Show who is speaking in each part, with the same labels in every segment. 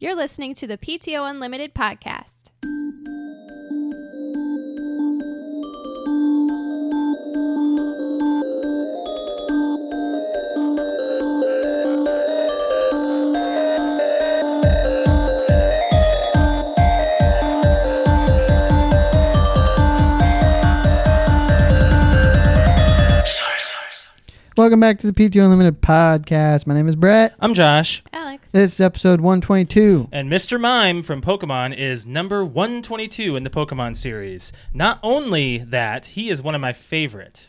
Speaker 1: You're listening to the PTO Unlimited podcast.
Speaker 2: Welcome back to the PTO Unlimited podcast. My name is Brett.
Speaker 3: I'm Josh,
Speaker 1: Alex.
Speaker 2: This is episode 122.
Speaker 3: and Mr. Mime from Pokemon is number 122 in the Pokemon series. Not only that, he is one of my favorite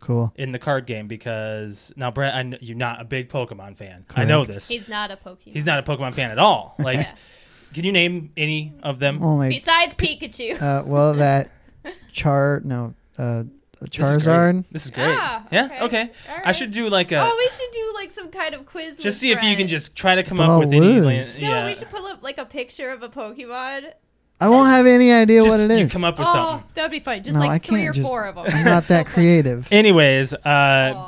Speaker 2: Cool.
Speaker 3: in the card game because now Brett, I kn- you're not a big Pokemon fan. I know
Speaker 2: Correct.
Speaker 3: this. He's,
Speaker 1: He's not a Pokemon.
Speaker 3: not a Pokemon fan at all. Like,
Speaker 1: Yeah.
Speaker 3: can you name any of them?
Speaker 2: Only
Speaker 1: Besides Pikachu.
Speaker 2: uh well that Char no uh
Speaker 3: This is great.
Speaker 2: Charizard.
Speaker 3: This is great.
Speaker 1: Ah,
Speaker 3: yeah.
Speaker 1: okay.
Speaker 3: Okay.
Speaker 1: All
Speaker 3: I
Speaker 1: right.
Speaker 3: should do like a.
Speaker 1: oh, we should do like some kind of quiz. with
Speaker 3: just see if you
Speaker 1: Brett.
Speaker 3: can just try to come
Speaker 2: But I'll
Speaker 3: up with any.
Speaker 2: lose.
Speaker 3: Land,
Speaker 1: No,
Speaker 3: yeah.
Speaker 1: we should pull up like a picture of a Pokemon.
Speaker 2: I won't have any idea
Speaker 3: just
Speaker 2: what it
Speaker 3: You
Speaker 2: is.
Speaker 3: come up with
Speaker 1: Oh,
Speaker 3: something.
Speaker 1: that'd be fun. Just
Speaker 2: No, I
Speaker 1: like three
Speaker 2: can't
Speaker 1: or
Speaker 2: just-
Speaker 1: four of them.
Speaker 2: I'm not that creative.
Speaker 3: Anyways,
Speaker 1: Aw.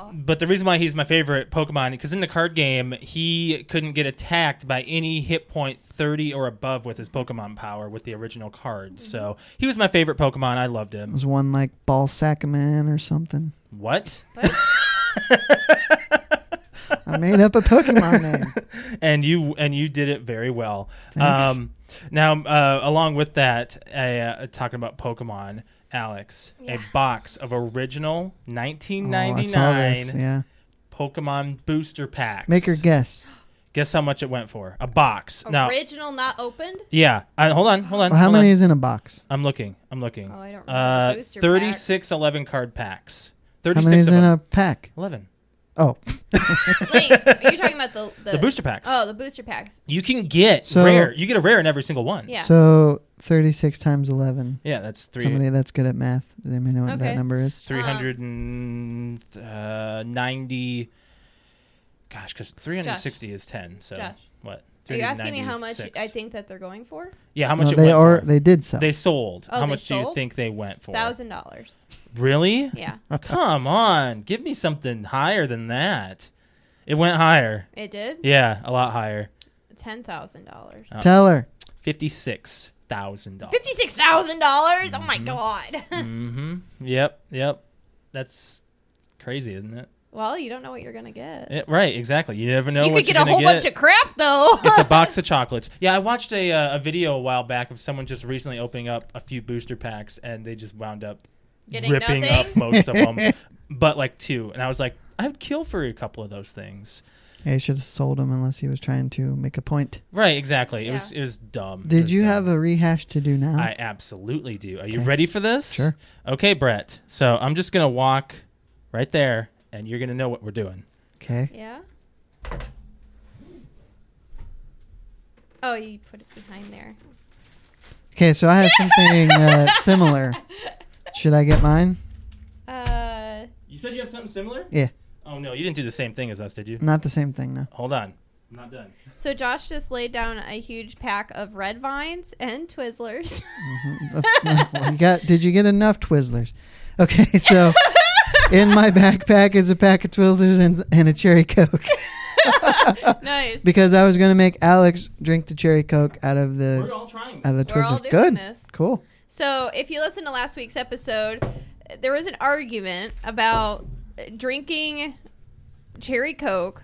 Speaker 3: uh, but the reason why he's my favorite Pokemon because in the card game he couldn't get attacked by any hit point thirty or above with his Pokemon power with the original
Speaker 2: Mm-hmm.
Speaker 3: cards. So he was my favorite Pokemon. I loved him.
Speaker 2: was one like Balsacaman or something.
Speaker 3: What?
Speaker 2: I made up a Pokemon name.
Speaker 3: and you and you did it very well.
Speaker 2: Thanks.
Speaker 3: Um, now, uh, along with that, uh, talking about Pokemon, Alex,
Speaker 1: Yeah.
Speaker 3: a box of
Speaker 2: Oh,
Speaker 3: original
Speaker 2: I saw
Speaker 3: 1999
Speaker 2: this. Yeah.
Speaker 3: Pokemon booster packs.
Speaker 2: Make your guess.
Speaker 3: Guess how much it went for? A box. Now,
Speaker 1: Original not opened.
Speaker 3: yeah. Uh, hold on, hold on.
Speaker 2: Well, how
Speaker 3: hold
Speaker 2: many
Speaker 3: on.
Speaker 2: is in a box?
Speaker 3: I'm looking. I'm looking.
Speaker 1: Oh, I don't remember
Speaker 3: Uh,
Speaker 1: the booster
Speaker 3: 36 11 card packs.
Speaker 2: How
Speaker 3: 36
Speaker 2: many is
Speaker 3: of
Speaker 2: in
Speaker 3: them.
Speaker 2: a pack?
Speaker 3: 11.
Speaker 2: Oh,
Speaker 1: packs. Like, are you talking about the the,
Speaker 3: The booster packs.
Speaker 1: Oh, the booster packs.
Speaker 3: You can get
Speaker 2: So-
Speaker 3: rare. You get a rare in every single one.
Speaker 1: Yeah.
Speaker 2: so 36 times 11.
Speaker 3: Yeah, that's three.
Speaker 2: Somebody that's good at math, does anybody know what
Speaker 1: Okay.
Speaker 2: that number is?
Speaker 1: Uh-huh.
Speaker 3: 390 uh, gosh because 360 is 10 so
Speaker 1: Josh.
Speaker 3: what
Speaker 1: Are you asking me how much
Speaker 3: 396.
Speaker 1: I think that they're going for?
Speaker 3: yeah how much
Speaker 2: No,
Speaker 3: it
Speaker 2: they
Speaker 3: went
Speaker 2: are.
Speaker 3: for.
Speaker 2: They did sell.
Speaker 3: they sold
Speaker 1: Oh,
Speaker 3: how
Speaker 1: they
Speaker 3: much do you
Speaker 1: sold?
Speaker 3: think they went for
Speaker 1: Thousand dollars.
Speaker 3: really
Speaker 1: Yeah,
Speaker 3: come on give me something higher than that it went higher
Speaker 1: it did.
Speaker 3: yeah a lot higher
Speaker 1: Ten thousand dollars.
Speaker 3: Oh.
Speaker 2: Tell her.
Speaker 3: $56000
Speaker 1: Fifty-six thousand dollars. Oh my god.
Speaker 3: mm-hmm yep yep that's crazy isn't it?
Speaker 1: well, you don't know what you're gonna get.
Speaker 3: Yeah, right exactly you never know
Speaker 1: you
Speaker 3: what
Speaker 1: could get
Speaker 3: you're
Speaker 1: a
Speaker 3: gonna
Speaker 1: whole bunch of crap though.
Speaker 3: it's a box of chocolates. Yeah, I watched a uh, a video a while back of someone just recently opening up a few booster packs, and they just wound up
Speaker 1: Getting
Speaker 3: ripping
Speaker 1: nothing?
Speaker 3: up most of them, but like two. And I was like, I would kill for a couple of those things.
Speaker 2: Yeah, you should have sold him unless he was trying to make a point.
Speaker 3: Right? Exactly.
Speaker 1: Yeah.
Speaker 3: It was it was dumb. It
Speaker 2: Did
Speaker 3: was
Speaker 2: you
Speaker 3: dumb.
Speaker 2: have a rehash to do now?
Speaker 3: I absolutely do. Are you
Speaker 2: Okay.
Speaker 3: ready for this?
Speaker 2: Sure.
Speaker 3: Okay, Brett. So I'm just gonna walk right there, and you're gonna know what we're doing.
Speaker 2: okay.
Speaker 1: Yeah. Oh, you put it behind there.
Speaker 2: Okay, so I had something uh, similar. Should I get mine?
Speaker 1: Uh,
Speaker 3: You said you have something similar.
Speaker 2: Yeah.
Speaker 3: Oh no, you didn't do the same thing as us, did you?
Speaker 2: Not the same thing, no.
Speaker 3: Hold on. I'm not done.
Speaker 1: so Josh just laid down a huge pack of red vines and Twizzlers.
Speaker 2: Mm-hmm. Uh, Well, you got, did you get enough Twizzlers? Okay, so in my backpack is a pack of Twizzlers and, and a Cherry Coke.
Speaker 1: nice.
Speaker 2: because I was going to make Alex drink the Cherry Coke out of the,
Speaker 3: all trying.
Speaker 2: out of the
Speaker 1: We're
Speaker 2: Twizzlers.
Speaker 1: all doing
Speaker 2: Good.
Speaker 1: this.
Speaker 2: Cool.
Speaker 1: So, if you listen to last week's episode, there was an argument about drinking cherry coke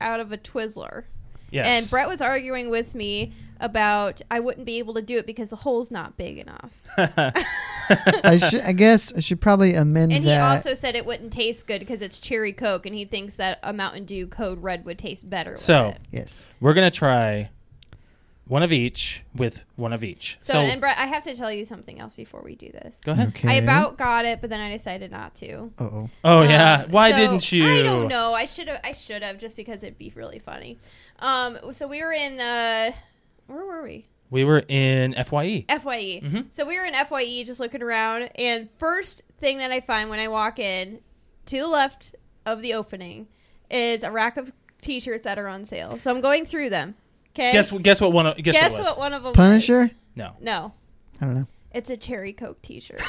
Speaker 1: out of a Twizzler.
Speaker 3: Yes.
Speaker 1: And Brett was arguing with me about I wouldn't be able to do it because the hole's not big enough.
Speaker 2: I, should, I guess I should probably amend
Speaker 1: And he
Speaker 2: that.
Speaker 1: also said it wouldn't taste good because it's cherry coke, and he thinks that a Mountain Dew Code Red would taste better. With
Speaker 3: So-
Speaker 1: it.
Speaker 2: yes.
Speaker 3: We're gonna try one of each with one of each.
Speaker 1: so, and Brett, I have to tell you something else before we do this.
Speaker 3: go ahead.
Speaker 2: Okay.
Speaker 1: I about got it, but then I decided not to.
Speaker 2: Uh-oh.
Speaker 3: Oh
Speaker 1: Um,
Speaker 3: yeah, why
Speaker 1: so-
Speaker 3: didn't you?
Speaker 1: I don't know. I should have. I should have just because it'd be really funny. Um, so we were in uh, where were we?
Speaker 3: We were in Fye.
Speaker 1: Fye.
Speaker 3: Mhm.
Speaker 1: So we were in Fye, just looking around, and first thing that I find when I walk in, to the left of the opening, is a rack of T-shirts that are on sale. So I'm going through them. Okay.
Speaker 3: Guess guess what one? Guess,
Speaker 1: Guess
Speaker 3: what?
Speaker 1: what
Speaker 3: was.
Speaker 1: one of them?
Speaker 2: Punisher?
Speaker 3: No.
Speaker 1: No,
Speaker 2: I don't know.
Speaker 1: It's a cherry Coke T-shirt.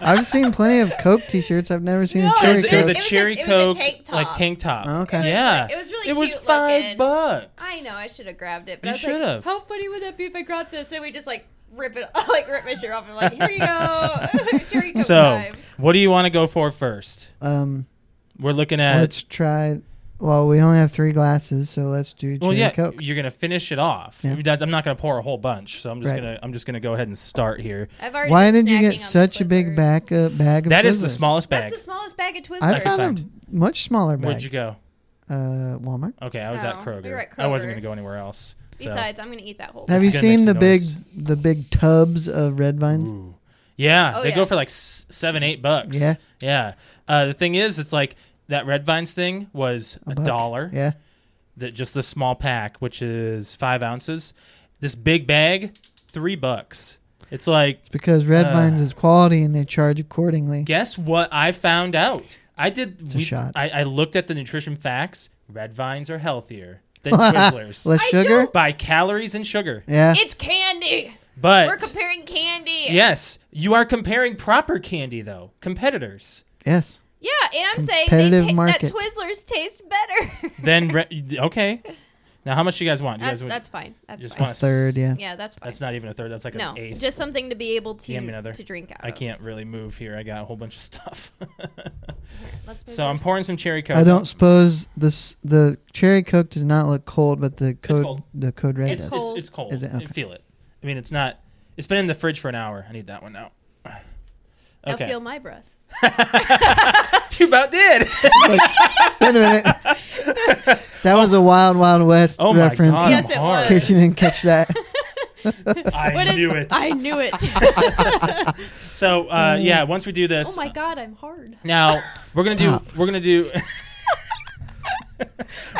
Speaker 2: I've seen plenty of Coke T-shirts. I've never seen
Speaker 1: No,
Speaker 2: a
Speaker 3: Oh, it
Speaker 2: cherry
Speaker 3: was, it was a
Speaker 2: Coke.
Speaker 1: was a-
Speaker 3: cherry
Speaker 1: it was a
Speaker 3: coke,
Speaker 1: tank top.
Speaker 3: like tank top.
Speaker 2: Oh, okay. It was
Speaker 3: yeah,
Speaker 1: like- it was really
Speaker 3: It was
Speaker 1: cute
Speaker 3: five
Speaker 1: looking.
Speaker 3: bucks.
Speaker 1: I know I should have grabbed it, but
Speaker 3: You
Speaker 1: I was like,
Speaker 3: should've.
Speaker 1: how funny would that be if I got this? And we just like rip it, like rip my shirt off and like, here you go, cherry Coke
Speaker 3: So,
Speaker 1: time.
Speaker 3: what do you want to go for first?
Speaker 2: Um,
Speaker 3: We're looking at.
Speaker 2: let's try. Well, we only have three glasses, so let's do cherry
Speaker 3: well, yeah,
Speaker 2: Coke.
Speaker 3: you're gonna finish it off.
Speaker 2: Yeah.
Speaker 3: That's- I'm not gonna pour a whole bunch, so I'm just
Speaker 2: Right.
Speaker 3: gonna I'm just gonna go ahead and start here.
Speaker 1: I've already.
Speaker 2: Why
Speaker 1: been
Speaker 2: did you
Speaker 1: snacking on
Speaker 2: get
Speaker 1: the
Speaker 2: such a big
Speaker 1: Twizzlers.
Speaker 2: bag? Uh, bag of
Speaker 3: That is the
Speaker 2: Twizzlers?
Speaker 3: smallest bag.
Speaker 1: That's the smallest bag of Twizzlers.
Speaker 2: I
Speaker 3: could
Speaker 2: found a
Speaker 3: find.
Speaker 2: much smaller
Speaker 3: Where'd you
Speaker 2: bag.
Speaker 3: go?
Speaker 2: Uh, Walmart.
Speaker 3: Okay, I was at
Speaker 1: No,
Speaker 3: Kroger.
Speaker 1: we were at
Speaker 3: I wasn't
Speaker 1: Kroger.
Speaker 3: gonna go anywhere else. so-
Speaker 1: Besides, I'm gonna eat that whole.
Speaker 2: Have
Speaker 1: bag.
Speaker 2: you
Speaker 3: It's gonna make
Speaker 2: seen the
Speaker 3: some
Speaker 2: big
Speaker 3: noise.
Speaker 2: the big tubs of red vines?
Speaker 3: Ooh. Yeah,
Speaker 1: Oh,
Speaker 3: they
Speaker 1: yeah.
Speaker 3: go for like s- seven, eight bucks.
Speaker 2: Yeah.
Speaker 3: yeah. Uh, the thing is, it's like that Red Vines thing was a,
Speaker 2: buck.
Speaker 3: dollar.
Speaker 2: Yeah,
Speaker 3: That just the small pack, which is five ounces. This big bag, three bucks. It's like,
Speaker 2: it's because red
Speaker 3: Uh.
Speaker 2: vines is quality and they charge accordingly.
Speaker 3: guess what? I found out. I did.
Speaker 2: a shot.
Speaker 3: I, I looked at the nutrition facts. Red Vines are healthier than Twizzlers
Speaker 2: Less
Speaker 1: I
Speaker 2: sugar.
Speaker 1: don't-
Speaker 3: by calories and sugar,
Speaker 2: Yeah,
Speaker 1: It's candy.
Speaker 3: but
Speaker 1: We're comparing candy.
Speaker 3: yes, you are comparing proper candy though. Competitors.
Speaker 2: yes.
Speaker 1: Yeah, and I'm saying
Speaker 2: Competitive
Speaker 1: they ta-
Speaker 2: market.
Speaker 1: that Twizzlers taste better.
Speaker 3: then re- okay. Now how much do you guys want? You
Speaker 1: that's
Speaker 3: guys,
Speaker 1: that's fine. That's
Speaker 3: just
Speaker 1: fine.
Speaker 2: A
Speaker 3: Us.
Speaker 2: third. Yeah.
Speaker 1: Yeah, that's fine.
Speaker 3: that's not even a third. That's like
Speaker 1: no,
Speaker 3: an eighth.
Speaker 1: just something to be able
Speaker 3: Hand me
Speaker 1: to
Speaker 3: another.
Speaker 1: to drink out.
Speaker 3: I
Speaker 1: of.
Speaker 3: can't really move here. I got a whole bunch of stuff.
Speaker 1: Let's move
Speaker 3: so I'm
Speaker 1: yours.
Speaker 3: pouring some cherry coke.
Speaker 2: I don't suppose this the cherry Coke does not look cold, but the code
Speaker 3: cold.
Speaker 2: the code red
Speaker 3: It's
Speaker 2: does.
Speaker 3: it's,
Speaker 1: cold.
Speaker 3: it's cold.
Speaker 2: Is it?
Speaker 3: I
Speaker 2: Okay.
Speaker 3: feel it. I mean, it's not. It's been in the fridge for an hour. I need that one now.
Speaker 1: Now
Speaker 3: Okay.
Speaker 1: feel my breasts.
Speaker 3: you about did.
Speaker 2: Wait a minute. That was a wild wild west
Speaker 3: oh my
Speaker 2: reference.
Speaker 3: god.
Speaker 1: Yes,
Speaker 3: I'm
Speaker 1: it
Speaker 3: hard.
Speaker 2: In case you didn't catch that.
Speaker 3: I
Speaker 1: What is-
Speaker 3: knew it.
Speaker 1: I knew it.
Speaker 3: So uh,
Speaker 2: Mm.
Speaker 3: yeah, once we do this,
Speaker 1: oh my god, I'm hard.
Speaker 3: Now we're gonna
Speaker 2: Stop.
Speaker 3: do. We're gonna do.
Speaker 1: I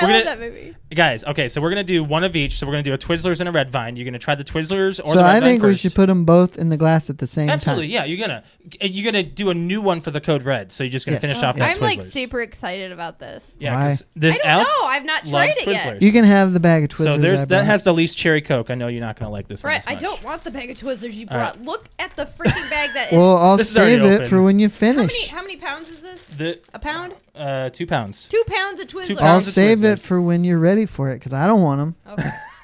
Speaker 3: We're
Speaker 1: love
Speaker 3: gonna-
Speaker 1: that movie.
Speaker 3: Guys, okay, so we're gonna do one of each. So we're gonna do a Twizzlers and a Red Vine. You're gonna try the Twizzlers or
Speaker 2: so
Speaker 3: the Red
Speaker 2: I
Speaker 3: Vine
Speaker 2: think we
Speaker 3: first.
Speaker 2: should put them both in the glass at the same
Speaker 3: Absolutely,
Speaker 2: time.
Speaker 3: yeah. You're gonna and you're gonna do a new one for the Code Red. So you're just gonna
Speaker 2: Yes.
Speaker 3: finish off.
Speaker 2: Okay.
Speaker 3: that
Speaker 1: Oh, I'm like
Speaker 3: Twizzlers.
Speaker 1: super excited about this.
Speaker 3: Yeah, 'cause this
Speaker 1: I don't
Speaker 3: Alex
Speaker 1: know. I've not tried
Speaker 3: loves
Speaker 1: it yet.
Speaker 3: Twizzlers.
Speaker 2: You can have the bag of Twizzlers.
Speaker 3: so there's
Speaker 2: I
Speaker 3: that
Speaker 2: brought.
Speaker 3: has the least cherry Coke. I know you're not gonna like this
Speaker 1: Brett, I
Speaker 3: one. as much.
Speaker 1: don't want the bag of Twizzlers you
Speaker 3: All right.
Speaker 1: brought. Look at the freaking bag that is.
Speaker 2: Well, I'll
Speaker 3: This is already
Speaker 2: save it
Speaker 3: open.
Speaker 2: for when you
Speaker 1: how many
Speaker 2: finish.
Speaker 1: how many pounds is this?
Speaker 3: The,
Speaker 1: A pound?
Speaker 3: uh, two pounds.
Speaker 1: Two pounds of Twizzlers.
Speaker 2: I'll
Speaker 3: pounds of
Speaker 2: save it
Speaker 3: Twizzlers.
Speaker 2: for when you're ready for it because I don't want them.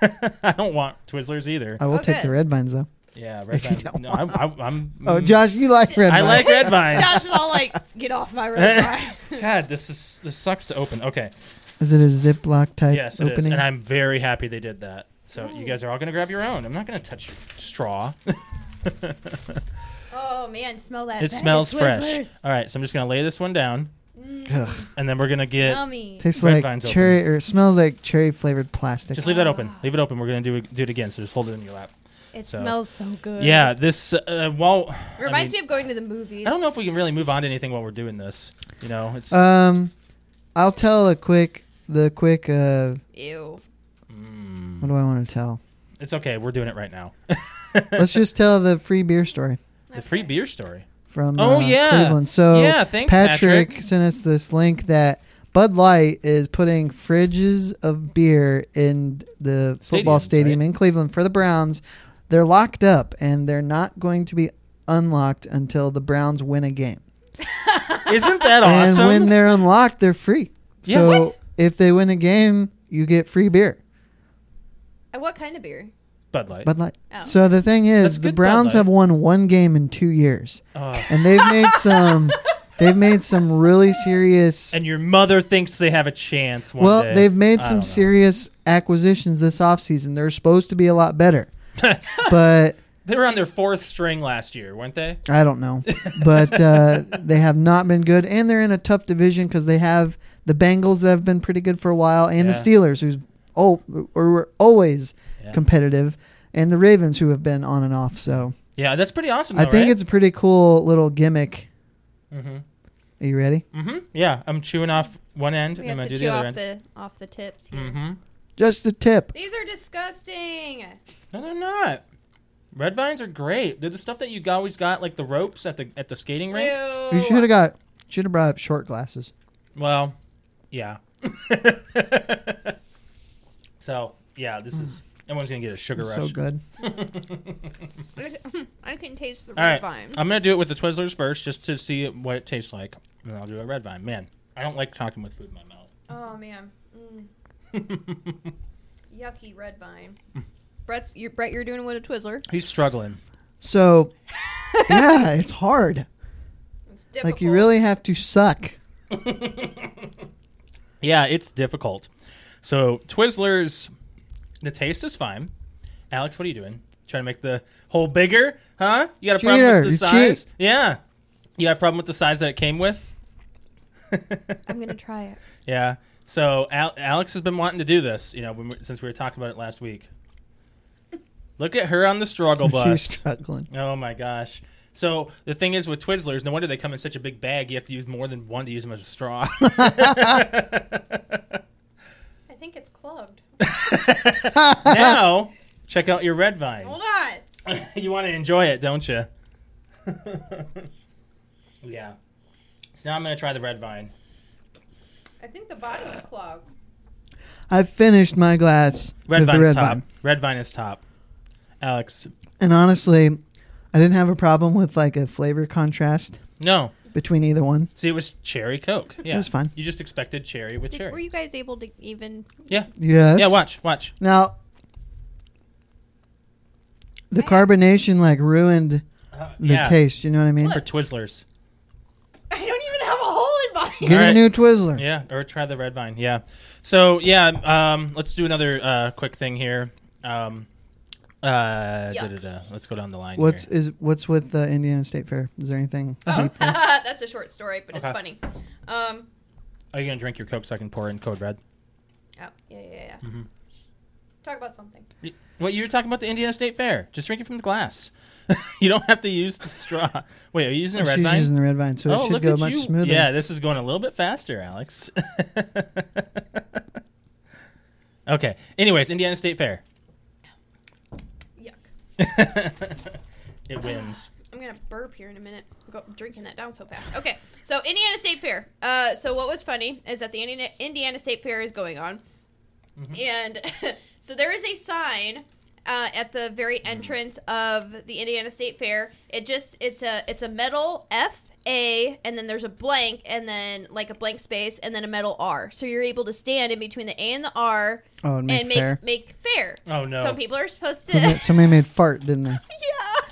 Speaker 1: Okay.
Speaker 3: I don't want Twizzlers either.
Speaker 2: I will
Speaker 1: Oh,
Speaker 2: take the
Speaker 1: good.
Speaker 2: red vines though.
Speaker 3: yeah,
Speaker 2: Um,
Speaker 3: Red
Speaker 2: you
Speaker 3: Vine.
Speaker 2: don't
Speaker 3: No, I'm. I, I'm
Speaker 2: Oh,
Speaker 3: mm,
Speaker 2: Josh, you like red
Speaker 3: I
Speaker 2: vines.
Speaker 3: like Red Vines.
Speaker 1: Josh is all like, get off my red eye.
Speaker 3: God, this is this sucks to open. Okay.
Speaker 2: Is it a Ziploc type
Speaker 3: Yes, it is,
Speaker 2: opening?
Speaker 3: and I'm very happy they did that. So you guys are all gonna grab your own. I'm not gonna touch your straw.
Speaker 1: Oh man, smell that.
Speaker 3: it
Speaker 1: bag of
Speaker 3: smells fresh.
Speaker 1: Twizzlers. Mm,
Speaker 3: All right, so I'm just gonna lay this one down,
Speaker 2: Ugh,
Speaker 3: and then we're gonna get.
Speaker 1: Yummy.
Speaker 2: tastes
Speaker 3: Red
Speaker 2: like
Speaker 3: Vines open.
Speaker 2: cherry, or it smells like cherry flavored plastic.
Speaker 3: just leave that open.
Speaker 1: Ah.
Speaker 3: Leave it open. We're gonna do it, do it again. So just hold it in your lap.
Speaker 1: It
Speaker 3: So-
Speaker 1: smells so good.
Speaker 3: Yeah, this. Uh, well,
Speaker 1: Reminds
Speaker 3: I mean,
Speaker 1: me of going to the movies.
Speaker 3: I don't know if we can really move on to anything while we're doing this. You know, it's.
Speaker 2: um, I'll tell a quick, the quick. Uh,
Speaker 1: Ew.
Speaker 3: mm,
Speaker 2: what do I want to tell?
Speaker 3: it's okay. We're doing it right now.
Speaker 2: Let's just tell the free beer story
Speaker 3: the free
Speaker 1: Okay.
Speaker 3: beer story.
Speaker 2: from
Speaker 3: Oh,
Speaker 2: uh,
Speaker 3: yeah.
Speaker 2: Cleveland. So
Speaker 3: yeah, thanks,
Speaker 2: Patrick,
Speaker 3: Patrick.
Speaker 2: sent us this link that Bud Light is putting fridges of beer in the football
Speaker 3: Stadiums,
Speaker 2: stadium
Speaker 3: right?
Speaker 2: in Cleveland for the Browns. They're locked up and they're not going to be unlocked until the Browns win a game.
Speaker 3: Isn't that
Speaker 2: And
Speaker 3: awesome?
Speaker 2: when they're unlocked, they're free.
Speaker 3: Yeah.
Speaker 2: So
Speaker 1: What?
Speaker 2: if they win a game, you get free beer.
Speaker 1: Uh, What kind of beer?
Speaker 3: Bud Light.
Speaker 2: Bud Light.
Speaker 1: Oh.
Speaker 2: So the thing
Speaker 3: That's
Speaker 2: is, the
Speaker 3: good Bud
Speaker 2: Browns
Speaker 3: Light.
Speaker 2: have won one game in two years,
Speaker 3: Oh.
Speaker 2: and they've made some. They've made some really serious
Speaker 3: and your mother thinks they have a chance. One
Speaker 2: Well,
Speaker 3: day.
Speaker 2: they've made
Speaker 3: I
Speaker 2: some
Speaker 3: don't know.
Speaker 2: serious acquisitions this offseason. They're supposed to be a lot better. but
Speaker 3: They were on their fourth string last year, weren't they?
Speaker 2: I don't know. But uh, they have not been good. And they're in a tough division because they have the Bengals that have been pretty good for a while, and the
Speaker 3: Yeah.
Speaker 2: Steelers, who's oh, or were always
Speaker 3: Yeah.
Speaker 2: competitive, and the Ravens, who have been on and off. So
Speaker 3: Yeah, that's pretty awesome.
Speaker 2: I think it's a pretty cool little gimmick.
Speaker 3: Mm-hmm.
Speaker 2: Are you ready?
Speaker 3: Mm-hmm. Yeah, I'm chewing off one end
Speaker 1: We
Speaker 3: and
Speaker 1: have to
Speaker 3: I'm gonna do
Speaker 1: chew
Speaker 3: the other
Speaker 1: off the
Speaker 3: end.
Speaker 1: off the tips here.
Speaker 3: Mm-hmm.
Speaker 2: Just a tip.
Speaker 1: These are disgusting.
Speaker 3: No, they're not. Red vines are great. They're the stuff that you g- always got, like the ropes at the at the skating rink.
Speaker 1: Ew.
Speaker 2: You should have got should have brought up short glasses.
Speaker 3: Well, yeah. so yeah, this is Everyone's gonna get a sugar
Speaker 2: It's
Speaker 3: rush.
Speaker 2: so good.
Speaker 1: I, I can taste the
Speaker 3: All right, Uh-
Speaker 1: red vine.
Speaker 3: I'm gonna do it with the Twizzlers first, just to see what it tastes like, and then I'll do a red vine. Man, I don't like talking with food in my
Speaker 1: Oh man, mm,
Speaker 3: mouth.
Speaker 1: yucky red vine.
Speaker 3: Mm.
Speaker 1: Brett's, you're, Brett, you're doing with a Twizzler.
Speaker 3: He's struggling.
Speaker 2: So yeah, it's hard.
Speaker 1: It's
Speaker 2: Like
Speaker 1: difficult.
Speaker 2: you really have to suck.
Speaker 3: yeah, it's difficult. So Twizzlers, the taste is fine. Alex, what are you doing? Trying to make the hole bigger, huh? You got a problem
Speaker 2: Cheater,
Speaker 3: with the
Speaker 2: you cheat.
Speaker 3: size? Yeah, you got a problem with the size that it came with?
Speaker 1: I'm gonna try it.
Speaker 3: Yeah. So Al- Alex has been wanting to do this, you know, when we, since we were talking about it last week. Look at her on the struggle
Speaker 2: She's
Speaker 3: bus.
Speaker 2: struggling.
Speaker 3: Oh my gosh. So the thing is with Twizzlers, no wonder they come in such a big bag. You have to use more than one to use them as a straw.
Speaker 1: I think it's clubbed.
Speaker 3: now, check out your red vine.
Speaker 1: Hold on.
Speaker 3: you want to enjoy it, don't you? yeah. So now I'm going to try the red vine.
Speaker 1: I think the bottom's clogged.
Speaker 2: I've finished my glass
Speaker 3: Red
Speaker 2: with
Speaker 3: vine's
Speaker 2: the red
Speaker 3: top.
Speaker 2: vine,
Speaker 3: Red vine is top. Alex,
Speaker 2: and honestly, I didn't have a problem with like a flavor contrast
Speaker 3: no.
Speaker 2: between either one.
Speaker 3: See, it was cherry coke. Yeah,
Speaker 2: was fine.
Speaker 3: You just expected cherry with
Speaker 1: Did,
Speaker 3: cherry.
Speaker 1: were you guys able to even?
Speaker 2: Yes.
Speaker 3: Yeah, watch, watch.
Speaker 2: Now, the
Speaker 1: Yeah.
Speaker 2: carbonation like ruined
Speaker 3: Uh,
Speaker 2: the
Speaker 3: yeah,
Speaker 2: taste. You know what I mean?
Speaker 3: for Twizzlers.
Speaker 1: I don't even have a hole in
Speaker 2: Get
Speaker 3: All
Speaker 2: a
Speaker 3: right.
Speaker 2: new Twizzler.
Speaker 3: Yeah, or try the red vine. Yeah. So yeah, um, let's do another uh, quick thing here. Um, uh,
Speaker 1: Yuck.
Speaker 3: da-da-da. Let's go down the line.
Speaker 2: What's
Speaker 3: here.
Speaker 2: is what's with the Indiana State Fair? Is there anything?
Speaker 1: mine.
Speaker 2: deep there?
Speaker 1: Oh, that's a short story, but
Speaker 3: Okay.
Speaker 1: it's funny. Um.
Speaker 3: Are you gonna drink your coke so I can pour in code red?
Speaker 1: Oh, yeah, yeah, yeah.
Speaker 2: Mm-hmm.
Speaker 3: Mhm.
Speaker 1: Talk about something.
Speaker 3: Y- What you were talking about the Indiana State Fair? Just drink it from the glass. you don't have to use the straw. Wait, are you using the red
Speaker 2: Oh, She's
Speaker 3: vine?
Speaker 2: using the red vine, so it
Speaker 3: oh,
Speaker 2: should
Speaker 3: look
Speaker 2: go
Speaker 3: at
Speaker 2: much
Speaker 3: you.
Speaker 2: smoother.
Speaker 3: Yeah, this is going a little bit faster, Alex. okay. Anyways, Indiana State Fair.
Speaker 1: Yuck.
Speaker 3: it wins.
Speaker 1: I'm gonna burp here in a minute. I'm go, drinking that down so fast. Okay, so Indiana State Fair. Uh, so what was funny is that the Indiana, Indiana State Fair is going on,
Speaker 3: Mhm.
Speaker 1: and so there is a sign uh, at the
Speaker 3: Mm-hmm.
Speaker 1: very entrance of the Indiana State Fair. It just it's a it's a metal F A, and then there's a blank, and then like a blank space, and then a metal R. So you're able to stand in between the A and the R
Speaker 2: Oh, and make
Speaker 1: and make
Speaker 2: fair.
Speaker 1: make fair.
Speaker 3: Oh no.
Speaker 1: Some people are supposed to.
Speaker 2: Somebody- Somebody made fart, didn't they?
Speaker 1: yeah.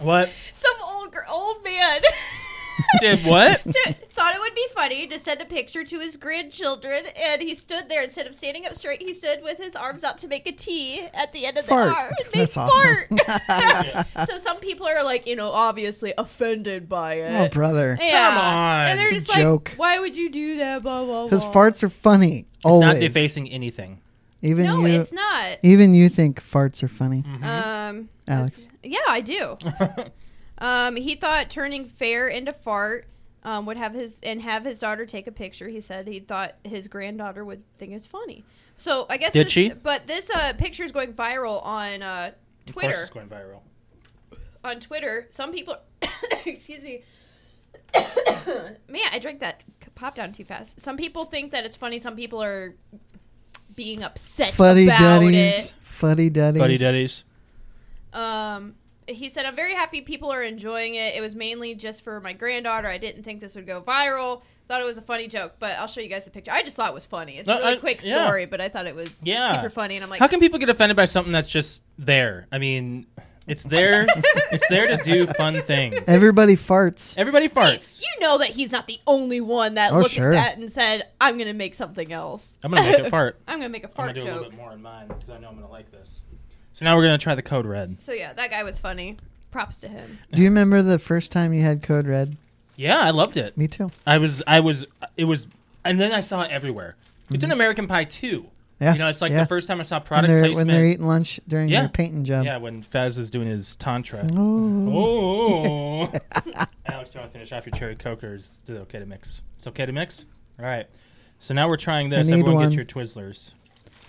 Speaker 3: What?
Speaker 1: Some old gr- old man.
Speaker 3: Did what?
Speaker 1: to, thought it would be funny to send a picture to his grandchildren, and he stood there instead of standing up straight. He stood with his arms out to make a T at the end of
Speaker 2: Fart.
Speaker 1: the R. It made
Speaker 2: That's awesome.
Speaker 1: fart. so some people are like, you know, obviously offended by
Speaker 2: Oh,
Speaker 1: it.
Speaker 2: brother.
Speaker 1: yeah.
Speaker 3: Come on.
Speaker 1: and they're
Speaker 2: It's a
Speaker 1: just like,
Speaker 2: joke.
Speaker 1: why would you do that? Blah blah.
Speaker 2: Because
Speaker 1: blah.
Speaker 2: farts are funny.
Speaker 3: It's
Speaker 2: Always.
Speaker 3: not defacing anything.
Speaker 2: Even
Speaker 1: No,
Speaker 2: you.
Speaker 1: it's not.
Speaker 2: Even you think farts are funny.
Speaker 3: Mm.
Speaker 1: Um,
Speaker 2: Alex.
Speaker 1: this- Yeah, I do. Um, he thought turning fair into fart um, would have his and have his daughter take a picture. He said he thought his granddaughter would think it's funny. So I guess
Speaker 3: Did
Speaker 1: this,
Speaker 3: she?
Speaker 1: But this uh, picture is going viral on uh,
Speaker 3: Of course
Speaker 1: Twitter.
Speaker 3: it's going viral.
Speaker 1: On Twitter, some people. excuse me. Man, I drank that c- pop down too fast. Some people think that it's funny. Some people are being upset
Speaker 2: Fuddy
Speaker 1: about it.
Speaker 2: duddies. Fuddy duddies.
Speaker 3: Buddy Duddies.
Speaker 1: Um, he said, I'm very happy people are enjoying it. It was mainly just for my granddaughter. I didn't think this would go viral. Thought it was a funny joke, but I'll show you guys a picture. I just thought it was funny. It's a
Speaker 3: No,
Speaker 1: really
Speaker 3: I-
Speaker 1: quick
Speaker 3: yeah.
Speaker 1: story, but I thought it was
Speaker 3: Yeah.
Speaker 1: super funny. And I'm like,
Speaker 3: How can people get offended by something that's just there? I mean, it's there. it's there to do fun things.
Speaker 2: Everybody farts.
Speaker 3: Everybody
Speaker 1: Hey,
Speaker 3: farts.
Speaker 1: you know that he's not the only one that
Speaker 2: Oh,
Speaker 1: looked at
Speaker 2: sure.
Speaker 1: that and said, I'm going to make something else.
Speaker 3: I'm gonna make it fart.
Speaker 1: I'm going to make a
Speaker 3: I'm
Speaker 1: fart
Speaker 3: gonna do a little
Speaker 1: joke.
Speaker 3: bit more in mine because I know I'm gonna like this. So now we're gonna try the code red.
Speaker 1: So, yeah, that guy was funny. Props to him.
Speaker 2: Do you remember the first time you had Code Red?
Speaker 3: Yeah, I loved it.
Speaker 2: Me too.
Speaker 3: I was, I was, it was, and then I saw it everywhere. It's an American Pie too.
Speaker 2: Mm-hmm. Yeah.
Speaker 3: You know, it's like
Speaker 2: yeah.
Speaker 3: the first time I saw
Speaker 2: when
Speaker 3: product
Speaker 2: they're, when
Speaker 3: placement.
Speaker 2: they're eating lunch during
Speaker 3: Yeah.
Speaker 2: their painting job.
Speaker 3: yeah, when Faz was doing his tantra.
Speaker 2: Oh.
Speaker 3: Oh. Alex, do you want to finish off your cherry coke or is it okay to mix? It's okay to mix? All right. So now we're trying this.
Speaker 2: need
Speaker 3: Everyone
Speaker 2: one.
Speaker 3: get your Twizzlers.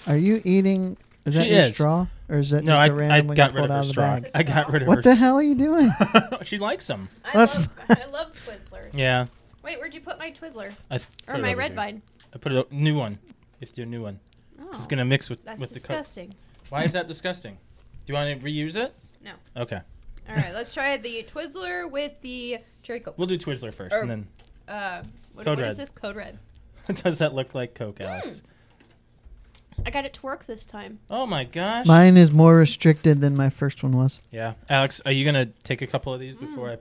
Speaker 2: Are you eating? Is that
Speaker 3: She
Speaker 2: your
Speaker 3: is.
Speaker 2: straw, or is that
Speaker 3: No,
Speaker 2: just
Speaker 3: I,
Speaker 2: a
Speaker 3: I
Speaker 2: random one you
Speaker 3: got rid
Speaker 2: pulled
Speaker 3: of
Speaker 2: out
Speaker 3: her
Speaker 2: of the
Speaker 3: straw.
Speaker 2: bag?
Speaker 3: I got rid of
Speaker 2: What the hell are you doing?
Speaker 3: her. she likes them.
Speaker 1: I,
Speaker 2: That's
Speaker 1: love,
Speaker 2: fine.
Speaker 1: I love Twizzler.
Speaker 3: Yeah.
Speaker 1: Wait, where'd you put my Twizzler?
Speaker 3: I s- put
Speaker 1: Or
Speaker 3: it
Speaker 1: my
Speaker 3: over
Speaker 1: red
Speaker 3: here.
Speaker 1: vine?
Speaker 3: I put a new one. You have to do a new one.
Speaker 1: Oh,
Speaker 3: It's going to mix with,
Speaker 1: that's
Speaker 3: with the coke.
Speaker 1: disgusting.
Speaker 3: Why is that disgusting? Do you want to reuse it?
Speaker 1: No.
Speaker 3: Okay.
Speaker 1: All right, let's try the Twizzler with the cherry coke.
Speaker 3: We'll do Twizzler first,
Speaker 1: Or-
Speaker 3: and then
Speaker 1: Uh, what,
Speaker 3: Code
Speaker 1: what
Speaker 3: Red.
Speaker 1: is this? Code red.
Speaker 3: does that look like Coke,
Speaker 1: Hmm.
Speaker 3: Alex?
Speaker 1: I got it to work this time.
Speaker 3: Oh my gosh.
Speaker 2: Mine is more restricted than my first one was.
Speaker 3: yeah, Alex, are you gonna take a couple of these before I?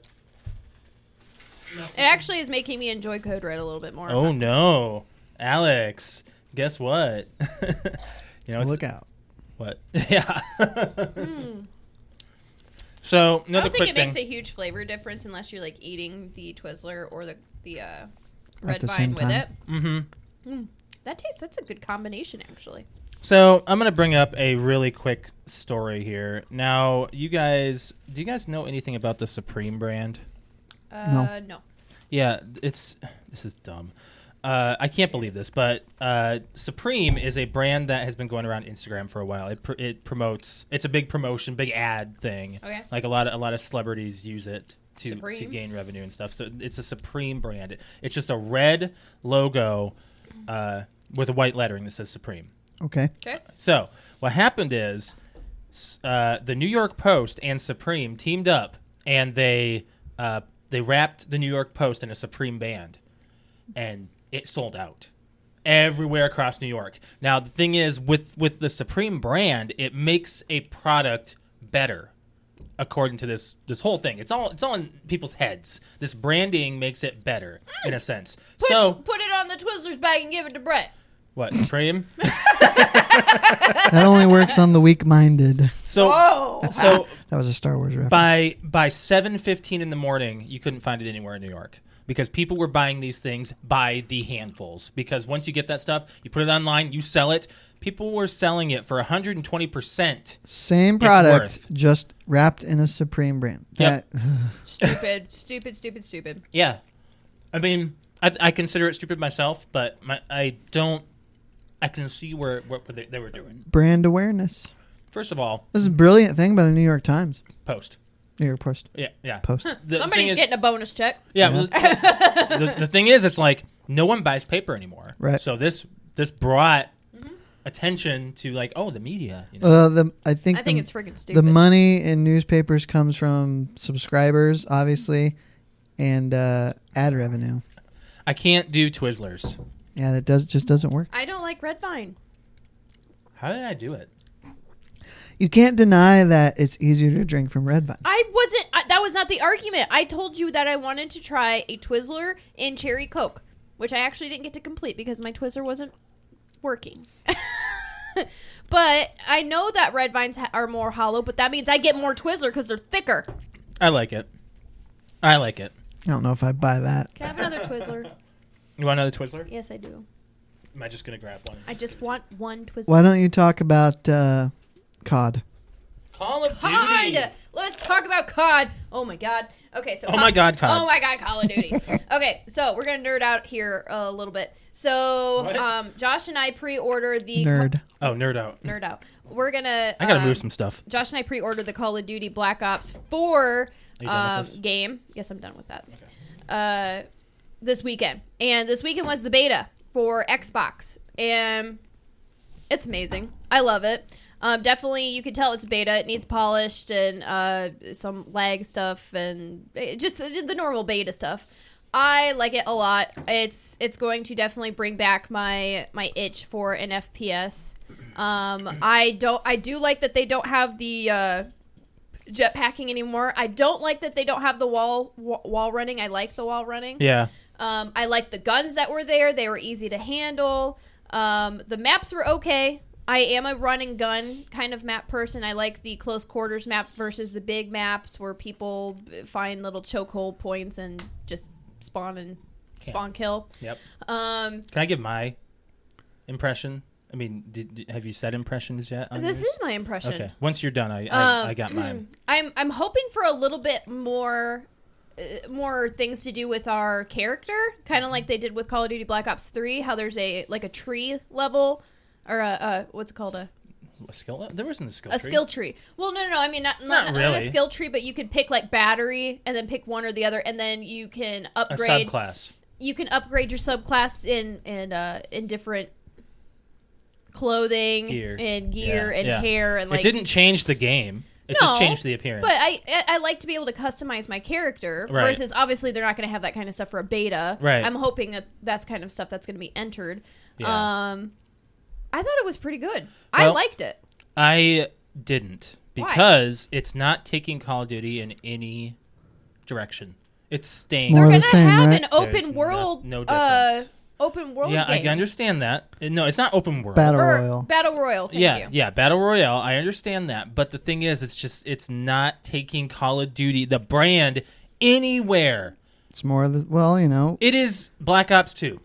Speaker 1: It actually is making me enjoy Code Red a little bit more.
Speaker 3: Oh no, Alex! Guess what? you know, it's-
Speaker 2: Look out.
Speaker 3: what? Yeah.
Speaker 1: Mm.
Speaker 3: so
Speaker 1: I
Speaker 3: another
Speaker 1: don't think
Speaker 3: quick
Speaker 1: it
Speaker 3: thing.
Speaker 1: makes a huge flavor difference unless you're like eating the Twizzler or the the uh,
Speaker 2: At
Speaker 1: red
Speaker 2: the
Speaker 1: vine
Speaker 2: same
Speaker 1: with
Speaker 2: time.
Speaker 1: it.
Speaker 3: mm-hmm.
Speaker 1: That tastes. That's a good combination, actually.
Speaker 3: So I'm gonna bring up a really quick story here. Now, you guys, do you guys know anything about the Supreme brand?
Speaker 1: Uh, no.
Speaker 3: Yeah, it's this is dumb. Uh, I can't believe this, but uh, Supreme is a brand that has been going around Instagram for a while. It pr- it promotes. It's a big promotion, big ad thing.
Speaker 1: Okay.
Speaker 3: Like a lot of a lot of celebrities use it to to
Speaker 1: Supreme?
Speaker 3: gain revenue and stuff. So it's a Supreme brand. It- it's just a red logo uh, with a white lettering that says Supreme.
Speaker 2: Okay.
Speaker 1: Okay.
Speaker 3: So what happened is s- uh, the New York Post and Supreme teamed up, and they uh, they wrapped the New York Post in a Supreme band, and it sold out everywhere across New York. Now the thing is with with the Supreme brand, it makes a product better according to this this whole thing. It's all it's all in people's heads. This branding makes it better in a sense.
Speaker 1: Put,
Speaker 3: So
Speaker 1: put it on the Twizzlers bag and give it to Brett.
Speaker 3: what Supreme?
Speaker 2: That only works on the weak minded.
Speaker 3: So
Speaker 1: Oh.
Speaker 3: so
Speaker 2: That was a Star Wars reference.
Speaker 3: by by 7:15 in the morning you couldn't find it anywhere in New York because people were buying these things by the handfuls because once you get that stuff you put it online you sell it people were selling it for 120%
Speaker 2: Same
Speaker 3: It's
Speaker 2: product,
Speaker 3: worth.
Speaker 2: just wrapped in a Supreme brand.
Speaker 3: Yep.
Speaker 2: That-
Speaker 1: stupid. Stupid. Stupid. Stupid.
Speaker 3: yeah i mean i, I consider it stupid myself but my, i don't i can see where what they, they were doing
Speaker 2: brand awareness.
Speaker 3: first of all
Speaker 2: This is a brilliant thing by the New York Times,
Speaker 3: post
Speaker 2: New York Post.
Speaker 3: yeah yeah
Speaker 2: Post.
Speaker 3: The
Speaker 1: Somebody's
Speaker 3: thing is-
Speaker 1: getting a bonus check.
Speaker 3: yeah,
Speaker 2: Yeah.
Speaker 3: well, the, the thing is, it's like no one buys paper anymore.
Speaker 2: Right.
Speaker 3: So this this brought
Speaker 1: Mm-hmm.
Speaker 3: attention to like oh the media. You know?
Speaker 2: Uh, the I think
Speaker 1: I think
Speaker 2: the,
Speaker 1: it's freaking stupid.
Speaker 2: the money in newspapers comes from subscribers, obviously, and uh, ad revenue.
Speaker 3: I can't do Twizzlers.
Speaker 2: Yeah, that does just doesn't work.
Speaker 1: I don't like red vine.
Speaker 3: How did I do it?
Speaker 2: You can't deny that it's easier to drink from Red Vine.
Speaker 1: I wasn't. I, that was not the argument. I told you that I wanted to try a Twizzler and cherry Coke, which I actually didn't get to complete because my Twizzler wasn't working. but I know that red vines ha- are more hollow, but that means I get more Twizzler because they're thicker.
Speaker 3: I like it. I like it.
Speaker 2: I don't know if I buy that.
Speaker 1: Can I have another Twizzler?
Speaker 3: You want another Twizzler?
Speaker 1: Yes, I do.
Speaker 3: Am I just gonna grab one?
Speaker 1: I just want one Twizzler.
Speaker 2: Why don't you talk about uh, COD?
Speaker 3: Call of
Speaker 1: COD.
Speaker 3: Duty.
Speaker 1: Let's talk about COD. Oh my god. Okay, so
Speaker 3: Oh my God, COD.
Speaker 1: Oh my god, Call of Duty. okay, so we're gonna nerd out here a little bit. So
Speaker 3: What?
Speaker 1: um, Josh and I pre-order the
Speaker 2: Nerd.
Speaker 3: Oh, nerd out.
Speaker 1: nerd out. We're gonna.
Speaker 3: I gotta
Speaker 1: um,
Speaker 3: move some stuff.
Speaker 1: Josh and I pre-ordered the Call of Duty Black Ops Four
Speaker 3: Are you done
Speaker 1: um,
Speaker 3: with this?
Speaker 1: game. Yes, I'm done with that. Uh, this weekend, and this weekend was the beta for Xbox, and it's amazing. I love it. Um, definitely, you can tell it's beta. It needs polished and uh, some lag stuff, and it, just the the normal beta stuff. I like it a lot. It's it's going to definitely bring back my my itch for an FPS. Um, I don't. I do like that they don't have the uh, jetpacking anymore. I don't like that they don't have the wall wa- wall running. I like the wall running.
Speaker 3: Yeah.
Speaker 1: Um, I like the guns that were there. They were easy to handle. Um, the maps were okay. I am a run and gun kind of map person. I like the close quarters map versus the big maps where people find little chokehold points and just spawn and spawn kill.
Speaker 3: Yep.
Speaker 1: Um,
Speaker 3: Can I give my impression? I mean, did, did- have you said impressions yet? on
Speaker 1: this
Speaker 3: yours?
Speaker 1: is my impression.
Speaker 3: okay. Once you're done, I I,
Speaker 1: Um,
Speaker 3: I got mine.
Speaker 1: I'm I'm hoping for a little bit more uh, more things to do with our character, kind of like they did with Call of Duty Black Ops 3, how there's a like a tree level or a, a what's it called a
Speaker 3: A skill? There wasn't a skill.
Speaker 1: a
Speaker 3: tree.
Speaker 1: skill tree. Well, no, no, no. I mean, not,
Speaker 3: Not
Speaker 1: not, not
Speaker 3: really.
Speaker 1: a skill tree, but you could pick like battery and then pick one or the other, and then you can
Speaker 3: A
Speaker 1: upgrade.
Speaker 3: subclass.
Speaker 1: You can upgrade your subclass in in uh, in different clothing
Speaker 3: Gear.
Speaker 1: and gear
Speaker 3: Yeah,
Speaker 1: and
Speaker 3: yeah.
Speaker 1: hair and like
Speaker 3: it didn't change the game. It
Speaker 1: No,
Speaker 3: just changed the appearance.
Speaker 1: But I I- I like to be able to customize my character
Speaker 3: Right.
Speaker 1: versus obviously they're not going to have that kind of stuff for a beta.
Speaker 3: Right.
Speaker 1: I'm hoping that that's kind of stuff that's going to be entered.
Speaker 3: Yeah.
Speaker 1: Um, I thought it was pretty good. I
Speaker 3: Well-
Speaker 1: liked it.
Speaker 3: I didn't
Speaker 1: Why?
Speaker 3: because it's not taking Call of Duty in any direction. It's staying.
Speaker 2: More
Speaker 1: They're going
Speaker 2: of the
Speaker 1: to
Speaker 2: same,
Speaker 1: have
Speaker 2: right?
Speaker 1: an
Speaker 3: There's
Speaker 1: open
Speaker 3: no-
Speaker 1: world.
Speaker 3: no
Speaker 1: uh,
Speaker 3: difference.
Speaker 1: open world.
Speaker 3: yeah,
Speaker 1: game.
Speaker 3: I understand that. Uh, No, it's not open world.
Speaker 2: Battle
Speaker 1: Or
Speaker 2: Royale.
Speaker 1: Battle Royal. Thank
Speaker 3: yeah,
Speaker 1: you.
Speaker 3: yeah, battle royale. I understand that, but the thing is, it's just it's not taking Call of Duty the brand anywhere.
Speaker 2: It's more of the well, you know,
Speaker 3: It is Black Ops Two,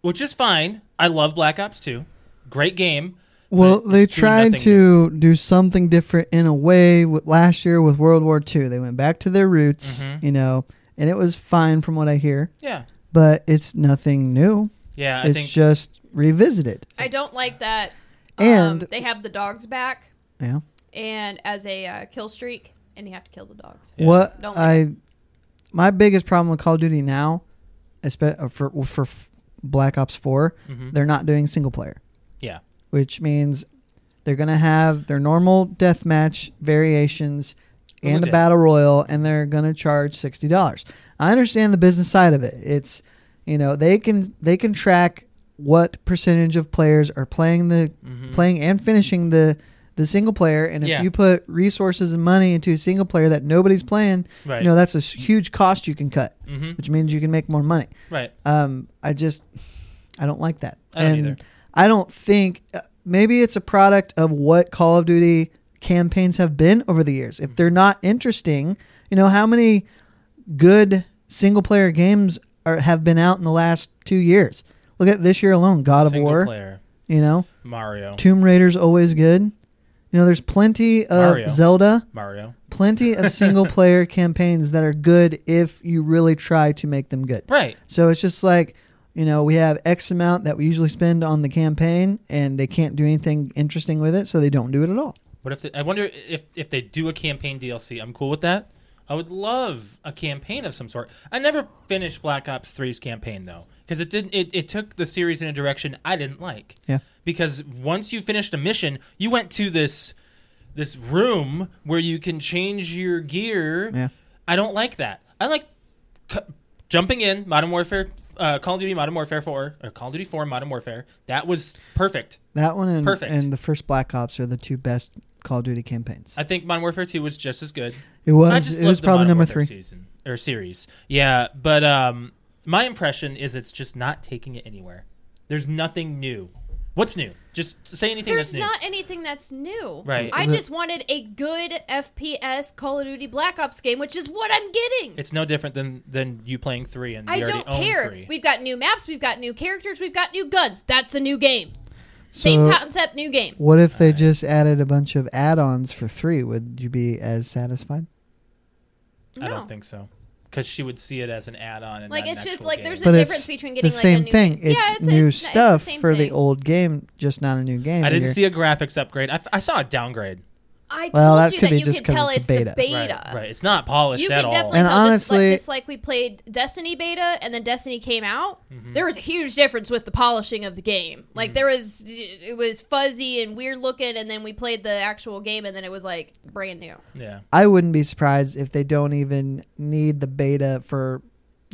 Speaker 3: which is fine. I love Black Ops Two. Great game.
Speaker 2: Well, they
Speaker 3: it's doing
Speaker 2: tried
Speaker 3: nothing
Speaker 2: to do something different in a way with last year with World War II. They went back to their roots,
Speaker 3: Mhm.
Speaker 2: you know, and it was fine from what I hear,
Speaker 3: Yeah,
Speaker 2: but it's nothing new.
Speaker 3: yeah. I
Speaker 2: it's
Speaker 3: think
Speaker 2: just revisited.
Speaker 1: I don't like that.
Speaker 2: And-
Speaker 1: um, they have the dogs back
Speaker 2: Yeah.
Speaker 1: and as a uh, kill streak, and you have to kill the dogs.
Speaker 3: Yeah.
Speaker 2: What
Speaker 1: Don't like
Speaker 2: I my biggest problem with Call of Duty now, espe- uh, for for f- Black Ops 4
Speaker 3: Mhm.
Speaker 2: they're not doing single player.
Speaker 3: Yeah.
Speaker 2: which means they're gonna have their normal deathmatch variations
Speaker 3: Well,
Speaker 2: and
Speaker 3: they
Speaker 2: a
Speaker 3: did.
Speaker 2: battle royal, and they're gonna charge sixty dollars. I understand the business side of it. It's you know they can they can track what percentage of players are playing the
Speaker 3: Mhm.
Speaker 2: playing and finishing the the single player and if
Speaker 3: Yeah.
Speaker 2: you put resources and money into a single player that nobody's playing
Speaker 3: right.
Speaker 2: you know that's a s- huge cost you can cut
Speaker 3: hmm
Speaker 2: which means you can make more money
Speaker 3: Right.
Speaker 2: um, I just I don't like that.
Speaker 3: I don't
Speaker 2: and
Speaker 3: either.
Speaker 2: I don't think uh, maybe it's a product of what Call of Duty campaigns have been over the years.
Speaker 3: Mm-hmm.
Speaker 2: If they're not interesting, you know how many good single player games are, have been out in the last 2 years. Look at this year alone, God of
Speaker 3: Single
Speaker 2: War,
Speaker 3: player.
Speaker 2: you know,
Speaker 3: Mario.
Speaker 2: Tomb Raider's always good. You know, there's plenty of
Speaker 3: Mario.
Speaker 2: Zelda,
Speaker 3: Mario.
Speaker 2: plenty of single player campaigns that are good if you really try to make them good.
Speaker 3: Right.
Speaker 2: So it's just like, you know, we have X amount that we usually spend on the campaign, and they can't do anything interesting with it, so they don't do it at all.
Speaker 3: What if they, I wonder if if they do a campaign DLC? I'm cool with that. I would love a campaign of some sort. I never finished Black Ops 3's campaign though, because it didn't. It, it took the series in a direction I didn't like.
Speaker 2: Yeah.
Speaker 3: Because once you finished a mission, you went to this this room where you can change your gear.
Speaker 2: Yeah.
Speaker 3: I don't like that. I like c- jumping in Modern Warfare, uh, Call of Duty Modern Warfare 4 or Call of Duty 4 Modern Warfare. That was perfect.
Speaker 2: That one and
Speaker 3: Perfect.
Speaker 2: and the first Black Ops are the two best Call of Duty campaigns.
Speaker 3: I think Modern Warfare 2 was just as good.
Speaker 2: It
Speaker 3: I
Speaker 2: was
Speaker 3: just
Speaker 2: it
Speaker 3: love
Speaker 2: was
Speaker 3: the
Speaker 2: probably
Speaker 3: Modern
Speaker 2: number
Speaker 3: Warfare
Speaker 2: three.
Speaker 3: season or series. Yeah, but um, my impression is it's just not taking it anywhere. There's nothing new. What's new? Just say anything
Speaker 1: There's
Speaker 3: that's new.
Speaker 1: not anything that's new.
Speaker 3: Right. Mm-hmm.
Speaker 1: I
Speaker 2: The-
Speaker 1: just wanted a good FPS Call of Duty Black Ops game, which is what I'm getting.
Speaker 3: it's no different than than you playing three and
Speaker 1: I
Speaker 3: you already
Speaker 1: don't
Speaker 3: own
Speaker 1: care.
Speaker 3: three.
Speaker 1: We've got new maps, we've got new characters, we've got new guns. That's a new game. Same
Speaker 2: So
Speaker 1: concept, new game.
Speaker 2: what if they
Speaker 3: Alright.
Speaker 2: just added a bunch of add-ons for three? Would you be as satisfied?
Speaker 3: I
Speaker 1: No.
Speaker 3: don't think so, because she would see it as an add-on. And
Speaker 1: Like
Speaker 3: not an
Speaker 1: it's just
Speaker 3: actual
Speaker 1: like
Speaker 3: game.
Speaker 1: there's a
Speaker 2: But it's
Speaker 1: difference between
Speaker 2: The
Speaker 1: getting like a
Speaker 2: same
Speaker 1: new
Speaker 2: thing.
Speaker 1: Game.
Speaker 2: It's,
Speaker 1: Yeah, it's
Speaker 2: new
Speaker 1: it's- it's the
Speaker 2: stuff
Speaker 1: same
Speaker 2: for the
Speaker 1: thing.
Speaker 2: old game, just not a new game.
Speaker 3: I
Speaker 2: And
Speaker 3: didn't
Speaker 2: you're-
Speaker 3: see a graphics upgrade. I, f- I saw a downgrade.
Speaker 1: I told
Speaker 2: Well, that
Speaker 1: you that
Speaker 2: could be
Speaker 1: you
Speaker 2: just
Speaker 1: could
Speaker 2: 'cause
Speaker 1: tell
Speaker 2: it's a
Speaker 1: it's, the beta.
Speaker 2: beta.
Speaker 3: Right, right. It's not polished
Speaker 1: You
Speaker 3: at
Speaker 1: can
Speaker 3: all.
Speaker 1: definitely
Speaker 2: And
Speaker 1: tell just,
Speaker 2: honestly-
Speaker 1: like, just like we played Destiny beta and then Destiny came out,
Speaker 3: Mm-hmm.
Speaker 1: there was a huge difference with the polishing of the game. Like there was it was fuzzy and weird looking and then we played the actual game and then it was like brand new.
Speaker 3: yeah.
Speaker 2: I wouldn't be surprised if they don't even need the beta for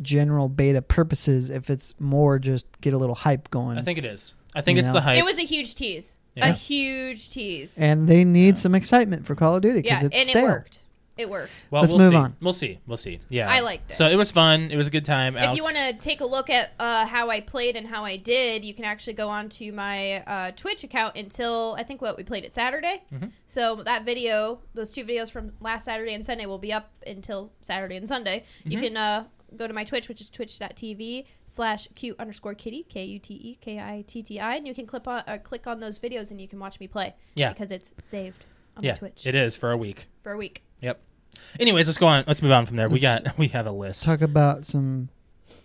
Speaker 2: general beta purposes if it's more just get a little hype going.
Speaker 3: I think it is. I think it's
Speaker 2: Yeah.
Speaker 3: the hype.
Speaker 1: It was a huge tease.
Speaker 3: Yeah.
Speaker 1: A huge tease.
Speaker 2: and they need some excitement for Call of Duty
Speaker 1: yeah,
Speaker 2: because
Speaker 1: and
Speaker 2: it's stale.
Speaker 1: it worked. It worked.
Speaker 3: well,
Speaker 2: Let's
Speaker 3: we'll
Speaker 2: move
Speaker 3: see.
Speaker 2: on.
Speaker 3: We'll see. We'll see. Yeah.
Speaker 1: I liked it.
Speaker 3: So it was fun. It was a good time.
Speaker 1: If you
Speaker 3: Alex-
Speaker 1: want to take a look at uh, how I played and how I did, you can actually go on to my uh, Twitch account until I think what we played it Saturday.
Speaker 3: Mhm.
Speaker 1: So that video, those two videos from last Saturday and Sunday, will be up until Saturday and Sunday. You
Speaker 3: Mm-hmm.
Speaker 1: can uh, go to my Twitch, which is twitch.tv slash q underscore kitty k u t e k i t t i, and you can clip on uh, click on those videos and you can watch me play.
Speaker 3: Yeah.
Speaker 1: because it's saved on
Speaker 3: yeah,
Speaker 1: my Twitch
Speaker 3: it is for a week.
Speaker 1: for a week.
Speaker 3: Anyways, let's go on. Let's move on from there. we
Speaker 2: Let's-
Speaker 3: got we have a
Speaker 2: Let's
Speaker 3: list.
Speaker 2: talk about some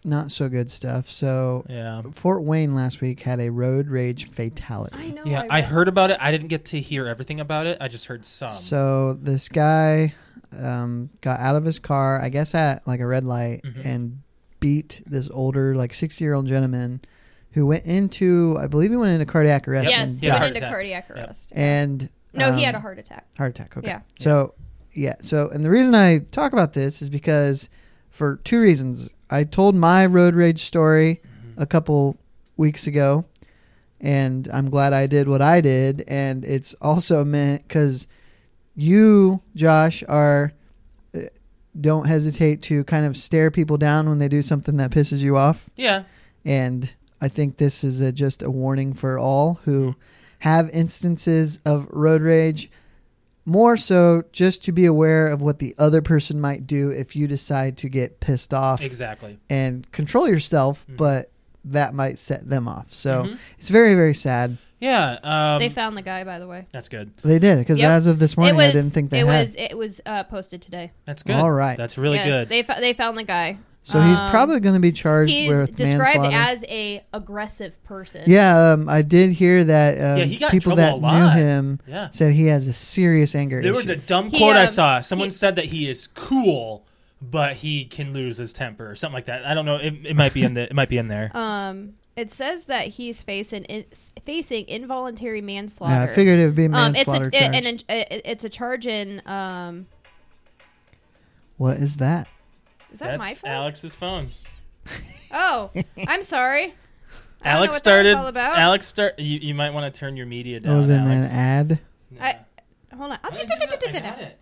Speaker 2: not so good stuff. So
Speaker 3: yeah.
Speaker 2: Fort Wayne last week had a road rage fatality.
Speaker 1: I know.
Speaker 3: yeah,
Speaker 1: I,
Speaker 3: I
Speaker 1: read-
Speaker 3: heard about it. I didn't get to hear everything about it. I just heard some.
Speaker 2: So this guy um, got out of his car, I guess at like a red light,
Speaker 3: Mhm.
Speaker 2: and beat this older, like sixty year old gentleman who went into, I believe he went into cardiac arrest
Speaker 3: Yep.
Speaker 1: Yes,
Speaker 2: and
Speaker 1: he
Speaker 3: Yeah,
Speaker 2: died.
Speaker 1: went
Speaker 3: heart
Speaker 1: into
Speaker 3: attack.
Speaker 1: cardiac
Speaker 3: Yeah.
Speaker 1: arrest.
Speaker 2: And
Speaker 1: No, he
Speaker 2: um,
Speaker 1: had a heart attack.
Speaker 2: Heart attack. Okay.
Speaker 1: Yeah.
Speaker 2: So, yeah. So, and the reason I talk about this is because for two reasons. I told my road rage story a couple weeks ago, and I'm glad I did what I did. And it's also meant because you, Josh, are uh, don't hesitate to kind of stare people down when they do something that pisses you off
Speaker 3: Yeah.
Speaker 2: and I think this is a, just a warning for all who
Speaker 3: Hmm.
Speaker 2: have instances of road rage. More so, just to be aware of what the other person might do if you decide to get pissed off
Speaker 3: Exactly.
Speaker 2: and control yourself,
Speaker 3: Mhm.
Speaker 2: but that might set them off. So
Speaker 3: Mhm.
Speaker 2: it's very, very sad.
Speaker 3: Yeah. Um,
Speaker 1: they found the guy, by the way.
Speaker 3: that's good.
Speaker 2: They did because
Speaker 1: Yep.
Speaker 2: as of this
Speaker 1: It
Speaker 2: morning,
Speaker 1: was.
Speaker 2: I didn't think they
Speaker 1: it
Speaker 2: had.
Speaker 1: was. It was uh, posted today.
Speaker 3: That's good.
Speaker 2: All right.
Speaker 3: That's really
Speaker 1: yes,
Speaker 3: good.
Speaker 1: They fo- they found the guy.
Speaker 2: so he's
Speaker 1: um,
Speaker 2: probably going to be charged
Speaker 1: He's
Speaker 2: with
Speaker 1: described
Speaker 2: manslaughter.
Speaker 1: as a aggressive person.
Speaker 2: yeah, um, I did hear that um,
Speaker 3: Yeah, he got in
Speaker 2: people
Speaker 3: trouble
Speaker 2: that
Speaker 3: a lot.
Speaker 2: knew him
Speaker 3: yeah.
Speaker 2: said he has a serious anger
Speaker 3: There
Speaker 2: issue.
Speaker 3: was a dumb
Speaker 1: He,
Speaker 3: quote I
Speaker 1: um,
Speaker 3: saw. Someone
Speaker 1: he-
Speaker 3: said that he is cool, but he can lose his temper or something like that. I don't know. It, it might be in the. It might be in there.
Speaker 1: Um, it says that he's facing in, facing involuntary manslaughter.
Speaker 2: Yeah, I figured it would be
Speaker 1: um, it's a,
Speaker 2: manslaughter
Speaker 1: it-
Speaker 2: charge.
Speaker 1: and it- it's a charge in. Um,
Speaker 2: what is that?
Speaker 1: is that
Speaker 3: That's
Speaker 1: my phone?
Speaker 3: Alex's phone.
Speaker 1: Oh, I'm sorry. I don't know
Speaker 3: Alex
Speaker 1: what
Speaker 3: started.
Speaker 1: That was all about.
Speaker 3: Alex start. You, you might want to turn your media down.
Speaker 2: was it an
Speaker 3: Alex.
Speaker 2: ad?
Speaker 3: No.
Speaker 1: I- Hold on. I'll
Speaker 3: No,
Speaker 1: do-
Speaker 3: you
Speaker 1: do- do-
Speaker 3: got-
Speaker 1: do-
Speaker 3: I
Speaker 1: do-
Speaker 3: got
Speaker 1: do.
Speaker 3: it.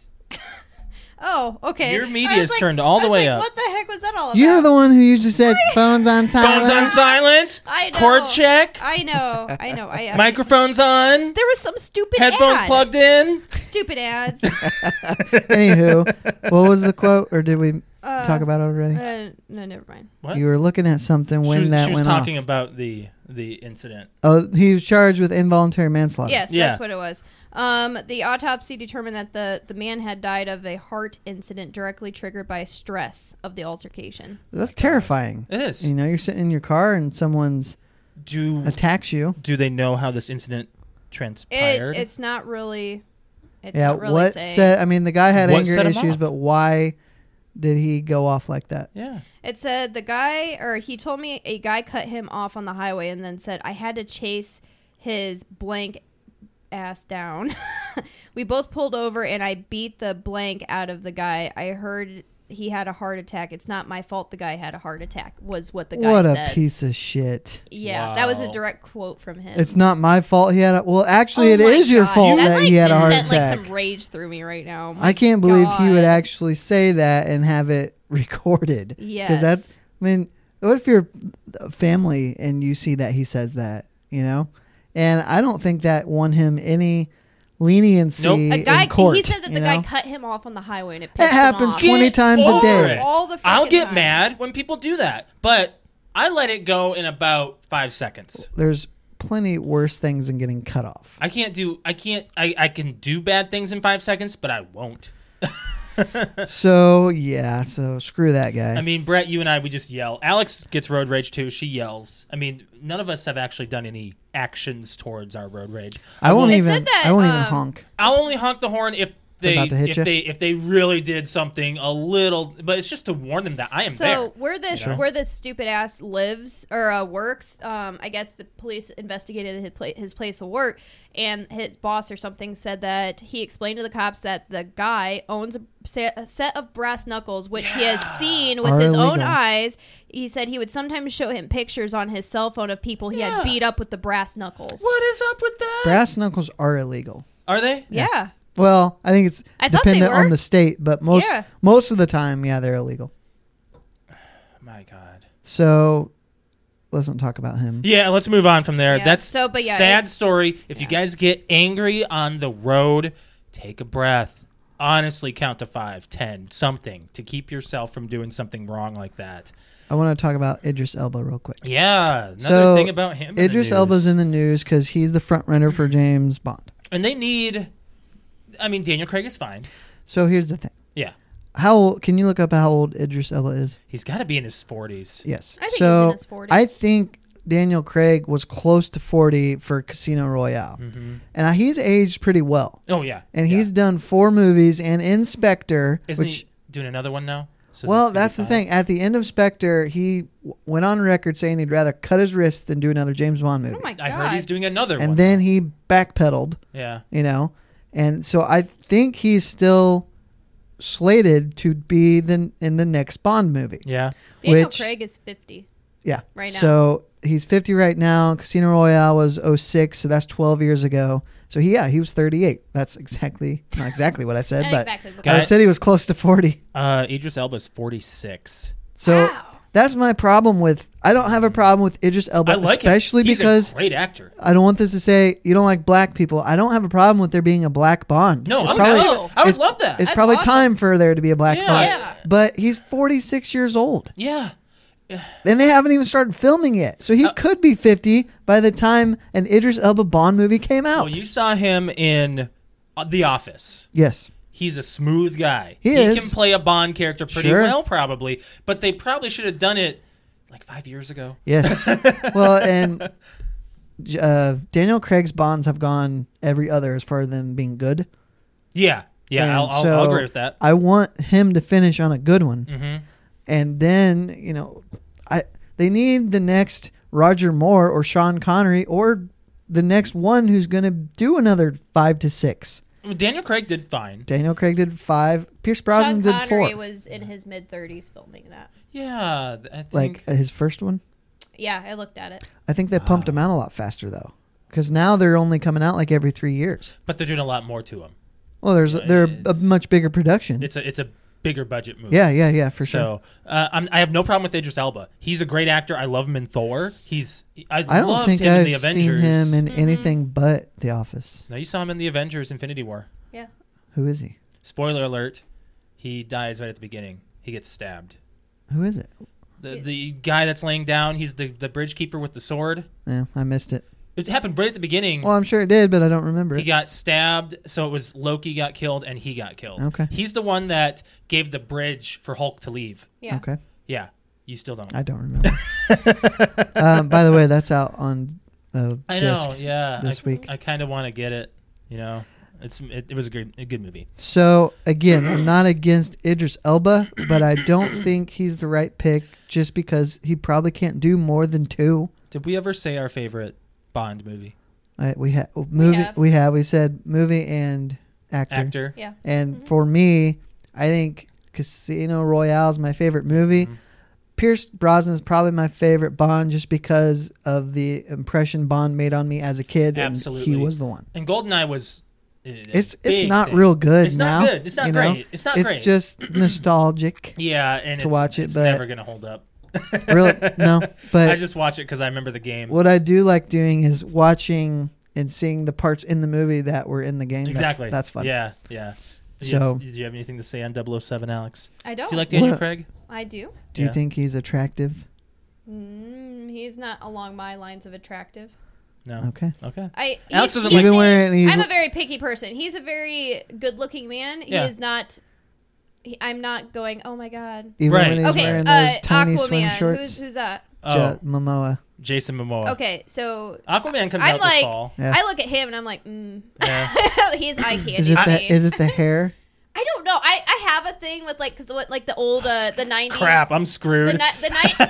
Speaker 1: Oh, okay.
Speaker 3: Your
Speaker 1: I
Speaker 3: media
Speaker 1: was
Speaker 3: is turned all
Speaker 1: I
Speaker 3: the
Speaker 1: was
Speaker 3: way
Speaker 1: like,
Speaker 3: up.
Speaker 1: What the heck was that all about?
Speaker 2: You're the one who usually says phones on silent.
Speaker 3: Phones on silent.
Speaker 1: I know.
Speaker 3: Cord check.
Speaker 1: I know. I know. I uh,
Speaker 3: Microphones on.
Speaker 1: There was some stupid
Speaker 3: Headphones
Speaker 1: ad.
Speaker 3: plugged in.
Speaker 1: Stupid ads.
Speaker 2: Anywho, what was the quote, or did we
Speaker 1: Uh,
Speaker 2: talk about it already?
Speaker 1: Uh, no, never mind.
Speaker 3: What?
Speaker 2: you were looking at something
Speaker 3: She
Speaker 2: when
Speaker 3: was,
Speaker 2: that
Speaker 3: she was
Speaker 2: went
Speaker 3: talking
Speaker 2: off.
Speaker 3: about the the incident.
Speaker 2: oh, he was charged with involuntary manslaughter.
Speaker 1: Yes,
Speaker 3: Yeah.
Speaker 1: that's what it was. Um, the autopsy determined that the, the man had died of a heart incident directly triggered by stress of the altercation.
Speaker 2: that's terrifying.
Speaker 3: It is.
Speaker 2: You know, you're sitting in your car and someone's
Speaker 3: Do
Speaker 2: attacks you.
Speaker 3: do they know how this incident transpired?
Speaker 1: It, it's not really. It's
Speaker 2: yeah,
Speaker 1: not really
Speaker 2: what
Speaker 1: saying.
Speaker 2: set? I mean, the guy had
Speaker 3: What
Speaker 2: anger
Speaker 3: set him
Speaker 2: issues,
Speaker 3: off?
Speaker 2: but why did he go off like that?
Speaker 3: yeah.
Speaker 1: It said the guy, or he told me a guy cut him off on the highway and then said, I had to chase his blank ass down. we both pulled over and I beat the blank out of the guy. I heard he had a heart attack. It's not my fault the guy had a heart attack, was what the guy
Speaker 2: What
Speaker 1: said.
Speaker 2: a piece of shit.
Speaker 1: Yeah, that was a
Speaker 3: Wow.
Speaker 1: direct quote from him.
Speaker 2: It's not my fault he had a well actually
Speaker 1: Oh
Speaker 2: it
Speaker 1: my
Speaker 2: is your
Speaker 1: God.
Speaker 2: fault
Speaker 1: that,
Speaker 2: that,
Speaker 1: like,
Speaker 2: he had a
Speaker 1: just
Speaker 2: heart
Speaker 1: sent,
Speaker 2: attack.
Speaker 1: Like some rage through me right now.
Speaker 2: I can't believe he
Speaker 1: God.
Speaker 2: would actually say that and have it recorded.
Speaker 1: Yes.
Speaker 2: that's I mean, what if you're a family and you see that he says that, you know? And I don't think that won him any leniency
Speaker 3: Nope.
Speaker 1: a guy
Speaker 2: in court.
Speaker 1: he said that the
Speaker 2: you
Speaker 1: guy
Speaker 2: know?
Speaker 1: cut him off on the highway and it pissed
Speaker 2: That happens
Speaker 1: him off.
Speaker 2: 20 times a
Speaker 3: over
Speaker 2: day.
Speaker 3: it.
Speaker 1: All the
Speaker 3: I'll
Speaker 1: freaking
Speaker 3: get
Speaker 1: time.
Speaker 3: mad when people do that, but I let it go in about five seconds.
Speaker 2: There's plenty worse things than getting cut off.
Speaker 3: I can't do. I can't. I, I can do bad things in five seconds, but I won't.
Speaker 2: So yeah, so screw that guy.
Speaker 3: I mean, Brett, you and I, we just yell. Alex gets road rage too. She yells. I mean, none of us have actually done any actions towards our road rage.
Speaker 2: I won't
Speaker 1: It
Speaker 2: even
Speaker 1: said that,
Speaker 2: I won't even
Speaker 1: um,
Speaker 2: honk.
Speaker 3: I'll only honk the horn if they
Speaker 2: About to hit
Speaker 3: if
Speaker 2: ya.
Speaker 3: they if they really did something a little. But it's just to warn them that I am
Speaker 1: So
Speaker 3: there.
Speaker 1: where this
Speaker 3: you know?
Speaker 1: where this stupid ass lives or uh, works, um, I guess the police investigated his, pla- his place of work, and his boss or something said that he explained to the cops that the guy owns a, se- a set of brass knuckles which he has seen with
Speaker 2: Are
Speaker 1: his own
Speaker 2: illegal.
Speaker 1: eyes. He said he would sometimes show him pictures on his cell phone of people he
Speaker 3: Yeah.
Speaker 1: had beat up with the brass knuckles.
Speaker 3: What is up with that?
Speaker 2: Brass knuckles are illegal.
Speaker 3: Are they?
Speaker 1: Yeah.
Speaker 2: Well, I think it's
Speaker 1: I thought they
Speaker 2: dependent
Speaker 1: were.
Speaker 2: on the state, but most
Speaker 1: Yeah.
Speaker 2: most of the time, yeah, they're illegal.
Speaker 3: Oh My God.
Speaker 2: So let's not talk about him.
Speaker 3: Yeah, let's move on from there.
Speaker 1: Yeah.
Speaker 3: That's
Speaker 1: So, but yeah,
Speaker 3: sad
Speaker 1: it's-
Speaker 3: story. If you guys get angry on the road, take a breath. Honestly, count to five, ten, something to keep yourself from doing something wrong like that.
Speaker 2: I want to talk about Idris Elba real quick.
Speaker 3: Yeah, another
Speaker 2: So,
Speaker 3: thing about him. in the
Speaker 2: Idris
Speaker 3: news.
Speaker 2: Elba's in the news because he's the front runner for James Bond.
Speaker 3: and they need. I mean, Daniel Craig is fine.
Speaker 2: So here's the thing:
Speaker 3: Yeah,
Speaker 2: how old? Can you look up how old Idris Elba is?
Speaker 3: he's got to be in his forties.
Speaker 2: Yes.
Speaker 1: I think he's
Speaker 2: so
Speaker 1: in his 40s.
Speaker 2: I think Daniel Craig was close to forty for Casino Royale, and he's aged pretty well.
Speaker 3: Oh yeah,
Speaker 2: And
Speaker 3: Mm-hmm. Yeah.
Speaker 2: he's done four movies and Inspector,
Speaker 3: isn't
Speaker 2: which
Speaker 3: he doing another one now? So
Speaker 2: well,
Speaker 3: this
Speaker 2: that's
Speaker 3: could
Speaker 2: the
Speaker 3: be fine.
Speaker 2: thing. At the end of Spectre, he w- went on record saying he'd rather cut his wrist than do another James Bond movie.
Speaker 1: Oh my god.
Speaker 3: I heard he's doing another one.
Speaker 2: and then he backpedaled,
Speaker 3: yeah,
Speaker 2: you know, and so I think he's still slated to be the, in the next Bond movie.
Speaker 3: yeah.
Speaker 1: Daniel
Speaker 2: which-
Speaker 1: Craig is 50.
Speaker 2: Yeah.
Speaker 1: Right now.
Speaker 2: So he's 50 right now. Casino Royale was 06, so that's 12 years ago. So he, yeah, he was 38. That's exactly, not exactly what I said,
Speaker 1: Not
Speaker 2: but
Speaker 1: exactly. but-
Speaker 2: I
Speaker 3: Got it.
Speaker 2: said he was close to 40.
Speaker 3: Uh, Idris Elba's forty six.
Speaker 2: So
Speaker 1: Wow.
Speaker 2: that's my problem with, I don't have a problem with Idris Elba,
Speaker 3: Mm-hmm. I like him.
Speaker 2: especially
Speaker 3: He's a
Speaker 2: because
Speaker 3: great actor.
Speaker 2: I don't want this to say you don't like black people. I don't have a problem with there being a black Bond.
Speaker 3: No,
Speaker 2: it's
Speaker 3: I would,
Speaker 2: probably,
Speaker 1: no.
Speaker 3: Oh, I would
Speaker 2: it's-
Speaker 3: love that.
Speaker 2: It's
Speaker 1: That's
Speaker 2: probably
Speaker 1: awesome.
Speaker 2: time for there to be a black
Speaker 3: Yeah.
Speaker 2: Bond.
Speaker 1: Yeah.
Speaker 2: But he's 46 years old,
Speaker 3: yeah,
Speaker 2: and they haven't even started filming yet. So he
Speaker 3: Uh,
Speaker 2: could be 50 by the time an Idris Elba Bond movie came out.
Speaker 3: Well, you saw him in uh, The Office.
Speaker 2: yes.
Speaker 3: He's a smooth guy.
Speaker 2: He is.
Speaker 3: can play a Bond character pretty
Speaker 2: Sure.
Speaker 3: well, probably. But they probably should have done it like five years ago.
Speaker 2: Yes. well, and uh, Daniel Craig's Bonds have gone every other as far than being good.
Speaker 3: Yeah,
Speaker 2: And
Speaker 3: yeah, I'll, I'll,
Speaker 2: so
Speaker 3: I'll agree with that.
Speaker 2: I want him to finish on a good one.
Speaker 3: hmm
Speaker 2: and then you know, I they need the next Roger Moore or Sean Connery or the next one who's going to do another five to six.
Speaker 3: Daniel Craig did fine.
Speaker 2: Daniel Craig did five. Pierce
Speaker 1: Sean
Speaker 2: Brosnan did
Speaker 1: Connery
Speaker 2: four.
Speaker 1: was in his mid 30s filming that.
Speaker 3: Yeah, th- I think.
Speaker 2: like uh, his first one,
Speaker 1: Yeah, I looked at it.
Speaker 2: I think they pumped him out a lot faster though, because now they're only coming out like every three years.
Speaker 3: but they're doing a lot more to him.
Speaker 2: Well, there's
Speaker 3: Yeah,
Speaker 2: they're a
Speaker 3: it's-
Speaker 2: much bigger production.
Speaker 3: It's a it's a bigger budget movie.
Speaker 2: yeah, yeah, yeah, for sure.
Speaker 3: So uh, I'm, I have no problem with Idris Elba. He's a great actor. I love him in Thor. He's I,
Speaker 2: I don't
Speaker 3: loved
Speaker 2: think
Speaker 3: him in
Speaker 2: I've
Speaker 3: the
Speaker 2: seen
Speaker 3: Avengers.
Speaker 2: him in
Speaker 1: Mm-hmm.
Speaker 2: anything but The Office.
Speaker 3: no, you saw him in the Avengers: Infinity War.
Speaker 1: Yeah.
Speaker 2: Who is he?
Speaker 3: Spoiler alert: He dies right at the beginning. He gets stabbed.
Speaker 2: Who is it?
Speaker 3: The
Speaker 1: Yes.
Speaker 3: the guy that's laying down. He's the the bridge keeper with the sword.
Speaker 2: Yeah, I missed it.
Speaker 3: It happened right at the beginning.
Speaker 2: Well, I'm sure it did, but I don't remember.
Speaker 3: He
Speaker 2: It.
Speaker 3: got stabbed, so it was Loki got killed and he got killed.
Speaker 2: Okay.
Speaker 3: He's the one that gave the bridge for Hulk to leave.
Speaker 1: Yeah.
Speaker 2: Okay.
Speaker 3: Yeah. You still don't.
Speaker 2: I don't remember. um, by the way, that's out on uh,
Speaker 3: I
Speaker 2: disc.
Speaker 3: know. Yeah.
Speaker 2: this
Speaker 3: I,
Speaker 2: week.
Speaker 3: I kind of want to get it. You know, it's it, it was a good a good movie.
Speaker 2: So again, I'm not against Idris Elba, but I don't think he's the right pick just because he probably can't do more than two.
Speaker 3: Did we ever say our favorite Bond movie
Speaker 2: I, we ha- movie.
Speaker 1: have.
Speaker 2: We have. We said movie and actor.
Speaker 3: actor?
Speaker 1: Yeah.
Speaker 2: And
Speaker 1: Mm-hmm.
Speaker 2: for me, I think Casino Royale is my favorite movie.
Speaker 3: Mhm.
Speaker 2: Pierce Brosnan is probably my favorite Bond just because of the impression Bond made on me as a kid. and
Speaker 3: Absolutely.
Speaker 2: he was the one.
Speaker 3: And Goldeneye was. uh, a
Speaker 2: It's it's
Speaker 3: big
Speaker 2: not
Speaker 3: thing.
Speaker 2: real good
Speaker 3: It's
Speaker 2: now.
Speaker 3: not good. It's not
Speaker 2: you know?
Speaker 3: great. It's not
Speaker 2: it's
Speaker 3: great.
Speaker 2: just nostalgic.
Speaker 3: yeah, and
Speaker 2: to
Speaker 3: it's,
Speaker 2: watch it,
Speaker 3: it's
Speaker 2: but-
Speaker 3: never gonna hold up.
Speaker 2: really, no. But
Speaker 3: I just watch it because I remember the game.
Speaker 2: what I do like doing is watching and seeing the parts in the movie that were in the game. That's-
Speaker 3: exactly.
Speaker 2: That's, fun.
Speaker 3: Yeah, yeah. Do
Speaker 2: So-
Speaker 3: you, have, do you have anything to say on 007, Alex?
Speaker 1: I don't.
Speaker 3: Do you like Daniel
Speaker 2: What-
Speaker 3: Craig?
Speaker 1: I do.
Speaker 2: Do you
Speaker 3: Yeah.
Speaker 2: think he's attractive?
Speaker 1: Mm, he's not along my lines of attractive.
Speaker 3: No.
Speaker 2: Okay.
Speaker 3: Okay.
Speaker 1: I he's-
Speaker 3: Alex doesn't
Speaker 1: he's
Speaker 3: like-
Speaker 2: Even
Speaker 1: a-
Speaker 2: when he's-
Speaker 1: I'm a very picky person. He's a very good-looking man.
Speaker 3: Yeah.
Speaker 1: He is not. He, I'm not going. Oh my god.
Speaker 2: Even
Speaker 3: Right.
Speaker 2: when he's
Speaker 1: okay.
Speaker 2: wearing
Speaker 1: uh,
Speaker 2: those tiny
Speaker 1: Aquaman.
Speaker 2: swim shorts.
Speaker 1: Who's who's that?
Speaker 3: Oh,
Speaker 2: Ja- Momoa.
Speaker 3: Jason Momoa.
Speaker 1: Okay, so
Speaker 3: Aquaman comes
Speaker 1: I'm
Speaker 3: out this
Speaker 1: like,
Speaker 3: fall.
Speaker 2: Yeah.
Speaker 1: I look at him and I'm like, mm. he's eye candy.
Speaker 2: Is it
Speaker 1: to
Speaker 2: the
Speaker 1: me.
Speaker 2: is it the hair?
Speaker 1: I don't know. I, I have a thing with like because what like the old uh, the nineties
Speaker 3: Crap, I'm
Speaker 1: the
Speaker 3: screwed.
Speaker 1: ni- the ni-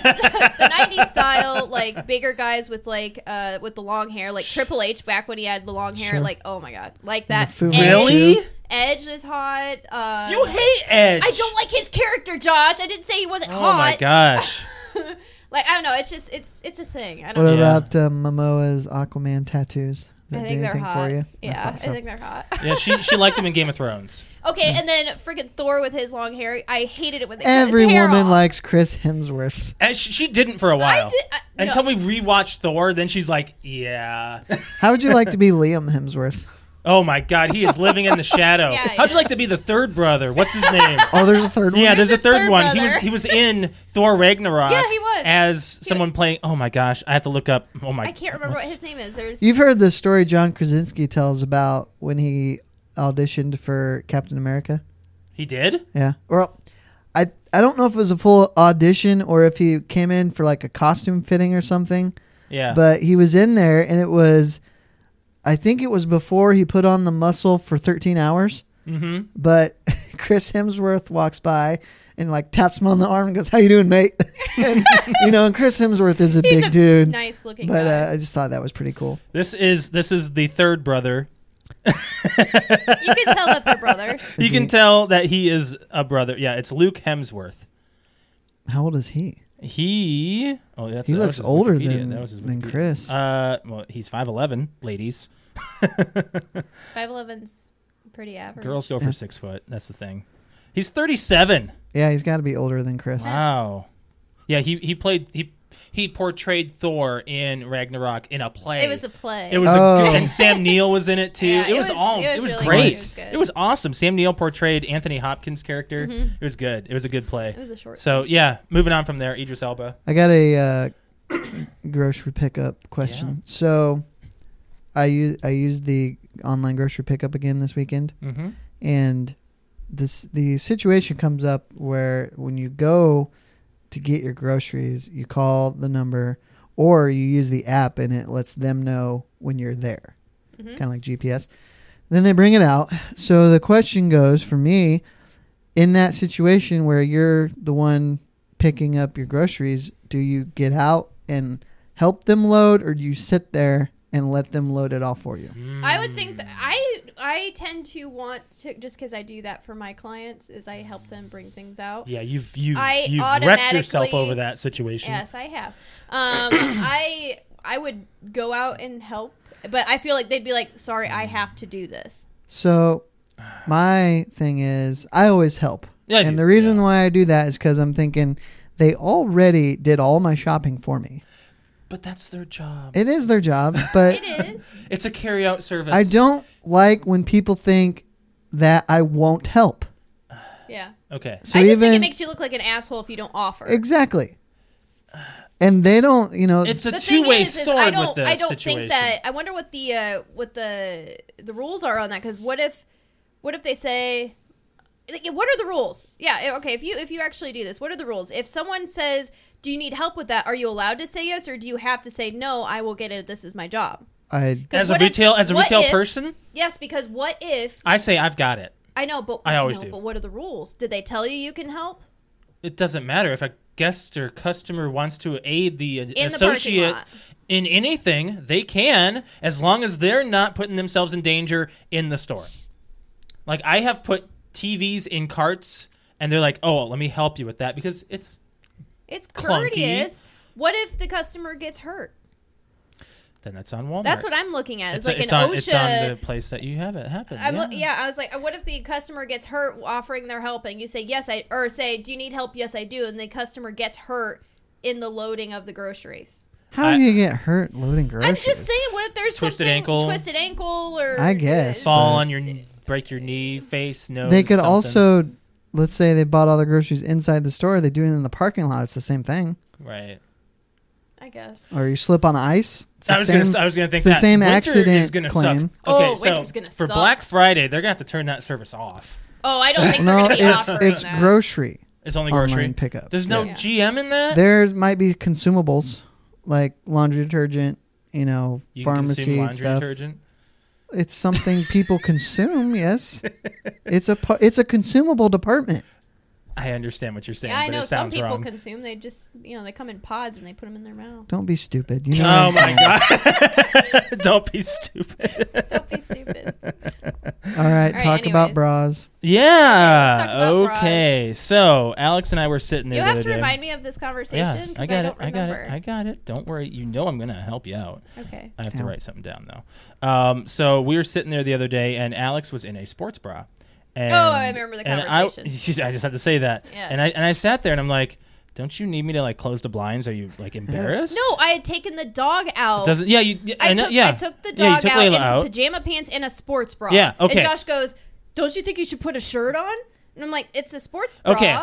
Speaker 1: the nineties style like bigger guys with like uh with the long hair like Triple H back when he had the long hair
Speaker 2: Sure.
Speaker 1: like oh my god like
Speaker 2: And
Speaker 1: that
Speaker 2: the Fu
Speaker 1: Edge-
Speaker 3: Really?
Speaker 2: Manchu?
Speaker 1: Edge is hot. Uh,
Speaker 3: you hate Edge.
Speaker 1: I don't like his character, Josh. I didn't say he wasn't
Speaker 3: Oh my
Speaker 1: hot.
Speaker 3: gosh.
Speaker 1: like I don't know. It's just it's it's a thing. I
Speaker 2: What
Speaker 1: don't. know.
Speaker 3: Yeah.
Speaker 2: about uh, Momoa's Aquaman tattoos? Does
Speaker 1: I
Speaker 2: that do
Speaker 1: think they're
Speaker 2: anything
Speaker 1: hot.
Speaker 2: for you?
Speaker 1: Yeah,
Speaker 2: thought so.
Speaker 1: I think they're hot.
Speaker 3: yeah, she she liked him in Game of Thrones.
Speaker 1: Okay, and then freaking Thor with his long hair. I hated it when they cut
Speaker 2: Every
Speaker 1: his hair
Speaker 2: woman
Speaker 1: off.
Speaker 2: likes Chris Hemsworth.
Speaker 3: And she, she didn't for a while.
Speaker 1: I did, I, no.
Speaker 3: Until we rewatched Thor, then she's like, "Yeah."
Speaker 2: How would you like to be Liam Hemsworth?
Speaker 3: Oh my God, he is living in the shadow.
Speaker 1: Yeah,
Speaker 3: How'd you
Speaker 1: yeah.
Speaker 3: like to be the third brother? What's his name?
Speaker 2: Oh, there's a third
Speaker 3: Yeah,
Speaker 2: one.
Speaker 3: there's,
Speaker 1: There's
Speaker 3: a
Speaker 1: a
Speaker 3: third,
Speaker 1: third
Speaker 3: one. He was
Speaker 1: brother.
Speaker 3: he was in Thor Ragnarok.
Speaker 1: Yeah, he was.
Speaker 3: as someone playing. Oh my gosh, I have to look up. Oh my.
Speaker 1: I can't remember what
Speaker 3: what's-
Speaker 1: his name is. There's
Speaker 2: You've heard the story John Krasinski tells about when he auditioned for Captain America.
Speaker 3: He did.
Speaker 2: Yeah. Well, I I don't know if it was a full audition or if he came in for like a costume fitting or something.
Speaker 3: Yeah.
Speaker 2: But he was in there, and it was, I think it was before he put on the muscle for 13 hours.
Speaker 3: mm-hmm.
Speaker 2: But Chris Hemsworth walks by and like taps him on the arm and goes, "How you doing, mate?" and, you know, and Chris Hemsworth is a
Speaker 1: He's
Speaker 2: big
Speaker 1: a
Speaker 2: dude,
Speaker 1: nice looking
Speaker 2: but
Speaker 1: guy.
Speaker 2: uh, I just thought that was pretty cool.
Speaker 3: This is this is the third brother.
Speaker 1: you can tell that they're brothers.
Speaker 3: You
Speaker 2: Is
Speaker 3: can
Speaker 2: he-
Speaker 3: tell that he is a brother. Yeah, it's Luke Hemsworth.
Speaker 2: How old is he?
Speaker 3: He oh that's
Speaker 2: He
Speaker 3: that was
Speaker 2: looks
Speaker 3: his
Speaker 2: older
Speaker 3: Wikipedia.
Speaker 2: than
Speaker 3: That was his
Speaker 2: than
Speaker 3: Wikipedia.
Speaker 2: Chris.
Speaker 3: Uh, well, he's five eleven, ladies.
Speaker 1: Five eleven's pretty average.
Speaker 3: Girls go
Speaker 2: Yeah.
Speaker 3: for six foot. That's the thing. He's thirty seven.
Speaker 2: yeah, he's got to be older than Chris.
Speaker 3: Wow. Yeah, he he played he he portrayed Thor in Ragnarok in a play.
Speaker 1: It was a play.
Speaker 3: It was
Speaker 2: Oh.
Speaker 3: a good, and Sam Neill was in it too.
Speaker 1: Yeah,
Speaker 3: it, was, all it was,
Speaker 1: really
Speaker 3: great.
Speaker 1: good.
Speaker 3: It,
Speaker 1: It
Speaker 3: was
Speaker 1: was good.
Speaker 3: awesome. Sam Neill portrayed Anthony Hopkins' character.
Speaker 1: Mhm.
Speaker 3: It was good. It was a good play.
Speaker 1: It was a short.
Speaker 3: So yeah, moving on from there, Idris Elba.
Speaker 2: I got a uh, grocery pickup question. So, I use I used the online grocery pickup again this weekend,
Speaker 3: Mm-hmm.
Speaker 2: and this the situation comes up where when you go to get your groceries, you call the number or you use the app and it lets them know when you're there,
Speaker 1: Mhm.
Speaker 2: kind of like GPS. Then they bring it out. So the question goes for me in that situation where you're the one picking up your groceries, do you get out and help them load or do you sit there and let them load it all for you?
Speaker 1: I would think that I I tend to want to just because I do that for my clients is I help them bring things out.
Speaker 3: Yeah, you've you
Speaker 1: I
Speaker 3: you've wrecked yourself
Speaker 1: automatically-
Speaker 3: over that situation.
Speaker 1: Yes, I have. Um, I I would go out and help, but I feel like they'd be like, "Sorry, I have to do this."
Speaker 2: So my thing is, I always help,
Speaker 3: Yeah, I
Speaker 2: and
Speaker 3: do.
Speaker 2: the reason
Speaker 3: Yeah.
Speaker 2: why I do that is because I'm thinking they already did all my shopping for me.
Speaker 3: But that's their job.
Speaker 2: It is their job, but
Speaker 1: It is.
Speaker 3: it's a carry out service.
Speaker 2: I don't like when people think that I won't help.
Speaker 1: Yeah.
Speaker 3: Okay.
Speaker 2: So
Speaker 1: I just
Speaker 2: even
Speaker 1: think it makes you look like an asshole if you don't offer.
Speaker 2: exactly, and they don't, you know,
Speaker 3: It's a
Speaker 1: the
Speaker 3: two
Speaker 1: thing
Speaker 3: way
Speaker 1: is, is
Speaker 3: sword
Speaker 1: I don't,
Speaker 3: with this
Speaker 1: I don't
Speaker 3: situation.
Speaker 1: think that. I wonder what the uh, what the the rules are on that. Because what if what if they say, like, what are the rules? Yeah, eh, okay. If you if you actually do this, what are the rules? If someone says, "Do you need help with that?" Are you allowed to say yes, or do you have to say no? I will get it. This is my job.
Speaker 2: I
Speaker 1: 'Cause
Speaker 3: as a
Speaker 1: what if-
Speaker 3: retail as a
Speaker 1: what
Speaker 3: retail
Speaker 1: if-
Speaker 3: person,
Speaker 1: Yes, because what if
Speaker 3: I say I've got it.
Speaker 1: I know, but
Speaker 3: I always
Speaker 1: no,
Speaker 3: do.
Speaker 1: But what are the rules? Did they tell you you can help?
Speaker 3: It doesn't matter if a guest or customer wants to aid the uh,
Speaker 1: parking
Speaker 3: associate
Speaker 1: lot.
Speaker 3: in anything, they can as long as they're not putting themselves in danger in the store. Like I have put TVs in carts and they're like, "Oh, let me help you with that" because it's
Speaker 1: It's
Speaker 3: Clunky.
Speaker 1: courteous. What if the customer gets hurt?
Speaker 3: then that's on Walmart.
Speaker 1: That's what I'm looking at. It's,
Speaker 3: it's,
Speaker 1: like
Speaker 3: it's
Speaker 1: an
Speaker 3: on,
Speaker 1: OSHA.
Speaker 3: it's on the place that you have it happen.
Speaker 1: I'm,
Speaker 3: yeah.
Speaker 1: yeah. yeah, I was like, what if the customer gets hurt offering their help and you say, yes, I, or say, do you need help? Yes, I do. And the customer gets hurt in the loading of the groceries.
Speaker 2: how
Speaker 3: I-
Speaker 2: do you get hurt loading groceries?
Speaker 1: I'm just saying, what if there's
Speaker 3: Twisted
Speaker 1: something
Speaker 3: ankle.
Speaker 1: twisted ankle or.
Speaker 2: I guess.
Speaker 3: fall
Speaker 2: but-
Speaker 3: on your kn- break your knee, face, nose.
Speaker 2: They could
Speaker 3: something.
Speaker 2: also, let's say they bought all their groceries inside the store. They do it in the parking lot. It's the same thing.
Speaker 3: right.
Speaker 1: I guess.
Speaker 2: Or you slip on ice. It's the
Speaker 3: I was,
Speaker 2: same.
Speaker 3: gonna, I was gonna think
Speaker 2: the
Speaker 3: that
Speaker 2: same
Speaker 3: winter is
Speaker 2: accident
Speaker 3: gonna
Speaker 2: claim.
Speaker 3: Suck. Okay,
Speaker 1: Oh, winter's
Speaker 3: so
Speaker 1: gonna
Speaker 3: for
Speaker 1: suck.
Speaker 3: Black Friday, they're gonna have to turn that service off.
Speaker 1: Oh, I don't think they're
Speaker 2: no,
Speaker 1: going to be
Speaker 2: it's
Speaker 1: offering
Speaker 2: it's
Speaker 1: that.
Speaker 2: grocery
Speaker 3: It's only grocery.
Speaker 2: online pickup.
Speaker 3: There's no
Speaker 1: Yeah.
Speaker 3: GM in that.
Speaker 2: There might be consumables like laundry detergent, you know,
Speaker 3: you can consume
Speaker 2: pharmacy
Speaker 3: laundry
Speaker 2: stuff.
Speaker 3: detergent.
Speaker 2: It's something people consume. Yes, it's a pa- it's a consumable department.
Speaker 3: I understand what you're saying,
Speaker 1: yeah, I
Speaker 3: but
Speaker 1: know.
Speaker 3: it
Speaker 1: Some
Speaker 3: sounds
Speaker 1: people
Speaker 3: wrong.
Speaker 1: consume. They just, you know, they come in pods and they put them in their mouth.
Speaker 2: Don't be stupid. You know.
Speaker 3: oh
Speaker 2: what I'm
Speaker 3: my god! Don't be stupid.
Speaker 1: Don't be stupid.
Speaker 2: saying. All right,
Speaker 1: All right,
Speaker 2: talk about
Speaker 1: anyways.
Speaker 2: bras.
Speaker 1: Okay, let's
Speaker 3: yeah.
Speaker 1: talk about bras.
Speaker 3: Okay. So Alex and I were sitting there.
Speaker 1: You
Speaker 3: the
Speaker 1: have
Speaker 3: other
Speaker 1: to
Speaker 3: day.
Speaker 1: remind me of this conversation
Speaker 3: Yeah,
Speaker 1: because
Speaker 3: I
Speaker 1: I,
Speaker 3: got it.
Speaker 1: don't
Speaker 3: I got
Speaker 1: remember.
Speaker 3: it. I got it. Don't worry. You know I'm gonna help you out.
Speaker 1: okay.
Speaker 3: I have to
Speaker 2: Ow.
Speaker 3: write something down though. Um, so we were sitting there the other day, and Alex was in a sports bra. And,
Speaker 1: Oh, I remember the
Speaker 3: and I-
Speaker 1: conversation.
Speaker 3: I, just had to say that.
Speaker 1: Yeah.
Speaker 3: And I and I sat there and I'm like, don't you need me to like close the blinds? Are you like embarrassed?
Speaker 1: No, I had taken the dog out.
Speaker 3: Doesn't yeah you
Speaker 1: I,
Speaker 3: know,
Speaker 1: took,
Speaker 3: uh, yeah
Speaker 1: I took the
Speaker 3: Yeah, you
Speaker 1: dog
Speaker 3: took
Speaker 1: out in
Speaker 3: Layla
Speaker 1: some
Speaker 3: out.
Speaker 1: pajama pants and a sports bra.
Speaker 3: Yeah, okay.
Speaker 1: And Josh goes, "Don't you think you should put a shirt on?" And I'm like, "It's a sports bra.
Speaker 3: Okay.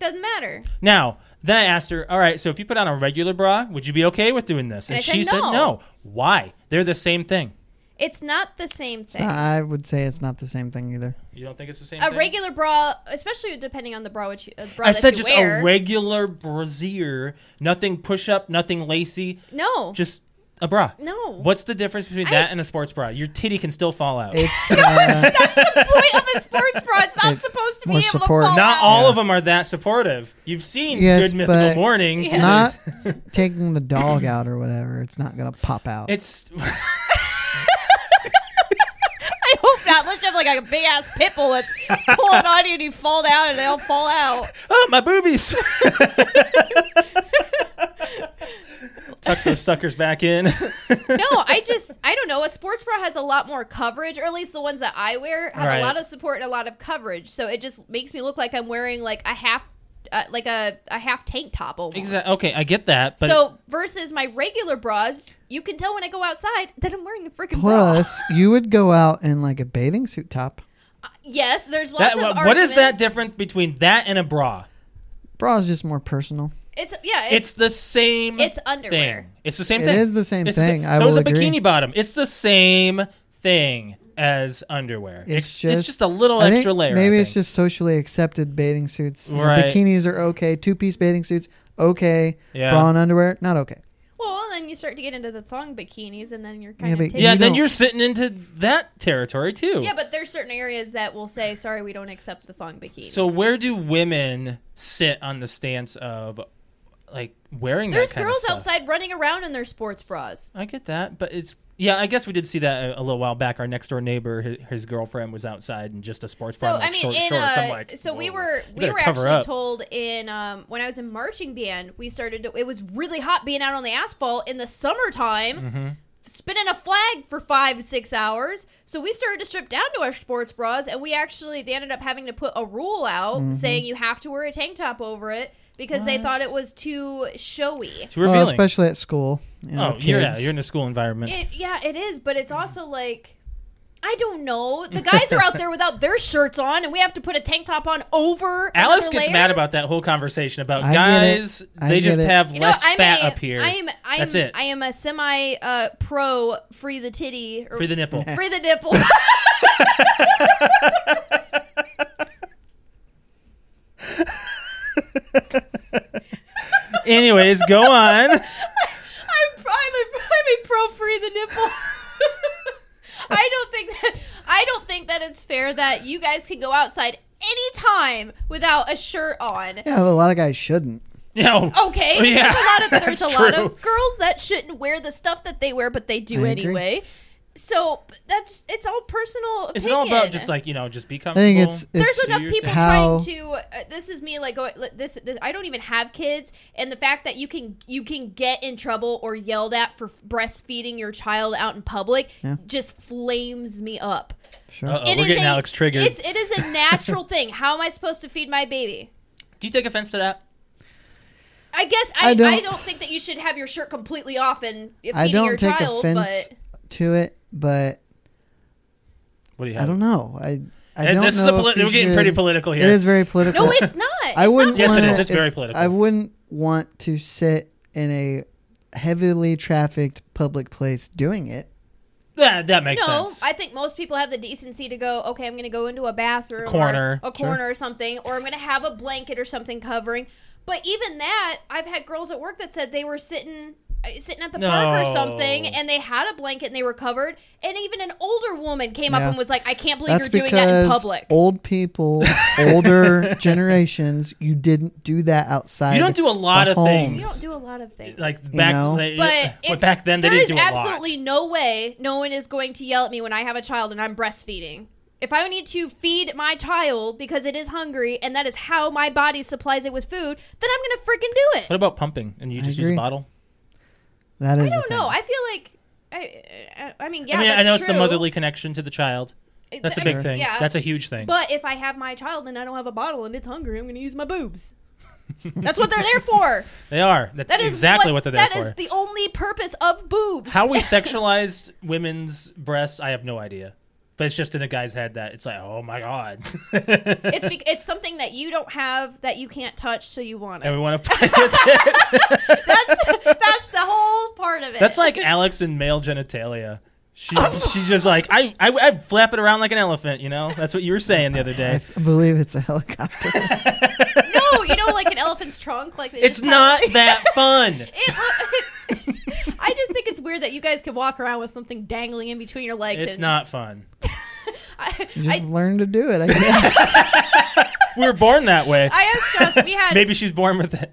Speaker 1: Doesn't matter."
Speaker 3: Now then I asked her, all right, so if you put on a regular bra, would you be okay with doing this?
Speaker 1: And I
Speaker 3: she
Speaker 1: said
Speaker 3: said
Speaker 1: no.
Speaker 3: no. Why? They're the same thing.
Speaker 1: It's not the same thing.
Speaker 2: I would say it's not the same thing either.
Speaker 3: You don't think it's the same?
Speaker 1: A
Speaker 3: thing?
Speaker 1: regular bra, especially depending on the bra which you, uh, bra
Speaker 3: I
Speaker 1: that
Speaker 3: said
Speaker 1: you
Speaker 3: just
Speaker 1: wear.
Speaker 3: a regular brassiere, nothing push up, nothing lacy,
Speaker 1: no,
Speaker 3: just a bra.
Speaker 1: No.
Speaker 3: What's the difference between
Speaker 1: I-
Speaker 3: that and a sports bra? Your titty can still fall out.
Speaker 2: It's uh,
Speaker 1: That's the point of a sports bra. It's not
Speaker 2: It's
Speaker 1: supposed to be
Speaker 2: more
Speaker 1: able
Speaker 2: support.
Speaker 1: to fall
Speaker 3: Not
Speaker 1: out.
Speaker 3: all
Speaker 2: Yeah.
Speaker 3: of them are that supportive. You've seen
Speaker 2: Yes,
Speaker 3: Good Mythical
Speaker 2: but
Speaker 3: Morning.
Speaker 1: Yeah.
Speaker 3: to the-
Speaker 2: not taking the dog out or whatever. It's not gonna pop out.
Speaker 3: It's
Speaker 1: I hope not. Let's have like a big ass pit bull that's pulling on you and you fall down and they all fall out.
Speaker 3: oh my boobies. Tuck those suckers back in.
Speaker 1: No, I just I don't know. A sports bra has a lot more coverage, or at least the ones that I wear have
Speaker 3: Right.
Speaker 1: a lot of support and a lot of coverage. So it just makes me look like I'm wearing like a half, uh, like a, a half tank top almost.
Speaker 3: Exactly. Okay, I get that, oh, but
Speaker 1: so versus my regular bras, you can tell when I go outside that I'm wearing a freaking bra.
Speaker 2: Plus, you would go out in like a bathing suit top.
Speaker 1: Yes, there's lots
Speaker 3: that,
Speaker 1: of
Speaker 3: what-
Speaker 1: arguments.
Speaker 3: what is that difference between that and a bra?
Speaker 2: Bra is just more personal.
Speaker 1: It's yeah,
Speaker 3: It's,
Speaker 1: it's,
Speaker 3: the same.
Speaker 1: it's underwear.
Speaker 3: Thing. It's the same
Speaker 2: It
Speaker 3: thing.
Speaker 2: is the same
Speaker 3: It's
Speaker 2: thing.
Speaker 3: The,
Speaker 2: I
Speaker 3: so
Speaker 2: will
Speaker 3: is a
Speaker 2: agree.
Speaker 3: bikini bottom. It's the same thing as underwear.
Speaker 2: It's
Speaker 3: It's, it's just,
Speaker 2: just-
Speaker 3: a little
Speaker 2: I think
Speaker 3: extra layer.
Speaker 2: Maybe
Speaker 3: I
Speaker 2: it's
Speaker 3: think.
Speaker 2: just socially accepted bathing suits. You know,
Speaker 3: Right.
Speaker 2: bikinis are okay. Two piece bathing suits, okay.
Speaker 3: Yeah.
Speaker 2: Bra and underwear, not okay.
Speaker 1: Well, then you start to get into the thong bikinis, and then you're kind
Speaker 2: Yeah,
Speaker 1: of
Speaker 2: but
Speaker 1: taking.
Speaker 3: yeah.
Speaker 2: you
Speaker 3: Then
Speaker 2: don't-
Speaker 3: you're sitting into that territory too.
Speaker 1: Yeah, but there's certain areas that will say, "Sorry, we don't accept the thong bikini."
Speaker 3: so where do women sit on the stance of like wearing? that
Speaker 1: there's
Speaker 3: kind of
Speaker 1: girls
Speaker 3: stuff?
Speaker 1: outside running around in their sports bras.
Speaker 3: I get that, but it's yeah. I guess we did see that a, a little while back. Our next door neighbor, his, his girlfriend was outside in just a sports
Speaker 1: So
Speaker 3: bra, and, like,
Speaker 1: I mean,
Speaker 3: short
Speaker 1: in
Speaker 3: shorts. I'm
Speaker 1: uh,
Speaker 3: like,
Speaker 1: so we
Speaker 3: whoa,
Speaker 1: were
Speaker 3: you
Speaker 1: we
Speaker 3: better
Speaker 1: were
Speaker 3: cover
Speaker 1: actually
Speaker 3: up.
Speaker 1: told in um, when I was in marching band, we started. To, it was really hot being out on the asphalt in the summertime,
Speaker 3: Mm-hmm.
Speaker 1: spinning a flag for five six hours. So we started to strip down to our sports bras, and we actually they ended up having to put a rule out saying you have to wear a tank top over it because they
Speaker 3: Mm-hmm. What?
Speaker 1: thought it was too showy.
Speaker 3: It's revealing.
Speaker 2: Well, especially at school. You know,
Speaker 3: oh,
Speaker 2: with
Speaker 3: you're, yeah,
Speaker 2: kids.
Speaker 3: you're in a school environment.
Speaker 1: It yeah, it is, but it's also like I don't know. The guys are out there without their shirts on, and we have to put a tank top on over.
Speaker 3: Alice
Speaker 1: another
Speaker 3: gets
Speaker 1: layer.
Speaker 3: mad about that whole conversation about
Speaker 2: I get it.
Speaker 3: guys.
Speaker 2: I
Speaker 3: They
Speaker 2: get
Speaker 3: just
Speaker 2: it.
Speaker 3: have
Speaker 1: You know,
Speaker 3: less
Speaker 1: I'm
Speaker 3: fat
Speaker 1: a,
Speaker 3: up here.
Speaker 1: I'm I'm
Speaker 3: That's it.
Speaker 1: I am a semi uh, pro free the titty or
Speaker 3: Free the nipple.
Speaker 1: free the nipple.
Speaker 3: Anyways, go on.
Speaker 1: I'm, pro- I'm, a, I'm a pro free the nipple. I don't think that I don't think that it's fair that you guys can go outside anytime without a shirt on.
Speaker 2: Yeah, but a lot of guys shouldn't.
Speaker 3: No.
Speaker 1: Okay,
Speaker 3: Yeah,
Speaker 1: there's a lot of there's a
Speaker 3: that's
Speaker 1: lot
Speaker 3: true.
Speaker 1: of girls that shouldn't wear the stuff that they wear, but they do
Speaker 2: I agree.
Speaker 1: anyway. So that's it's all personal. Opinion.
Speaker 3: It's all about just like you know, just be
Speaker 2: I
Speaker 3: comfortable.
Speaker 2: think it's
Speaker 1: there's
Speaker 2: it's
Speaker 3: do
Speaker 1: enough
Speaker 3: your
Speaker 1: people
Speaker 2: thing. How-
Speaker 1: trying to. Uh, this is me like going. li- This, this I don't even have kids, and the fact that you can you can get in trouble or yelled at for breastfeeding your child out in public
Speaker 2: Yeah.
Speaker 1: just flames me up.
Speaker 2: sure.
Speaker 3: Uh-oh. Oh,
Speaker 1: It
Speaker 3: we're
Speaker 1: is
Speaker 3: getting
Speaker 1: a-
Speaker 3: Alex triggered.
Speaker 1: It's it is a natural thing. How am I supposed to feed my baby?
Speaker 3: Do you take offense to that?
Speaker 1: I guess I,
Speaker 2: I
Speaker 1: I,
Speaker 2: don't-
Speaker 1: don't, think that you should have your shirt completely off and feeding
Speaker 2: I don't
Speaker 1: your
Speaker 2: take
Speaker 1: child,
Speaker 2: offense
Speaker 1: but
Speaker 2: to it, but
Speaker 3: What do you
Speaker 2: I don't know. I I
Speaker 3: Uh,
Speaker 2: don't
Speaker 3: this
Speaker 2: know.
Speaker 3: is a
Speaker 2: if
Speaker 3: poli-
Speaker 2: you
Speaker 3: we're getting
Speaker 2: should-
Speaker 3: pretty political here.
Speaker 2: It is very political.
Speaker 1: no, it's not.
Speaker 2: I
Speaker 1: It's not
Speaker 2: wouldn't.
Speaker 3: Yes, it
Speaker 2: wanna-
Speaker 3: is. It's
Speaker 2: if-
Speaker 3: very political.
Speaker 2: I wouldn't want to sit in a heavily trafficked public place doing it.
Speaker 3: Yeah, that makes
Speaker 1: no,
Speaker 3: sense.
Speaker 1: I think most people have the decency to go, okay, I'm going to go into a bathroom,
Speaker 3: Corner.
Speaker 1: or a corner or something, or I'm going to have a blanket or something covering. But even that, I've had girls at work that said they were sitting uh, sitting at the park
Speaker 3: No.
Speaker 1: or something and they had a blanket and they were covered and even an older woman came up
Speaker 2: Yeah.
Speaker 1: and was like i can't believe
Speaker 2: That's
Speaker 1: you're doing
Speaker 2: because
Speaker 1: that in public
Speaker 2: old people, older generations, you didn't do that outside.
Speaker 3: You don't do a lot
Speaker 2: the
Speaker 3: of
Speaker 2: homes.
Speaker 1: you
Speaker 3: things.
Speaker 1: don't do a lot of things
Speaker 3: like
Speaker 2: You
Speaker 3: back,
Speaker 2: know?
Speaker 3: they-
Speaker 1: But
Speaker 3: well,
Speaker 1: if-
Speaker 3: back then they
Speaker 1: There
Speaker 3: didn't
Speaker 1: is
Speaker 3: do a
Speaker 1: absolutely
Speaker 3: lot.
Speaker 1: no way no one is going to yell at me when I have a child and I'm breastfeeding. If I need to feed my child because it is hungry and that is how my body supplies it with food, then I'm going to freaking do it.
Speaker 3: What about pumping? And you
Speaker 2: I
Speaker 3: just use
Speaker 2: agree.
Speaker 3: a bottle.
Speaker 2: That is.
Speaker 1: I don't
Speaker 2: the
Speaker 1: know.
Speaker 2: thing.
Speaker 1: I feel like I, I, I mean, yeah,
Speaker 3: I mean,
Speaker 1: that's
Speaker 3: I know
Speaker 1: true.
Speaker 3: it's the motherly connection to the child.
Speaker 1: It-
Speaker 3: That's
Speaker 1: I
Speaker 3: a big
Speaker 1: mean,
Speaker 3: thing.
Speaker 1: Yeah.
Speaker 3: That's a huge thing.
Speaker 1: but if I have my child and I don't have a bottle and it's hungry, I'm going to use my boobs. That's what they're there for.
Speaker 3: they are. That's
Speaker 1: That is
Speaker 3: exactly what, they're there for.
Speaker 1: That is the only purpose of boobs.
Speaker 3: How we sexualized women's breasts, I have no idea. But it's just in a guy's head that it's like, oh my god.
Speaker 1: it's bec it's something that you don't have that you can't touch, so you want it.
Speaker 3: and we want to play with it.
Speaker 1: that's that's the whole part of it.
Speaker 3: That's like Alex in male genitalia. She she's just like I, I I flap it around like an elephant. You know, that's what you were saying the other
Speaker 2: I
Speaker 3: day.
Speaker 2: f- believe it's a helicopter.
Speaker 1: no, you know, like an elephant's trunk. Like they just
Speaker 3: It's
Speaker 1: kinda-
Speaker 3: not that fun.
Speaker 1: It, it's- I I just think it's weird that you guys can walk around with something dangling in between your legs.
Speaker 3: It's
Speaker 1: and
Speaker 3: not fun.
Speaker 1: I,
Speaker 2: You just
Speaker 1: I,
Speaker 2: learn to do it, I guess.
Speaker 3: We were born that way.
Speaker 1: I asked Josh. We had
Speaker 3: Maybe she's born with it.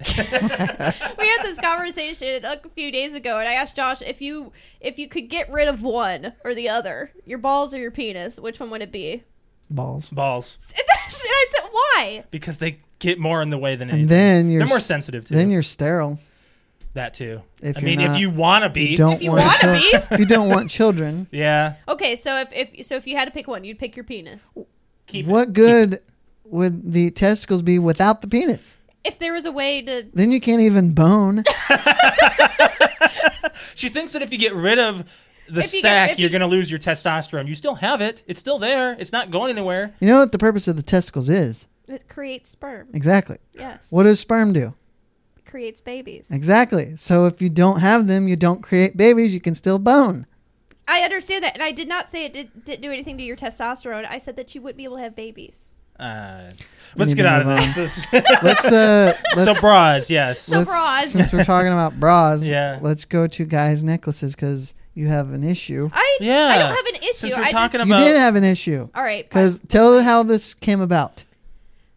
Speaker 1: we had this conversation like a few days ago, and I asked Josh if you if you could get rid of one or the other, your balls or your penis, which one would it be?
Speaker 2: Balls.
Speaker 3: Balls.
Speaker 1: And I said, why?
Speaker 3: Because they get more in the way than anything.
Speaker 2: And then you're
Speaker 3: They're more
Speaker 2: s-
Speaker 3: sensitive to
Speaker 2: Then you're sterile.
Speaker 3: that too.
Speaker 2: If
Speaker 3: I
Speaker 2: you're
Speaker 3: mean,
Speaker 2: not-
Speaker 3: if you want to be,
Speaker 2: You don't
Speaker 1: If you
Speaker 2: want
Speaker 1: wanna
Speaker 2: chil-
Speaker 1: be.
Speaker 2: if you don't want children.
Speaker 3: yeah,
Speaker 1: Okay, so if, if so, if you had to pick one, you'd pick your penis.
Speaker 3: keep
Speaker 2: What good would the testicles be without the penis?
Speaker 1: If there was a way to,
Speaker 2: Then you can't even bone.
Speaker 3: She thinks that if you get rid of the
Speaker 1: If you get-
Speaker 3: sack,
Speaker 1: if
Speaker 3: you, are
Speaker 1: you-
Speaker 3: going to lose your testosterone. You still have it. It's still there. It's not going anywhere.
Speaker 2: You know what the purpose of the testicles is?
Speaker 1: it creates sperm.
Speaker 2: Exactly.
Speaker 1: Yes,
Speaker 2: What does sperm do?
Speaker 1: it creates babies.
Speaker 2: Exactly. So if you don't have them, you don't create babies, you can still bone.
Speaker 1: I understand that, and I did not say it did, didn't do anything to your testosterone. I said that you wouldn't be able to have babies.
Speaker 3: Uh, let's
Speaker 2: need
Speaker 3: get
Speaker 2: to
Speaker 3: out of
Speaker 2: move
Speaker 3: this.
Speaker 2: Let's uh let's
Speaker 3: so bras, yes.
Speaker 1: So
Speaker 2: let's-
Speaker 1: bras.
Speaker 2: Since we're talking about bras,
Speaker 3: Yeah.
Speaker 2: let's go to guys' necklaces because you have an issue.
Speaker 1: I I
Speaker 3: Yeah.
Speaker 1: don't have an issue.
Speaker 3: Since
Speaker 1: I
Speaker 3: we're
Speaker 1: just-
Speaker 3: talking
Speaker 2: You
Speaker 3: about,
Speaker 2: did have an issue.
Speaker 1: all right, fine.
Speaker 2: Because tell how this came about.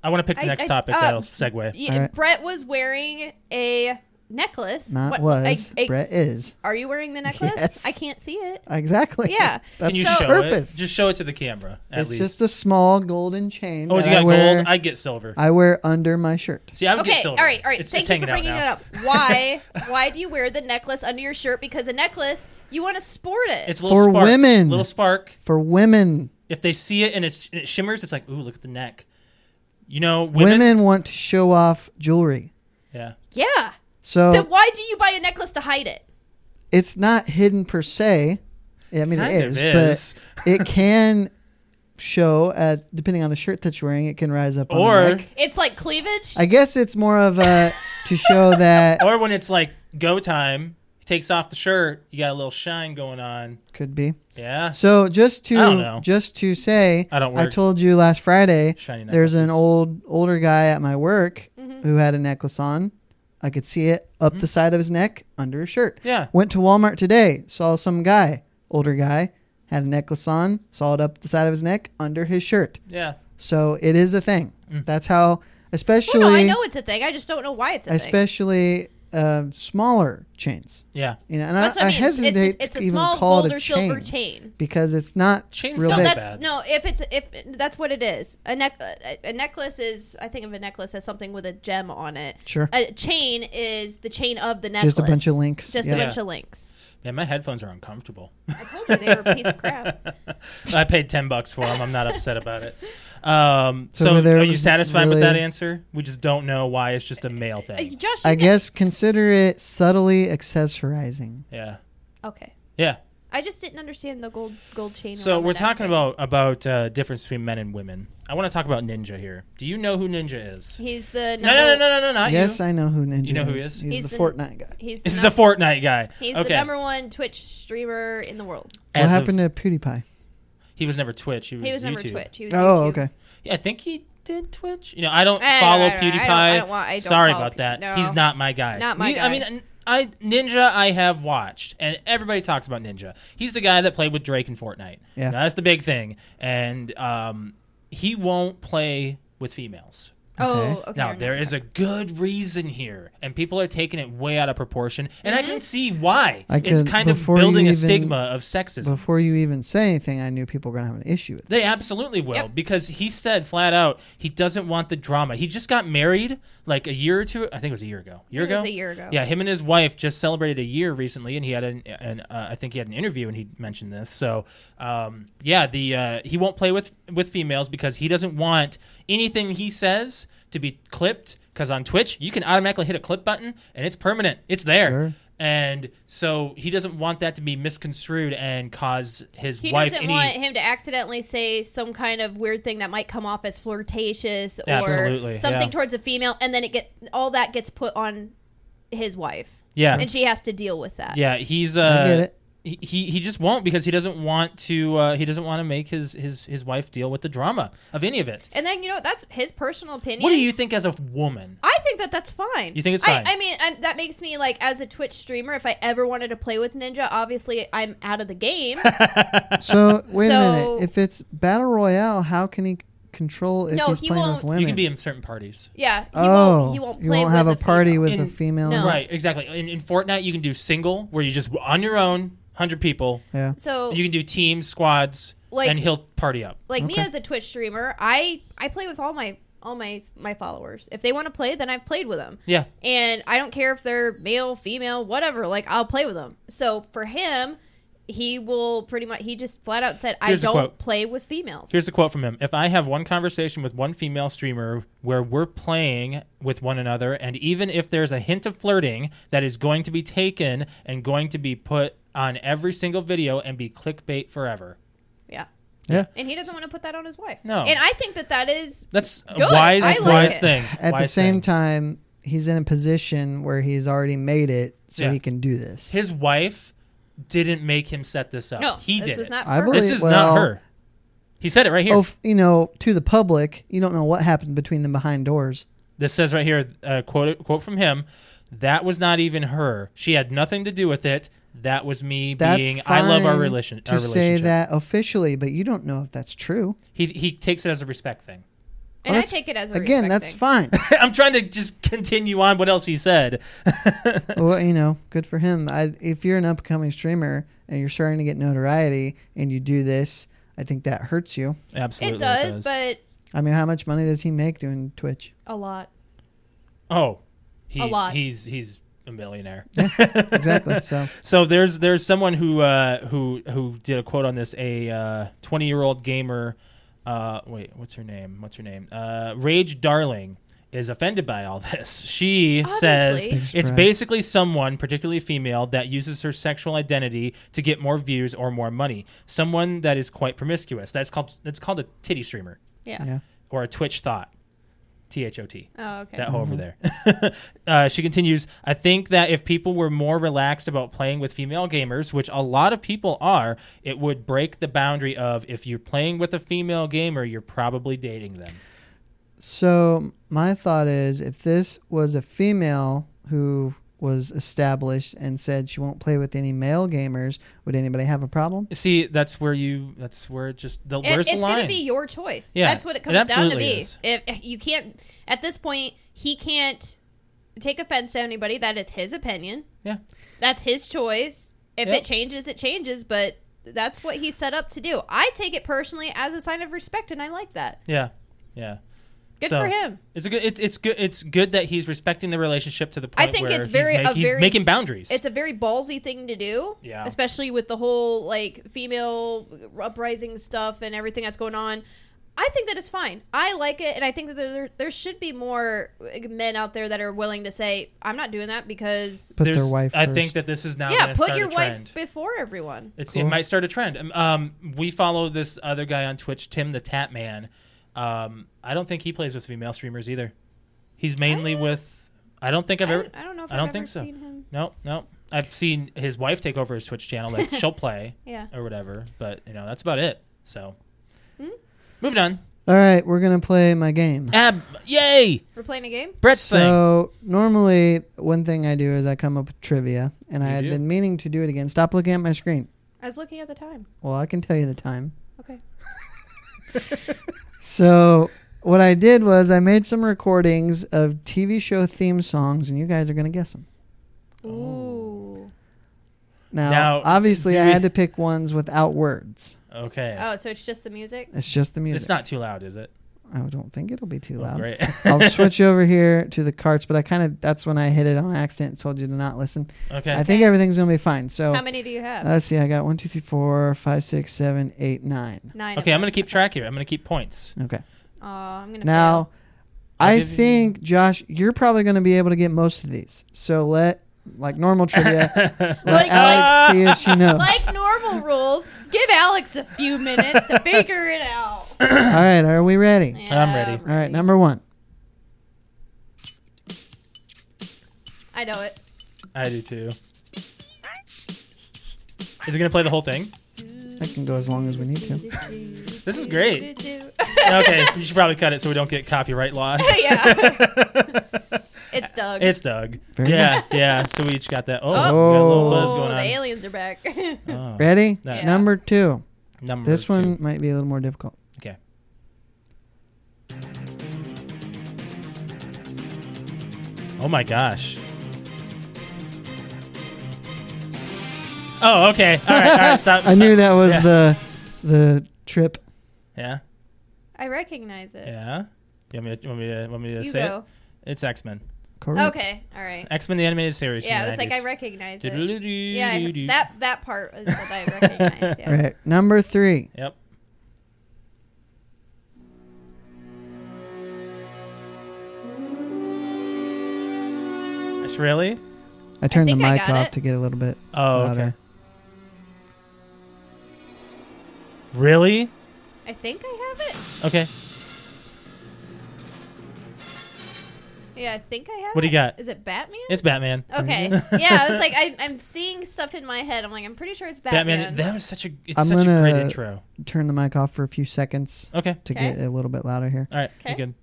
Speaker 3: I want to pick the
Speaker 1: I-
Speaker 3: next
Speaker 1: I-
Speaker 3: topic.
Speaker 1: uh,
Speaker 3: that'll segue.
Speaker 1: Yeah,
Speaker 2: All right.
Speaker 1: Brett was wearing a necklace.
Speaker 2: Not
Speaker 1: What-
Speaker 2: was.
Speaker 1: a- a-
Speaker 2: Brett is.
Speaker 1: Are you wearing the necklace?
Speaker 2: Yes.
Speaker 1: I can't see it.
Speaker 2: Exactly.
Speaker 1: Yeah.
Speaker 2: That's
Speaker 3: Can you
Speaker 2: the
Speaker 1: so-
Speaker 3: show
Speaker 2: purpose.
Speaker 3: it? Just show it to the camera. At
Speaker 2: it's
Speaker 3: least.
Speaker 2: just a small golden chain.
Speaker 3: oh, you
Speaker 2: that
Speaker 3: got
Speaker 2: I wear,
Speaker 3: gold. I get silver.
Speaker 2: I wear under my shirt.
Speaker 3: See, I would
Speaker 1: Okay,
Speaker 3: get
Speaker 1: all
Speaker 3: silver.
Speaker 1: right, all right.
Speaker 3: It's,
Speaker 1: Thank
Speaker 3: it's
Speaker 1: you
Speaker 3: hanging
Speaker 1: for bringing
Speaker 3: out
Speaker 1: it
Speaker 3: now.
Speaker 1: up. Why? why do you wear the necklace under your shirt? Because a necklace, you want to sport it.
Speaker 3: It's a little
Speaker 2: For
Speaker 3: spark,
Speaker 2: women.
Speaker 3: Little spark.
Speaker 2: For women,
Speaker 3: If they see it and, it's, and it shimmers, it's like, ooh, look at the neck. You know,
Speaker 2: women,
Speaker 3: women.
Speaker 2: want to show off jewelry.
Speaker 3: Yeah.
Speaker 1: yeah.
Speaker 2: So
Speaker 1: Then why do you buy a necklace to hide it?
Speaker 2: it's not hidden per se. I mean,
Speaker 3: Kind
Speaker 2: it
Speaker 3: of
Speaker 2: is,
Speaker 3: is.
Speaker 2: but it can show, uh, depending on the shirt that you're wearing, it can rise up. on the
Speaker 3: Or
Speaker 2: neck.
Speaker 1: It's like cleavage.
Speaker 2: I guess it's more of a to show that
Speaker 3: or when it's like go time, he takes off the shirt, you got a little shine going on.
Speaker 2: could be.
Speaker 3: Yeah.
Speaker 2: So just
Speaker 3: I don't know.
Speaker 2: to just to say,
Speaker 3: I don't
Speaker 2: I
Speaker 3: wear
Speaker 2: told you last Friday.
Speaker 3: shiny
Speaker 2: There's an
Speaker 3: necklaces.
Speaker 2: old older guy at my work
Speaker 1: Mhm.
Speaker 2: who had a necklace on. I could see it up
Speaker 3: Mm-hmm.
Speaker 2: the side of his neck under his shirt.
Speaker 3: Yeah.
Speaker 2: Went to Walmart today, saw some guy, older guy, had a necklace on, saw it up the side of his neck under his shirt.
Speaker 3: Yeah.
Speaker 2: So it is a thing.
Speaker 3: Mm.
Speaker 2: That's how, especially
Speaker 1: Well, no, I know it's a thing. I just don't know why it's a thing.
Speaker 2: especially uh, smaller chains.
Speaker 3: Yeah.
Speaker 2: You know, and
Speaker 1: That's what
Speaker 2: I, I
Speaker 1: I mean. It's-
Speaker 2: hesitate
Speaker 1: it's,
Speaker 2: to
Speaker 1: it's a
Speaker 2: even
Speaker 1: small
Speaker 2: call
Speaker 1: gold
Speaker 2: it a
Speaker 1: or
Speaker 2: chain,
Speaker 1: silver chain.
Speaker 2: because it's not
Speaker 3: Chains
Speaker 2: real
Speaker 3: don't
Speaker 1: no,
Speaker 2: big.
Speaker 1: that's
Speaker 3: bad.
Speaker 1: no. If it's if that's what it is, a neck a- a necklace is. I think of a necklace as something with a gem on it.
Speaker 2: Sure.
Speaker 1: A chain is the chain of the necklace.
Speaker 2: Just a bunch of links.
Speaker 1: Just
Speaker 2: Yeah.
Speaker 1: a bunch
Speaker 3: Yeah.
Speaker 1: of links.
Speaker 3: Yeah, my headphones are uncomfortable.
Speaker 1: I told you they were a piece of crap.
Speaker 3: I paid ten bucks for them. I'm not upset about it. Um,
Speaker 2: So
Speaker 3: so,
Speaker 2: were there
Speaker 3: are you
Speaker 2: was
Speaker 3: satisfied with
Speaker 2: really-
Speaker 3: that answer? We just don't know why it's just a male
Speaker 1: Uh,
Speaker 3: thing.
Speaker 1: Josh, you
Speaker 2: I
Speaker 1: know-
Speaker 2: guess consider it subtly accessorizing.
Speaker 3: Yeah.
Speaker 1: Okay.
Speaker 3: Yeah.
Speaker 1: I just didn't understand the gold gold chain.
Speaker 3: So
Speaker 1: around the
Speaker 3: we're
Speaker 1: neck
Speaker 3: talking
Speaker 1: thing.
Speaker 3: about about uh, difference between men and women. I want to talk about Ninja here. Do you know who Ninja is?
Speaker 1: He's the
Speaker 3: No, no, no, no, no, no, not
Speaker 2: yes,
Speaker 3: you.
Speaker 2: I know who Ninja
Speaker 3: you know who he
Speaker 2: is.
Speaker 3: is?
Speaker 2: He's,
Speaker 1: He's the-
Speaker 2: the Fortnite guy.
Speaker 1: He's the,
Speaker 3: This is the
Speaker 1: num-
Speaker 3: Fortnite guy.
Speaker 1: He's
Speaker 3: okay.
Speaker 1: the number one Twitch streamer in the world.
Speaker 2: what
Speaker 3: As of-
Speaker 2: happened to PewDiePie?
Speaker 3: He was never Twitch. He was,
Speaker 1: He was
Speaker 3: YouTube.
Speaker 1: never Twitch. He was
Speaker 2: Oh,
Speaker 1: YouTube.
Speaker 2: okay.
Speaker 3: Yeah, I think he did Twitch. You know, I don't
Speaker 1: I don't-
Speaker 3: follow
Speaker 1: I don't- I
Speaker 3: PewDiePie.
Speaker 1: don't- I don't want- I don't
Speaker 3: Sorry
Speaker 1: follow
Speaker 3: about
Speaker 1: Pe-
Speaker 3: that.
Speaker 1: no.
Speaker 3: He's not my guy.
Speaker 1: Not my
Speaker 3: Ne- I
Speaker 1: guy.
Speaker 3: mean, n- I Ninja I have watched, and everybody talks about Ninja. He's the guy that played with Drake in Fortnite.
Speaker 2: Yeah.
Speaker 3: Now, that's the big thing, and um, he won't play with females.
Speaker 1: Oh, okay.
Speaker 3: now
Speaker 1: I
Speaker 3: there
Speaker 1: remember.
Speaker 3: is a good reason here, and people are taking it way out of proportion, and I
Speaker 1: Mm-hmm.
Speaker 3: can see why.
Speaker 2: I
Speaker 3: it's
Speaker 2: could-
Speaker 3: kind of
Speaker 2: before you
Speaker 3: building a
Speaker 2: even-
Speaker 3: stigma of sexism.
Speaker 2: Before you even say anything, I knew people were gonna have an issue with.
Speaker 3: They absolutely will
Speaker 1: Yep.
Speaker 3: because he said flat out he doesn't want the drama. He just got married like a year or two. I think it was a year ago. Year
Speaker 1: It
Speaker 3: ago.
Speaker 1: was a year ago.
Speaker 3: Yeah, him and his wife just celebrated a year recently, and he had an, an uh, I think he had an interview, and he mentioned this. So, um, yeah, the uh, he won't play with with females because he doesn't want anything he says to be clipped. Because on Twitch, you can automatically hit a clip button, and it's permanent. It's there.
Speaker 2: Sure.
Speaker 3: And so he doesn't want that to be misconstrued and cause his
Speaker 1: He
Speaker 3: wife
Speaker 1: doesn't
Speaker 3: any
Speaker 1: want him to accidentally say some kind of weird thing that might come off as flirtatious or
Speaker 3: Absolutely,
Speaker 1: something
Speaker 3: yeah.
Speaker 1: towards a female, and then it get all that gets put on his wife,
Speaker 3: yeah
Speaker 1: and she has to deal with that.
Speaker 3: Yeah, he's
Speaker 2: I get
Speaker 3: uh
Speaker 2: it.
Speaker 3: he, he he just won't because he doesn't want to uh, he doesn't want to make his, his his wife deal with the drama of any of it.
Speaker 1: And then you know that's his personal opinion.
Speaker 3: What do you think as a woman?
Speaker 1: I think that that's fine.
Speaker 3: You think it's fine?
Speaker 1: I, I mean, i that makes me like as a Twitch streamer. If I ever wanted to play with Ninja, obviously I'm out of the game.
Speaker 2: So wait a
Speaker 1: So-
Speaker 2: minute. If it's battle royale, how can he control if
Speaker 1: No,
Speaker 2: he's
Speaker 1: he
Speaker 2: playing
Speaker 1: won't.
Speaker 2: with women?
Speaker 3: you can be in certain parties.
Speaker 1: yeah, he
Speaker 2: oh,
Speaker 1: won't. He won't play.
Speaker 2: you won't
Speaker 1: with
Speaker 2: have a party
Speaker 1: female.
Speaker 2: with a
Speaker 3: In-
Speaker 2: female.
Speaker 1: No.
Speaker 3: Right, exactly. In, in Fortnite, you can do single where you just on your own, hundred people.
Speaker 2: Yeah.
Speaker 1: So
Speaker 3: You can do teams, squads,
Speaker 1: Oh. Like-
Speaker 3: and he'll party up.
Speaker 1: like me
Speaker 2: Okay.
Speaker 1: as a Twitch streamer, I I play with all my all my my followers. If they want to play, then I've played with them.
Speaker 3: Yeah,
Speaker 1: and I don't care if they're male, female, whatever. Like I'll play with them. So for him, he will pretty much. He just flat out said, "I
Speaker 3: Here's the
Speaker 1: don't
Speaker 3: quote.
Speaker 1: play with females."
Speaker 3: Here's the quote from him If I have one conversation with one female streamer where we're playing with one another, and even if there's a hint of flirting that is going to be taken and going to be put on every single video and be clickbait forever.
Speaker 1: yeah,
Speaker 2: Yeah.
Speaker 1: and he doesn't want to put that on his wife.
Speaker 3: No.
Speaker 1: and I think that that is
Speaker 3: That's a
Speaker 1: Good.
Speaker 3: wise,
Speaker 1: I like
Speaker 3: wise
Speaker 1: it.
Speaker 3: thing.
Speaker 2: At the
Speaker 3: Wise
Speaker 2: same
Speaker 3: thing.
Speaker 2: time, he's in a position where he's already made it, so
Speaker 3: Yeah.
Speaker 2: he can do this.
Speaker 3: His wife didn't make him set this up.
Speaker 1: no.
Speaker 3: he
Speaker 1: this
Speaker 3: did.
Speaker 1: was
Speaker 3: it.
Speaker 1: not.
Speaker 2: I
Speaker 1: her.
Speaker 2: believe-
Speaker 3: this is
Speaker 2: Well-
Speaker 3: not her. He said it right here.
Speaker 2: Oh, f- you know, to the public, you don't know what happened between them behind doors.
Speaker 3: This says right here, uh, quote quote from him. That was not even her. She had nothing to do with it. That was me
Speaker 2: That's
Speaker 3: being.
Speaker 2: fine
Speaker 3: I love our relation.
Speaker 2: to
Speaker 3: our
Speaker 2: say
Speaker 3: relationship.
Speaker 2: that officially, but you don't know if that's true.
Speaker 3: he he takes it as a respect thing.
Speaker 1: and I
Speaker 2: that's-
Speaker 1: take it as a
Speaker 2: Again,
Speaker 1: respect
Speaker 2: that's
Speaker 1: thing.
Speaker 2: fine.
Speaker 3: I'm trying to just continue on what else he said.
Speaker 2: well, you know, good for him. I, if you're an upcoming streamer and you're starting to get notoriety and you do this, I think that hurts you.
Speaker 3: Absolutely,
Speaker 1: It does, but
Speaker 2: I mean, how much money does he make doing Twitch?
Speaker 1: a lot.
Speaker 3: oh, he,
Speaker 1: A lot.
Speaker 3: He's he's a millionaire.
Speaker 2: Exactly. so,
Speaker 3: So there's there's someone who uh, who who did a quote on this. A 20 year old gamer. Uh, wait, what's her name? What's her name? Uh, Rage Darling is offended by all this. She
Speaker 1: Obviously.
Speaker 3: says
Speaker 1: Big
Speaker 3: it's
Speaker 2: surprise.
Speaker 3: basically someone, particularly female, that uses her sexual identity to get more views or more money. Someone that is quite promiscuous. That's called that's called a titty streamer.
Speaker 1: Yeah.
Speaker 2: yeah.
Speaker 3: or a Twitch thought. T H O T.
Speaker 1: Oh, okay.
Speaker 3: That hoe over
Speaker 2: Mm-hmm.
Speaker 3: there. uh, she continues I think that if people were more relaxed about playing with female gamers, which a lot of people are, it would break the boundary of if you're playing with a female gamer, you're probably dating them.
Speaker 2: So, my thought is if this was a female who was established and said she won't play with any male gamers, would anybody have a problem?
Speaker 3: See, that's where you, that's where it just, the,
Speaker 1: It-
Speaker 3: where's
Speaker 1: it's
Speaker 3: the
Speaker 1: gonna
Speaker 3: line?
Speaker 1: be your choice.
Speaker 3: Yeah,
Speaker 1: that's what it
Speaker 3: it
Speaker 1: comes down to
Speaker 3: absolutely
Speaker 1: be.
Speaker 3: is.
Speaker 1: If, if you can't, at this point, he can't take offense to anybody. That is his opinion.
Speaker 3: Yeah.
Speaker 1: that's his choice. If
Speaker 3: Yep.
Speaker 1: it changes, it changes. But that's what he's set up to do. I take it personally as a sign of respect, and I like that.
Speaker 3: yeah. Yeah.
Speaker 1: Good
Speaker 3: So,
Speaker 1: for him.
Speaker 3: It's a good. It's, it's good. It's good that he's respecting the relationship to the point.
Speaker 1: think
Speaker 3: where
Speaker 1: it's
Speaker 3: he's
Speaker 1: very-
Speaker 3: make-
Speaker 1: a
Speaker 3: he's
Speaker 1: very-
Speaker 3: making boundaries.
Speaker 1: It's a very ballsy thing to do.
Speaker 3: Yeah.
Speaker 1: especially with the whole like female uprising stuff and everything that's going on. I think that it's fine. I like it, and I think that there there should be more like, men out there that are willing to say, "I'm not doing that because."
Speaker 2: Put their
Speaker 3: There's-
Speaker 2: wife
Speaker 3: I
Speaker 2: first.
Speaker 3: think that this is now.
Speaker 1: yeah,
Speaker 3: gonna
Speaker 1: put
Speaker 3: start
Speaker 1: your
Speaker 3: a trend.
Speaker 1: wife before everyone.
Speaker 3: It's, It
Speaker 2: Cool.
Speaker 3: might start a trend. Um, Um, we follow this other guy on Twitch, Tim the Tap Man. Um, I don't think he plays with female streamers either. He's mainly
Speaker 1: Ah.
Speaker 3: with. I don't think I've
Speaker 1: I
Speaker 3: ever.
Speaker 1: don't, I don't know if
Speaker 3: I
Speaker 1: I've
Speaker 3: don't
Speaker 1: ever
Speaker 3: think so.
Speaker 1: seen him.
Speaker 3: No, no. I've seen his wife take over his Twitch channel. Like she'll play
Speaker 1: Yeah.
Speaker 3: or whatever, but you know that's about it. So,
Speaker 1: Hmm?
Speaker 3: moving on.
Speaker 2: All right, we're going to play my game.
Speaker 3: Ab, yay,
Speaker 1: We're playing a game?
Speaker 3: Brett's thing.
Speaker 2: So normally, one thing I do is I come up with trivia, and I
Speaker 3: You
Speaker 2: had
Speaker 3: do?
Speaker 2: been meaning to do it again. Stop looking at my screen.
Speaker 1: I was looking at the time.
Speaker 2: Well, I can tell you the time.
Speaker 1: Okay.
Speaker 2: So what I did was I made some recordings of TV show theme songs, and you guys are gonna guess them.
Speaker 3: Oh.
Speaker 1: Ooh.
Speaker 2: Now,
Speaker 3: Now,
Speaker 2: obviously,
Speaker 3: do
Speaker 2: I
Speaker 3: we-
Speaker 2: had to pick ones without words.
Speaker 3: Okay,
Speaker 1: Oh, so it's just the music?
Speaker 2: It's just the music.
Speaker 3: it's not too loud, is it?
Speaker 2: I don't think it'll be too
Speaker 3: Oh,
Speaker 2: loud.
Speaker 3: great.
Speaker 2: I'll switch over here to the carts, but I kind of that's when I hit it on accident. and Told you to not listen.
Speaker 3: okay,
Speaker 2: I think everything's gonna be fine. So uh,
Speaker 1: How many do you have?
Speaker 2: let's see. I got one, two, three, four, five, six, seven, eight, nine.
Speaker 1: Nine.
Speaker 3: okay. I'm gonna keep track here. I'm gonna keep points.
Speaker 2: Okay.
Speaker 1: Oh, I'm going to
Speaker 2: Now,
Speaker 3: I'll
Speaker 2: I
Speaker 3: give you-
Speaker 2: think Josh, you're probably going to be able to get most of these. So let like normal trivia, let
Speaker 1: Like- uh,
Speaker 2: Alex see if she knows.
Speaker 1: Like normal rules, give Alex a few minutes to figure it out. Um,
Speaker 2: All right, are we ready?
Speaker 1: Yeah,
Speaker 3: ready.
Speaker 2: All right, number one.
Speaker 1: I know it.
Speaker 3: I do too. Is it gonna play the whole thing?
Speaker 2: I can go as long as we need to.
Speaker 3: This is great. Okay, you should probably cut it so we don't get copyright laws.
Speaker 1: Yeah. It's Doug.
Speaker 3: It's Doug.
Speaker 2: Very
Speaker 3: yeah, yeah. So we each got that. Oh, we got a little buzz
Speaker 1: oh,
Speaker 3: going
Speaker 1: the
Speaker 3: on.
Speaker 1: aliens are back.
Speaker 3: Oh,
Speaker 2: Ready?
Speaker 3: Yeah.
Speaker 2: Number two.
Speaker 3: number
Speaker 2: This
Speaker 3: two.
Speaker 2: one might be a little more difficult.
Speaker 3: Okay. Oh my gosh. Oh, okay. All right, all right. Stop.
Speaker 2: I knew
Speaker 3: stop.
Speaker 2: that was
Speaker 3: Yeah.
Speaker 2: the the trip.
Speaker 3: Yeah,
Speaker 1: I recognize it.
Speaker 3: yeah. You want me to? You want me to? Want me to
Speaker 1: you
Speaker 3: say
Speaker 1: go.
Speaker 3: it? It's X Men.
Speaker 2: Correct.
Speaker 1: Okay. All right.
Speaker 3: X Men: The Animated Series.
Speaker 1: Yeah, I was like, I recognize it.
Speaker 3: recognize.
Speaker 1: Yeah, I- that that part was what I recognized. Yeah.
Speaker 2: Right. Number three.
Speaker 3: Yep. That's really?
Speaker 2: I turned the
Speaker 1: think I
Speaker 2: mic
Speaker 1: got
Speaker 2: off
Speaker 1: it.
Speaker 2: to get a little bit
Speaker 3: Oh, okay.
Speaker 2: louder.
Speaker 3: Really?
Speaker 1: I think I have it.
Speaker 3: Okay.
Speaker 1: Yeah, I think I have.
Speaker 3: What do you
Speaker 1: it.
Speaker 3: got?
Speaker 1: Is it Batman?
Speaker 3: It's Batman.
Speaker 1: okay. yeah, I was like, I, I'm seeing stuff in my head. I'm like, I'm pretty sure it's Batman.
Speaker 3: Batman. That was such a it's
Speaker 2: I'm
Speaker 3: such a great
Speaker 2: gonna-
Speaker 3: intro.
Speaker 2: Turn the mic off for a few seconds
Speaker 3: Okay.
Speaker 2: to
Speaker 1: Okay.
Speaker 2: get a little bit louder here.
Speaker 3: All right.
Speaker 1: Okay.
Speaker 3: You good?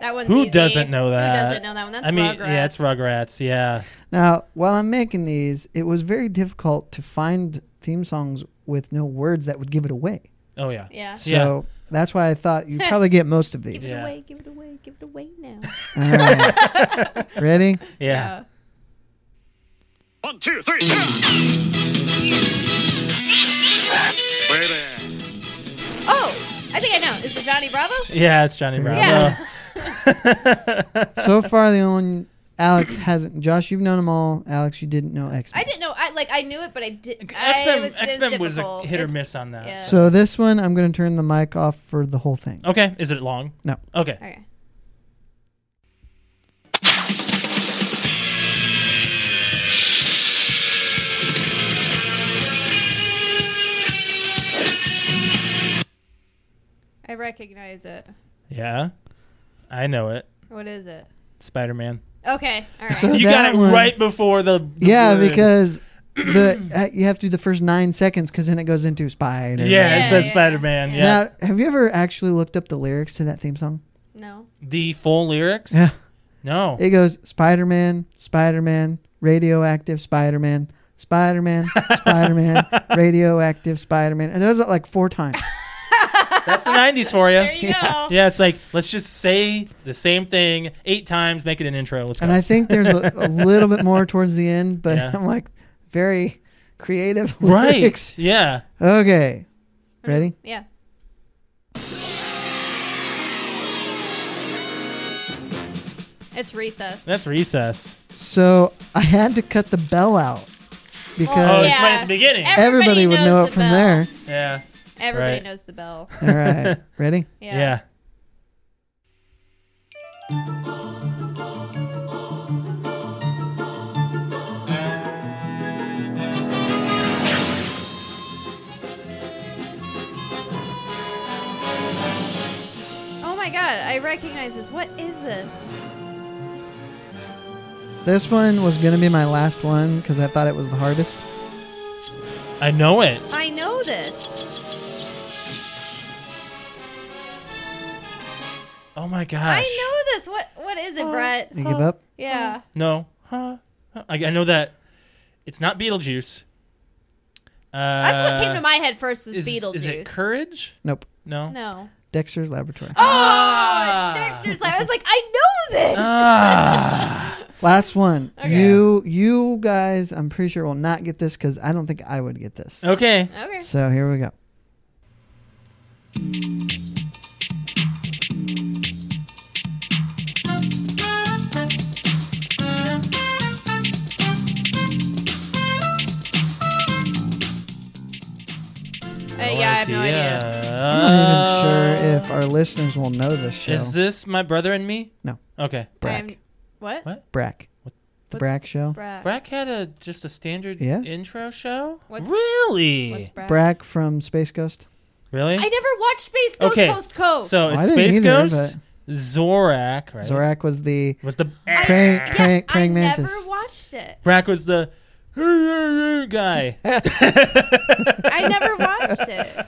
Speaker 1: That one's
Speaker 3: Who
Speaker 1: easy.
Speaker 3: doesn't know that?
Speaker 1: Who doesn't know that one? That's
Speaker 3: I mean,
Speaker 1: Rugrats.
Speaker 3: yeah, it's Rugrats. Yeah.
Speaker 2: Now, while I'm making these, it was very difficult to find theme songs with no words that would give it away.
Speaker 3: Oh yeah.
Speaker 1: Yeah.
Speaker 2: So
Speaker 3: Yeah.
Speaker 2: that's why I thought you'd probably get most of
Speaker 1: Give
Speaker 2: these.
Speaker 1: it
Speaker 3: Yeah.
Speaker 1: away, give it away, give it away now.
Speaker 2: All right. Ready?
Speaker 3: Yeah.
Speaker 4: One, two, three. go. Baby.
Speaker 1: Oh, I think I know. Is it Johnny Bravo?
Speaker 3: Yeah, Uh-huh. it's Johnny Bravo.
Speaker 1: Yeah.
Speaker 2: So far, the only one Alex hasn't. Josh, you've known them all. Alex, you didn't know X.
Speaker 1: I didn't know. I like I knew it, but I did.
Speaker 3: X
Speaker 1: I, it
Speaker 3: Men
Speaker 1: was, it
Speaker 3: X Men was a
Speaker 1: difficult.
Speaker 3: hit or
Speaker 1: It's-
Speaker 3: miss on that.
Speaker 1: yeah.
Speaker 2: So this one, I'm going to turn the mic off for the whole thing.
Speaker 3: Okay. Is it long?
Speaker 2: No.
Speaker 3: Okay.
Speaker 1: Okay. I recognize it.
Speaker 3: Yeah. I know it.
Speaker 1: What is it?
Speaker 3: Spider Man.
Speaker 1: Okay, all right.
Speaker 2: So-
Speaker 3: You got
Speaker 2: That
Speaker 3: it
Speaker 2: one-
Speaker 3: right before the. the
Speaker 2: Yeah,
Speaker 3: word.
Speaker 2: because the uh, you have to do the first nine seconds because then it goes into Spider.
Speaker 3: Yeah,
Speaker 1: Yeah,
Speaker 3: it says
Speaker 1: yeah,
Speaker 3: Spider Man.
Speaker 1: yeah.
Speaker 3: Yeah.
Speaker 2: Now, have you ever actually looked up the lyrics to that theme song?
Speaker 1: no.
Speaker 3: The full lyrics?
Speaker 2: Yeah.
Speaker 3: No.
Speaker 2: It goes Spider Man, Spider Man, radioactive Spider Man, Spider Man, Spider Man, radioactive Spider Man. It does it like four times.
Speaker 3: That's the 90s for you.
Speaker 1: There you go.
Speaker 3: Yeah, it's like, let's just say the same thing eight times, make it an intro. Let's go.
Speaker 2: And I think there's a, a little bit more towards the end, but
Speaker 3: Yeah.
Speaker 2: I'm like, very creative
Speaker 3: right.
Speaker 2: lyrics.
Speaker 3: Yeah.
Speaker 2: Okay. Ready?
Speaker 1: Yeah. It's recess.
Speaker 3: That's recess.
Speaker 2: So I had to cut the bell out
Speaker 3: Oh,
Speaker 2: because
Speaker 3: it's
Speaker 1: yeah.
Speaker 3: right at the beginning.
Speaker 1: Every-
Speaker 2: everybody,
Speaker 1: Everybody
Speaker 2: would
Speaker 1: knows
Speaker 2: know it
Speaker 1: the
Speaker 2: from
Speaker 1: bell.
Speaker 2: there.
Speaker 3: yeah.
Speaker 1: Everybody
Speaker 3: Right.
Speaker 1: knows the bell.
Speaker 2: All right. Ready?
Speaker 1: Yeah.
Speaker 3: yeah.
Speaker 1: Oh my god, I recognize this. What is this?
Speaker 2: This one was going to be my last one because I thought it was the hardest.
Speaker 3: I know it.
Speaker 1: I know this.
Speaker 3: Oh my gosh.
Speaker 1: I know this. What what is it, Brett?
Speaker 2: You give up?
Speaker 1: Yeah.
Speaker 3: No. Huh? Huh? I, I know that it's not Beetlejuice. Uh,
Speaker 1: That's what came to my head first was
Speaker 3: is,
Speaker 1: Beetlejuice.
Speaker 3: Is it Courage?
Speaker 2: Nope.
Speaker 3: No.
Speaker 1: No.
Speaker 2: Dexter's Laboratory.
Speaker 1: Oh,
Speaker 3: Ah.
Speaker 1: it's Dexter's Lab. I was like, I know this.
Speaker 3: Ah.
Speaker 2: Last one.
Speaker 1: Okay.
Speaker 2: You you guys, I'm pretty sure will not get this because I don't think I would get this.
Speaker 3: okay.
Speaker 1: okay.
Speaker 2: So here we go.
Speaker 1: Uh, yeah, I have no idea.
Speaker 2: I'm not even sure if our listeners will know this show.
Speaker 3: Uh, Oh. Is this my brother and me?
Speaker 2: No.
Speaker 3: Okay.
Speaker 2: Brack.
Speaker 1: I'm- what?
Speaker 3: What?
Speaker 2: Brack.
Speaker 3: What-
Speaker 2: The
Speaker 1: What's
Speaker 2: Brack show.
Speaker 1: Brack.
Speaker 3: Brack had a just a standard
Speaker 2: Yeah.
Speaker 3: intro show.
Speaker 1: What's-
Speaker 3: really?
Speaker 1: What's Brack?
Speaker 2: Brack from Space Ghost.
Speaker 3: really?
Speaker 1: I never watched Space Ghost
Speaker 3: Okay,
Speaker 1: Coast Coast.
Speaker 3: so
Speaker 2: I
Speaker 3: it's
Speaker 2: didn't
Speaker 3: Oh, Space
Speaker 2: either,
Speaker 3: Ghost.
Speaker 2: but-
Speaker 3: Zorak, right?
Speaker 2: Zorak was the
Speaker 3: was the
Speaker 2: Krang,
Speaker 1: Yeah,
Speaker 2: Krang,
Speaker 1: I
Speaker 2: Krang
Speaker 1: never
Speaker 2: Mantis.
Speaker 1: watched it.
Speaker 3: Brack was the guy.
Speaker 1: I never watched it.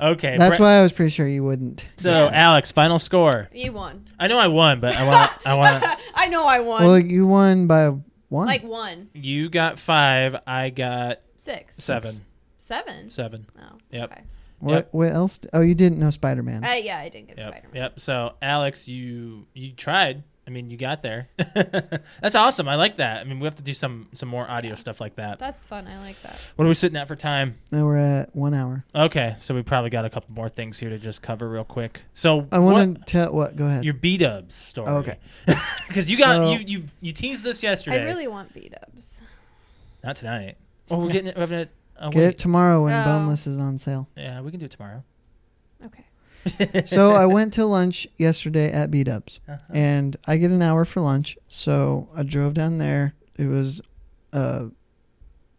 Speaker 3: Okay,
Speaker 2: That's
Speaker 3: Bra-
Speaker 2: why I was pretty sure you wouldn't.
Speaker 3: So Alex, final score.
Speaker 1: You won.
Speaker 3: I know I won, but I want I want
Speaker 1: I know I won.
Speaker 2: Well, you won by one.
Speaker 1: like one,
Speaker 3: you got 5, I got
Speaker 1: six,
Speaker 3: 7.
Speaker 1: seven.
Speaker 3: 7.
Speaker 1: Oh,
Speaker 3: Yep.
Speaker 1: okay.
Speaker 2: what?
Speaker 3: yep.
Speaker 2: What else? Oh, you didn't know Spider Man.
Speaker 1: Uh, yeah, I didn't get
Speaker 3: Yep.
Speaker 1: Spider Man.
Speaker 3: Yep. So Alex, you you tried. I mean, you got there. That's awesome. I like that. I mean, we have to do some some more audio stuff like that.
Speaker 1: That's fun. I like that.
Speaker 3: What are we sitting at for time?
Speaker 2: Now we're at one hour.
Speaker 3: Okay, so we probably got a couple more things here to just cover real quick. So
Speaker 2: I want to tell what. Go ahead.
Speaker 3: your B Dubs story.
Speaker 2: Oh, okay.
Speaker 3: Because you got
Speaker 2: So-
Speaker 3: you you you teased this yesterday.
Speaker 1: I really want beat ups.
Speaker 3: not tonight. Oh, we're getting it. We're having it. Uh,
Speaker 2: Get it tomorrow when
Speaker 1: Oh.
Speaker 2: Boneless is on sale.
Speaker 3: yeah, we can do it tomorrow.
Speaker 1: Okay.
Speaker 2: So I went to lunch yesterday at B Dubs,
Speaker 3: Uh-huh.
Speaker 2: and I get an hour for lunch. So I drove down there. It was, uh,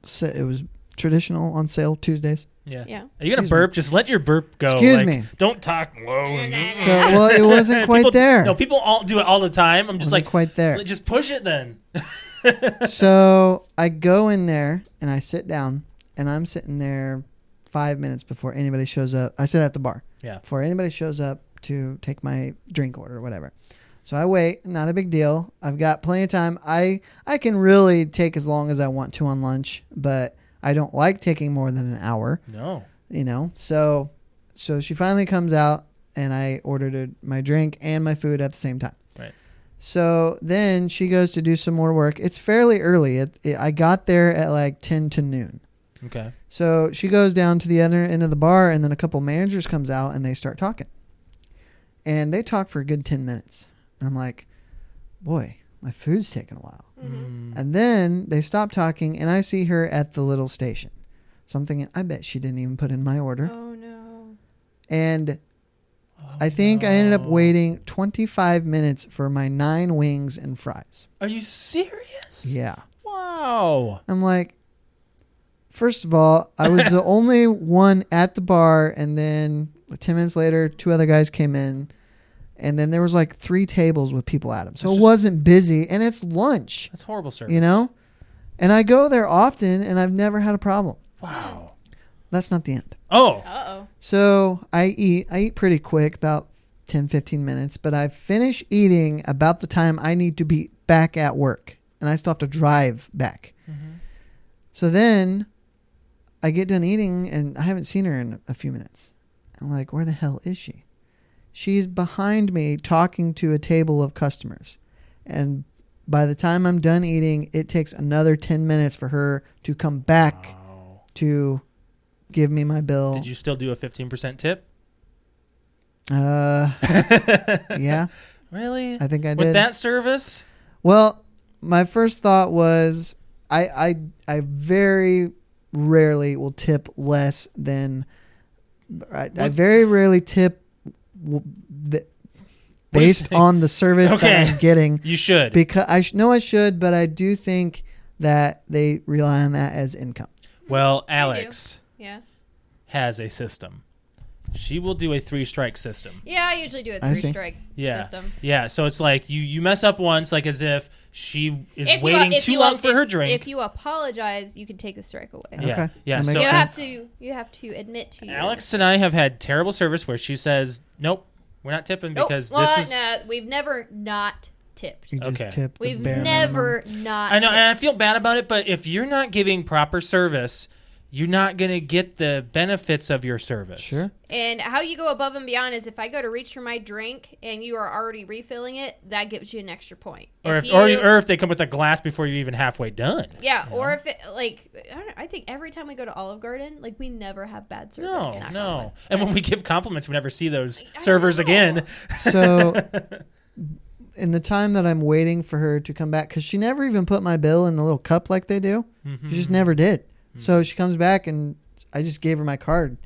Speaker 2: sa- it was traditional on sale Tuesdays.
Speaker 3: yeah.
Speaker 1: Yeah.
Speaker 3: Are you gonna
Speaker 2: Excuse
Speaker 3: burp? Just let your burp go.
Speaker 2: Excuse
Speaker 3: Like,
Speaker 2: me.
Speaker 3: Don't talk low. and this-
Speaker 2: So well, it wasn't quite
Speaker 3: People-
Speaker 2: there.
Speaker 3: No, people all do it all the time. I'm just
Speaker 2: wasn't
Speaker 3: like,
Speaker 2: quite there.
Speaker 3: "Like, just push it then.
Speaker 2: so I go in there and I sit down, and I'm sitting there five minutes before anybody shows up. I sit at the bar.
Speaker 3: Yeah.
Speaker 2: Before anybody shows up to take my drink order or whatever. So I wait. Not a big deal. I've got plenty of time. I I can really take as long as I want to on lunch, but I don't like taking more than an hour.
Speaker 3: No.
Speaker 2: You know. So so she finally comes out, and I ordered a- my drink and my food at the same time.
Speaker 3: Right.
Speaker 2: So then she goes to do some more work. It's fairly early. It, it, I got there at like 10 to noon.
Speaker 3: Okay.
Speaker 2: So she goes down to the other end of the bar, and then a couple managers comes out and they start talking. And they talk for a good 10 minutes. And I'm like, boy, my food's taking a while.
Speaker 1: Mm-hmm.
Speaker 3: Mm.
Speaker 2: And then they stop talking, and I see her at the little station. So I'm thinking, I bet she didn't even put in my order.
Speaker 1: Oh no.
Speaker 2: And I think I ended up
Speaker 3: Oh, no.
Speaker 2: waiting 25 minutes for my nine wings and fries.
Speaker 3: Are you serious?
Speaker 2: Yeah.
Speaker 3: Wow.
Speaker 2: I'm like, first of all, I was the only one at the bar, and then like, ten minutes later, two other guys came in, and then there was like three tables with people at them, so
Speaker 3: That's
Speaker 2: it
Speaker 3: just-
Speaker 2: wasn't busy, and it's lunch,
Speaker 3: That's horrible service.
Speaker 2: you know. And I go there often, and I've never had a problem.
Speaker 3: Wow.
Speaker 2: That's not the end.
Speaker 3: Oh.
Speaker 1: Uh oh.
Speaker 2: So I eat. I eat pretty quick, about 10, 15 minutes, but I finish eating about the time I need to be back at work, and I still have to drive back.
Speaker 3: Mm-hmm.
Speaker 2: So then I get done eating, and I haven't seen her in a few minutes. I'm like, where the hell is she? She's behind me talking to a table of customers. And by the time I'm done eating, it takes another 10 minutes for her to come back
Speaker 3: Wow.
Speaker 2: to give me my bill.
Speaker 3: Did you still do a 15% tip?
Speaker 2: Uh, yeah,
Speaker 3: Really?
Speaker 2: I think I
Speaker 3: With
Speaker 2: did.
Speaker 3: that service?
Speaker 2: well, my first thought was I, I I very rarely will tip less than I, I
Speaker 3: What's-
Speaker 2: very rarely tip w- th- based
Speaker 3: think?
Speaker 2: on the service
Speaker 3: Okay.
Speaker 2: that I'm getting
Speaker 3: You should.
Speaker 2: because I sh- know I should, but I do think that they rely on that as income.
Speaker 3: well, Alex
Speaker 1: Yeah.
Speaker 3: has a system. She will do a three strike system.
Speaker 1: Yeah, I usually do a
Speaker 2: I
Speaker 1: three
Speaker 2: see.
Speaker 1: strike
Speaker 3: Yeah.
Speaker 1: system.
Speaker 3: Yeah, so it's like you you mess up once like as if she is
Speaker 1: If you- uh,
Speaker 3: waiting
Speaker 1: if
Speaker 3: too
Speaker 1: you-
Speaker 3: long for
Speaker 1: if-
Speaker 3: her drink.
Speaker 1: If you apologize, you can take the strike away.
Speaker 2: Okay.
Speaker 3: Yeah, yeah.
Speaker 2: That
Speaker 3: So
Speaker 2: makes
Speaker 1: You
Speaker 2: sense.
Speaker 1: have to. You have to admit to your-
Speaker 3: Alex and I have had terrible service where she says, "Nope, we're not tipping
Speaker 1: Nope.
Speaker 3: because
Speaker 1: Well,
Speaker 3: this is."
Speaker 1: no, we've never not tipped.
Speaker 2: You just
Speaker 3: Okay.
Speaker 2: tip. the
Speaker 1: We've
Speaker 2: bare minimum.
Speaker 1: never not.
Speaker 3: I know, and I
Speaker 1: tipped.
Speaker 3: feel bad about it, but if you're not giving proper service, you're not gonna get the benefits of your service.
Speaker 2: Sure.
Speaker 1: And how you go above and beyond is if I go to reach for my drink and you are already refilling it, that gives you an extra point.
Speaker 3: Or if, or, or if they come with a glass before you're even halfway done.
Speaker 1: yeah, or if it like I, don't know, I think every time we go to Olive Garden, like we never have bad service.
Speaker 3: No,
Speaker 1: knock on wood.
Speaker 3: no. And when we give compliments, we never see those
Speaker 1: I
Speaker 3: servers
Speaker 1: know.
Speaker 3: again.
Speaker 2: So, in the time that I'm waiting for her to come back, because she never even put my bill in the little cup like they do,
Speaker 3: Mm-hmm.
Speaker 2: she just never did. So she comes back and I just gave her my card,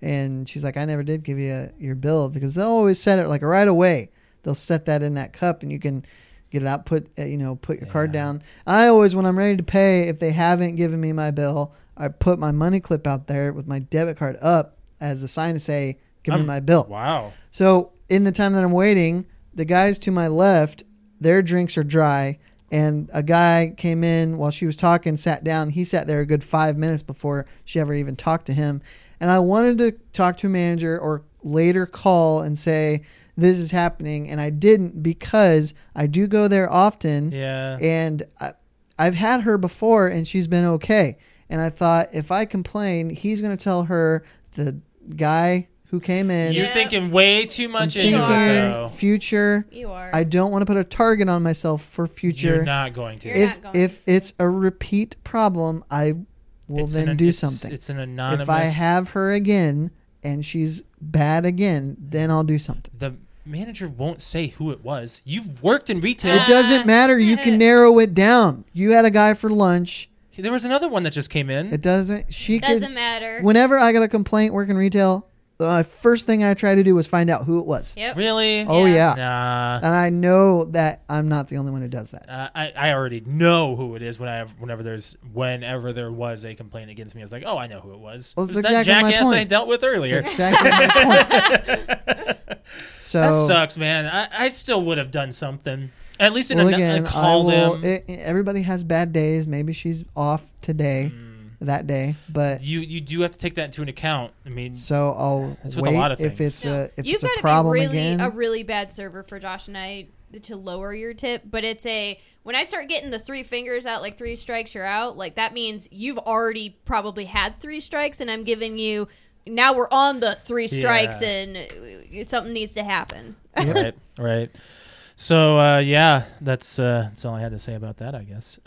Speaker 2: and she's like, "I never did give you a, your bill because they'll always set it like right away. They'll set that in that cup, and you can." Get it out. Put uh, you know. Put your card
Speaker 3: Yeah.
Speaker 2: down. I always, when I'm ready to pay, if they haven't given me my bill, I put my money clip out there with my debit card up as a sign to say, "Give me
Speaker 3: I'm-
Speaker 2: my bill."
Speaker 3: Wow.
Speaker 2: So in the time that I'm waiting, the guys to my left, their drinks are dry. And a guy came in while she was talking, sat down. He sat there a good five minutes before she ever even talked to him. And I wanted to talk to a manager or later call and say, this is happening. And I didn't because I do go there often
Speaker 3: Yeah.
Speaker 2: and I, I've had her before, and she's been okay. And I thought if I complain, he's going to tell her the guy who came in.
Speaker 3: You're
Speaker 1: Yeah.
Speaker 3: thinking way too
Speaker 2: I'm
Speaker 3: much into
Speaker 2: thinking
Speaker 3: it,
Speaker 1: You are.
Speaker 3: though.
Speaker 2: future.
Speaker 1: You are.
Speaker 2: I don't want to put a target on myself for
Speaker 3: You're
Speaker 2: future.
Speaker 3: not going to.
Speaker 1: You're
Speaker 2: if
Speaker 1: not going
Speaker 2: if
Speaker 1: to.
Speaker 2: it's a repeat problem, I will
Speaker 3: It's
Speaker 2: then
Speaker 3: an-
Speaker 2: do
Speaker 3: it's-
Speaker 2: something.
Speaker 3: It's an anonymous.
Speaker 2: If I have her again and she's bad again, then I'll do something.
Speaker 3: the manager won't say who it was. You've worked in retail.
Speaker 2: It doesn't matter. You can narrow it down. You had a guy for lunch.
Speaker 3: there was another one that just came in.
Speaker 2: It doesn't. She could-
Speaker 1: Mm-hmm. Doesn't matter.
Speaker 2: Whenever I got a complaint working retail, the first thing I try to do was find out who it was.
Speaker 1: yep.
Speaker 3: Really?
Speaker 2: Oh yeah.
Speaker 1: Yeah.
Speaker 3: Nah.
Speaker 2: And I know that I'm not the only one who does that.
Speaker 3: Uh, I, I already know who it is when I have, whenever there's whenever there was a complaint against me. I was like, oh, I know who it was.
Speaker 2: Well, that's
Speaker 3: It was
Speaker 2: exactly
Speaker 3: that
Speaker 2: my
Speaker 3: jackass I
Speaker 2: point.
Speaker 3: dealt with
Speaker 2: That's
Speaker 3: earlier.
Speaker 2: exactly my point. So
Speaker 3: that sucks, man. I, I still would have done something. At least in
Speaker 2: well,
Speaker 3: a,
Speaker 2: again, I
Speaker 3: call
Speaker 2: will.
Speaker 3: them.
Speaker 2: It, everybody has bad days. Maybe she's off today, that day. But
Speaker 3: Mm. you you do have to take that into an account. I mean,
Speaker 2: so I'll
Speaker 3: That's with a
Speaker 2: wait
Speaker 3: lot of
Speaker 2: if it's
Speaker 3: things.
Speaker 1: No.
Speaker 2: a if
Speaker 1: You've
Speaker 2: it's a
Speaker 1: gotta
Speaker 2: problem
Speaker 1: be really
Speaker 2: again.
Speaker 1: a really bad server for Josh and I to lower your tip, but it's a when I start getting the three fingers out, like three strikes, you're out. Like that means you've already probably had three strikes, and I'm giving you. Now we're on the three strikes,
Speaker 3: Yeah.
Speaker 1: and uh, something needs to happen.
Speaker 2: Yep.
Speaker 3: right, right. So uh, yeah, that's uh, that's all I had to say about that, I guess.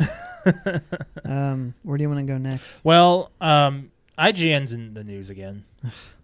Speaker 2: um, where do you want to go next?
Speaker 3: well, um, IGN's in the news again.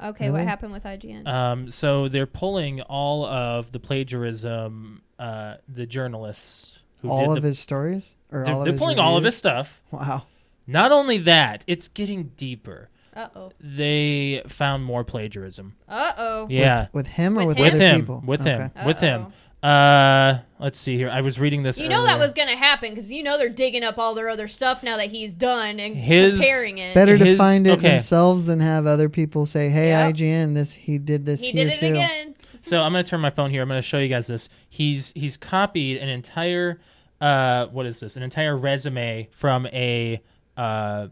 Speaker 1: Okay,
Speaker 2: Really?
Speaker 1: what happened with IGN?
Speaker 3: Um, so they're pulling all of the plagiarism, uh, the journalists who
Speaker 2: All
Speaker 3: did
Speaker 2: of
Speaker 3: the,
Speaker 2: his stories, or
Speaker 3: They're,
Speaker 2: all of
Speaker 3: they're
Speaker 2: his
Speaker 3: pulling all of his
Speaker 2: reviews?
Speaker 3: stuff.
Speaker 2: Wow.
Speaker 3: Not only that, it's getting deeper.
Speaker 1: uh oh.
Speaker 3: They found more plagiarism.
Speaker 1: Uh oh.
Speaker 3: Yeah,
Speaker 2: With, with him or
Speaker 1: With him?
Speaker 2: with,
Speaker 3: with,
Speaker 2: other
Speaker 3: him,
Speaker 2: people?
Speaker 3: with
Speaker 2: Okay.
Speaker 3: him, with him,
Speaker 1: Uh-oh.
Speaker 3: Uh, let's see here. I was reading this.
Speaker 1: You know that
Speaker 3: earlier.
Speaker 1: was going to happen because you know they're digging up all their other stuff now that he's done and
Speaker 3: His-
Speaker 1: comparing it.
Speaker 2: Better to
Speaker 3: His-
Speaker 2: find it
Speaker 3: okay.
Speaker 2: themselves than have other people say, "Hey,
Speaker 1: Yep.
Speaker 2: IGN, this he did this
Speaker 1: he
Speaker 2: here
Speaker 1: did it
Speaker 2: too."
Speaker 1: again.
Speaker 3: So I'm gonna turn my phone here. I'm gonna show you guys this. He's he's copied an entire uh what is this? An entire resume from a uh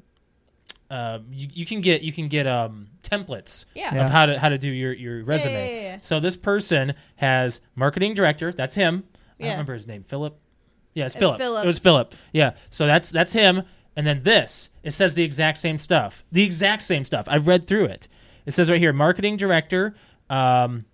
Speaker 3: uh you, you can get you can get um templates
Speaker 1: Yeah.
Speaker 2: Yeah.
Speaker 3: of how to how to do your your resume.
Speaker 1: yeah, yeah, yeah.
Speaker 3: So this person has marketing director. That's him. I
Speaker 1: Yeah.
Speaker 3: don't remember his name. Philip. Yeah, it's
Speaker 1: Uh,
Speaker 3: Philip.
Speaker 1: Philip.
Speaker 3: It was Philip. Yeah. So that's that's him. And then this, it says the exact same stuff. The exact same stuff. I've read through it. It says right here, marketing director um,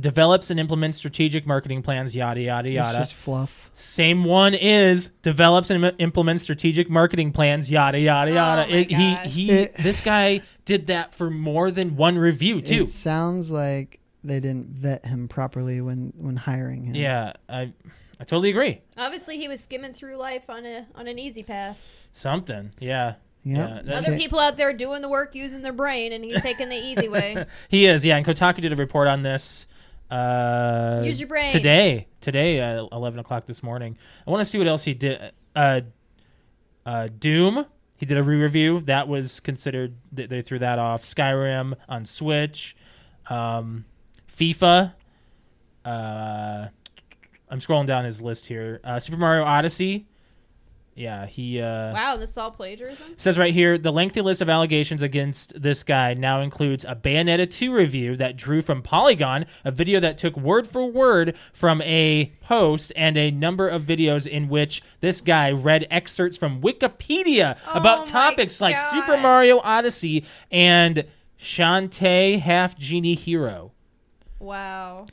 Speaker 3: develops and implements strategic marketing plans. Yada yada
Speaker 2: It's
Speaker 3: yada.
Speaker 2: just fluff.
Speaker 3: Same one is develops and im- implements strategic marketing plans. Yada yada
Speaker 1: Oh
Speaker 3: yada.
Speaker 1: my
Speaker 3: It- he
Speaker 1: gosh.
Speaker 3: he.
Speaker 2: It-
Speaker 3: this guy did that for more than one review too.
Speaker 2: It sounds like they didn't vet him properly when when hiring him.
Speaker 3: Yeah, I I totally agree.
Speaker 1: Obviously, he was skimming through life on a on an easy pass.
Speaker 3: Something. Yeah.
Speaker 2: Yep.
Speaker 3: Yeah, that's-
Speaker 2: That's
Speaker 1: Other
Speaker 2: it.
Speaker 1: people out there doing the work using their brain, and he's taking the easy way.
Speaker 3: he is. Yeah, and Kotaku did a report on this. Uh,
Speaker 1: Use your brain.
Speaker 3: Today, today, uh, eleven o'clock this morning. I want to see what else he did. Uh, uh, Doom. He did a re-review that was considered. They, they threw that off. Skyrim on Switch. Um, FIFA. Uh, I'm scrolling down his list here. Uh, Super Mario Odyssey. Yeah, he. Uh,
Speaker 1: Wow, this is all plagiarism.
Speaker 3: Says right here, the lengthy list of allegations against this guy now includes a Bayonetta 2 review that drew from Polygon, a video that took word for word from a post, and a number of videos in which this guy read excerpts from Wikipedia
Speaker 1: Oh
Speaker 3: about
Speaker 1: my
Speaker 3: topics like
Speaker 1: God.
Speaker 3: Super Mario Odyssey and Shantae Half Genie Hero
Speaker 1: Wow.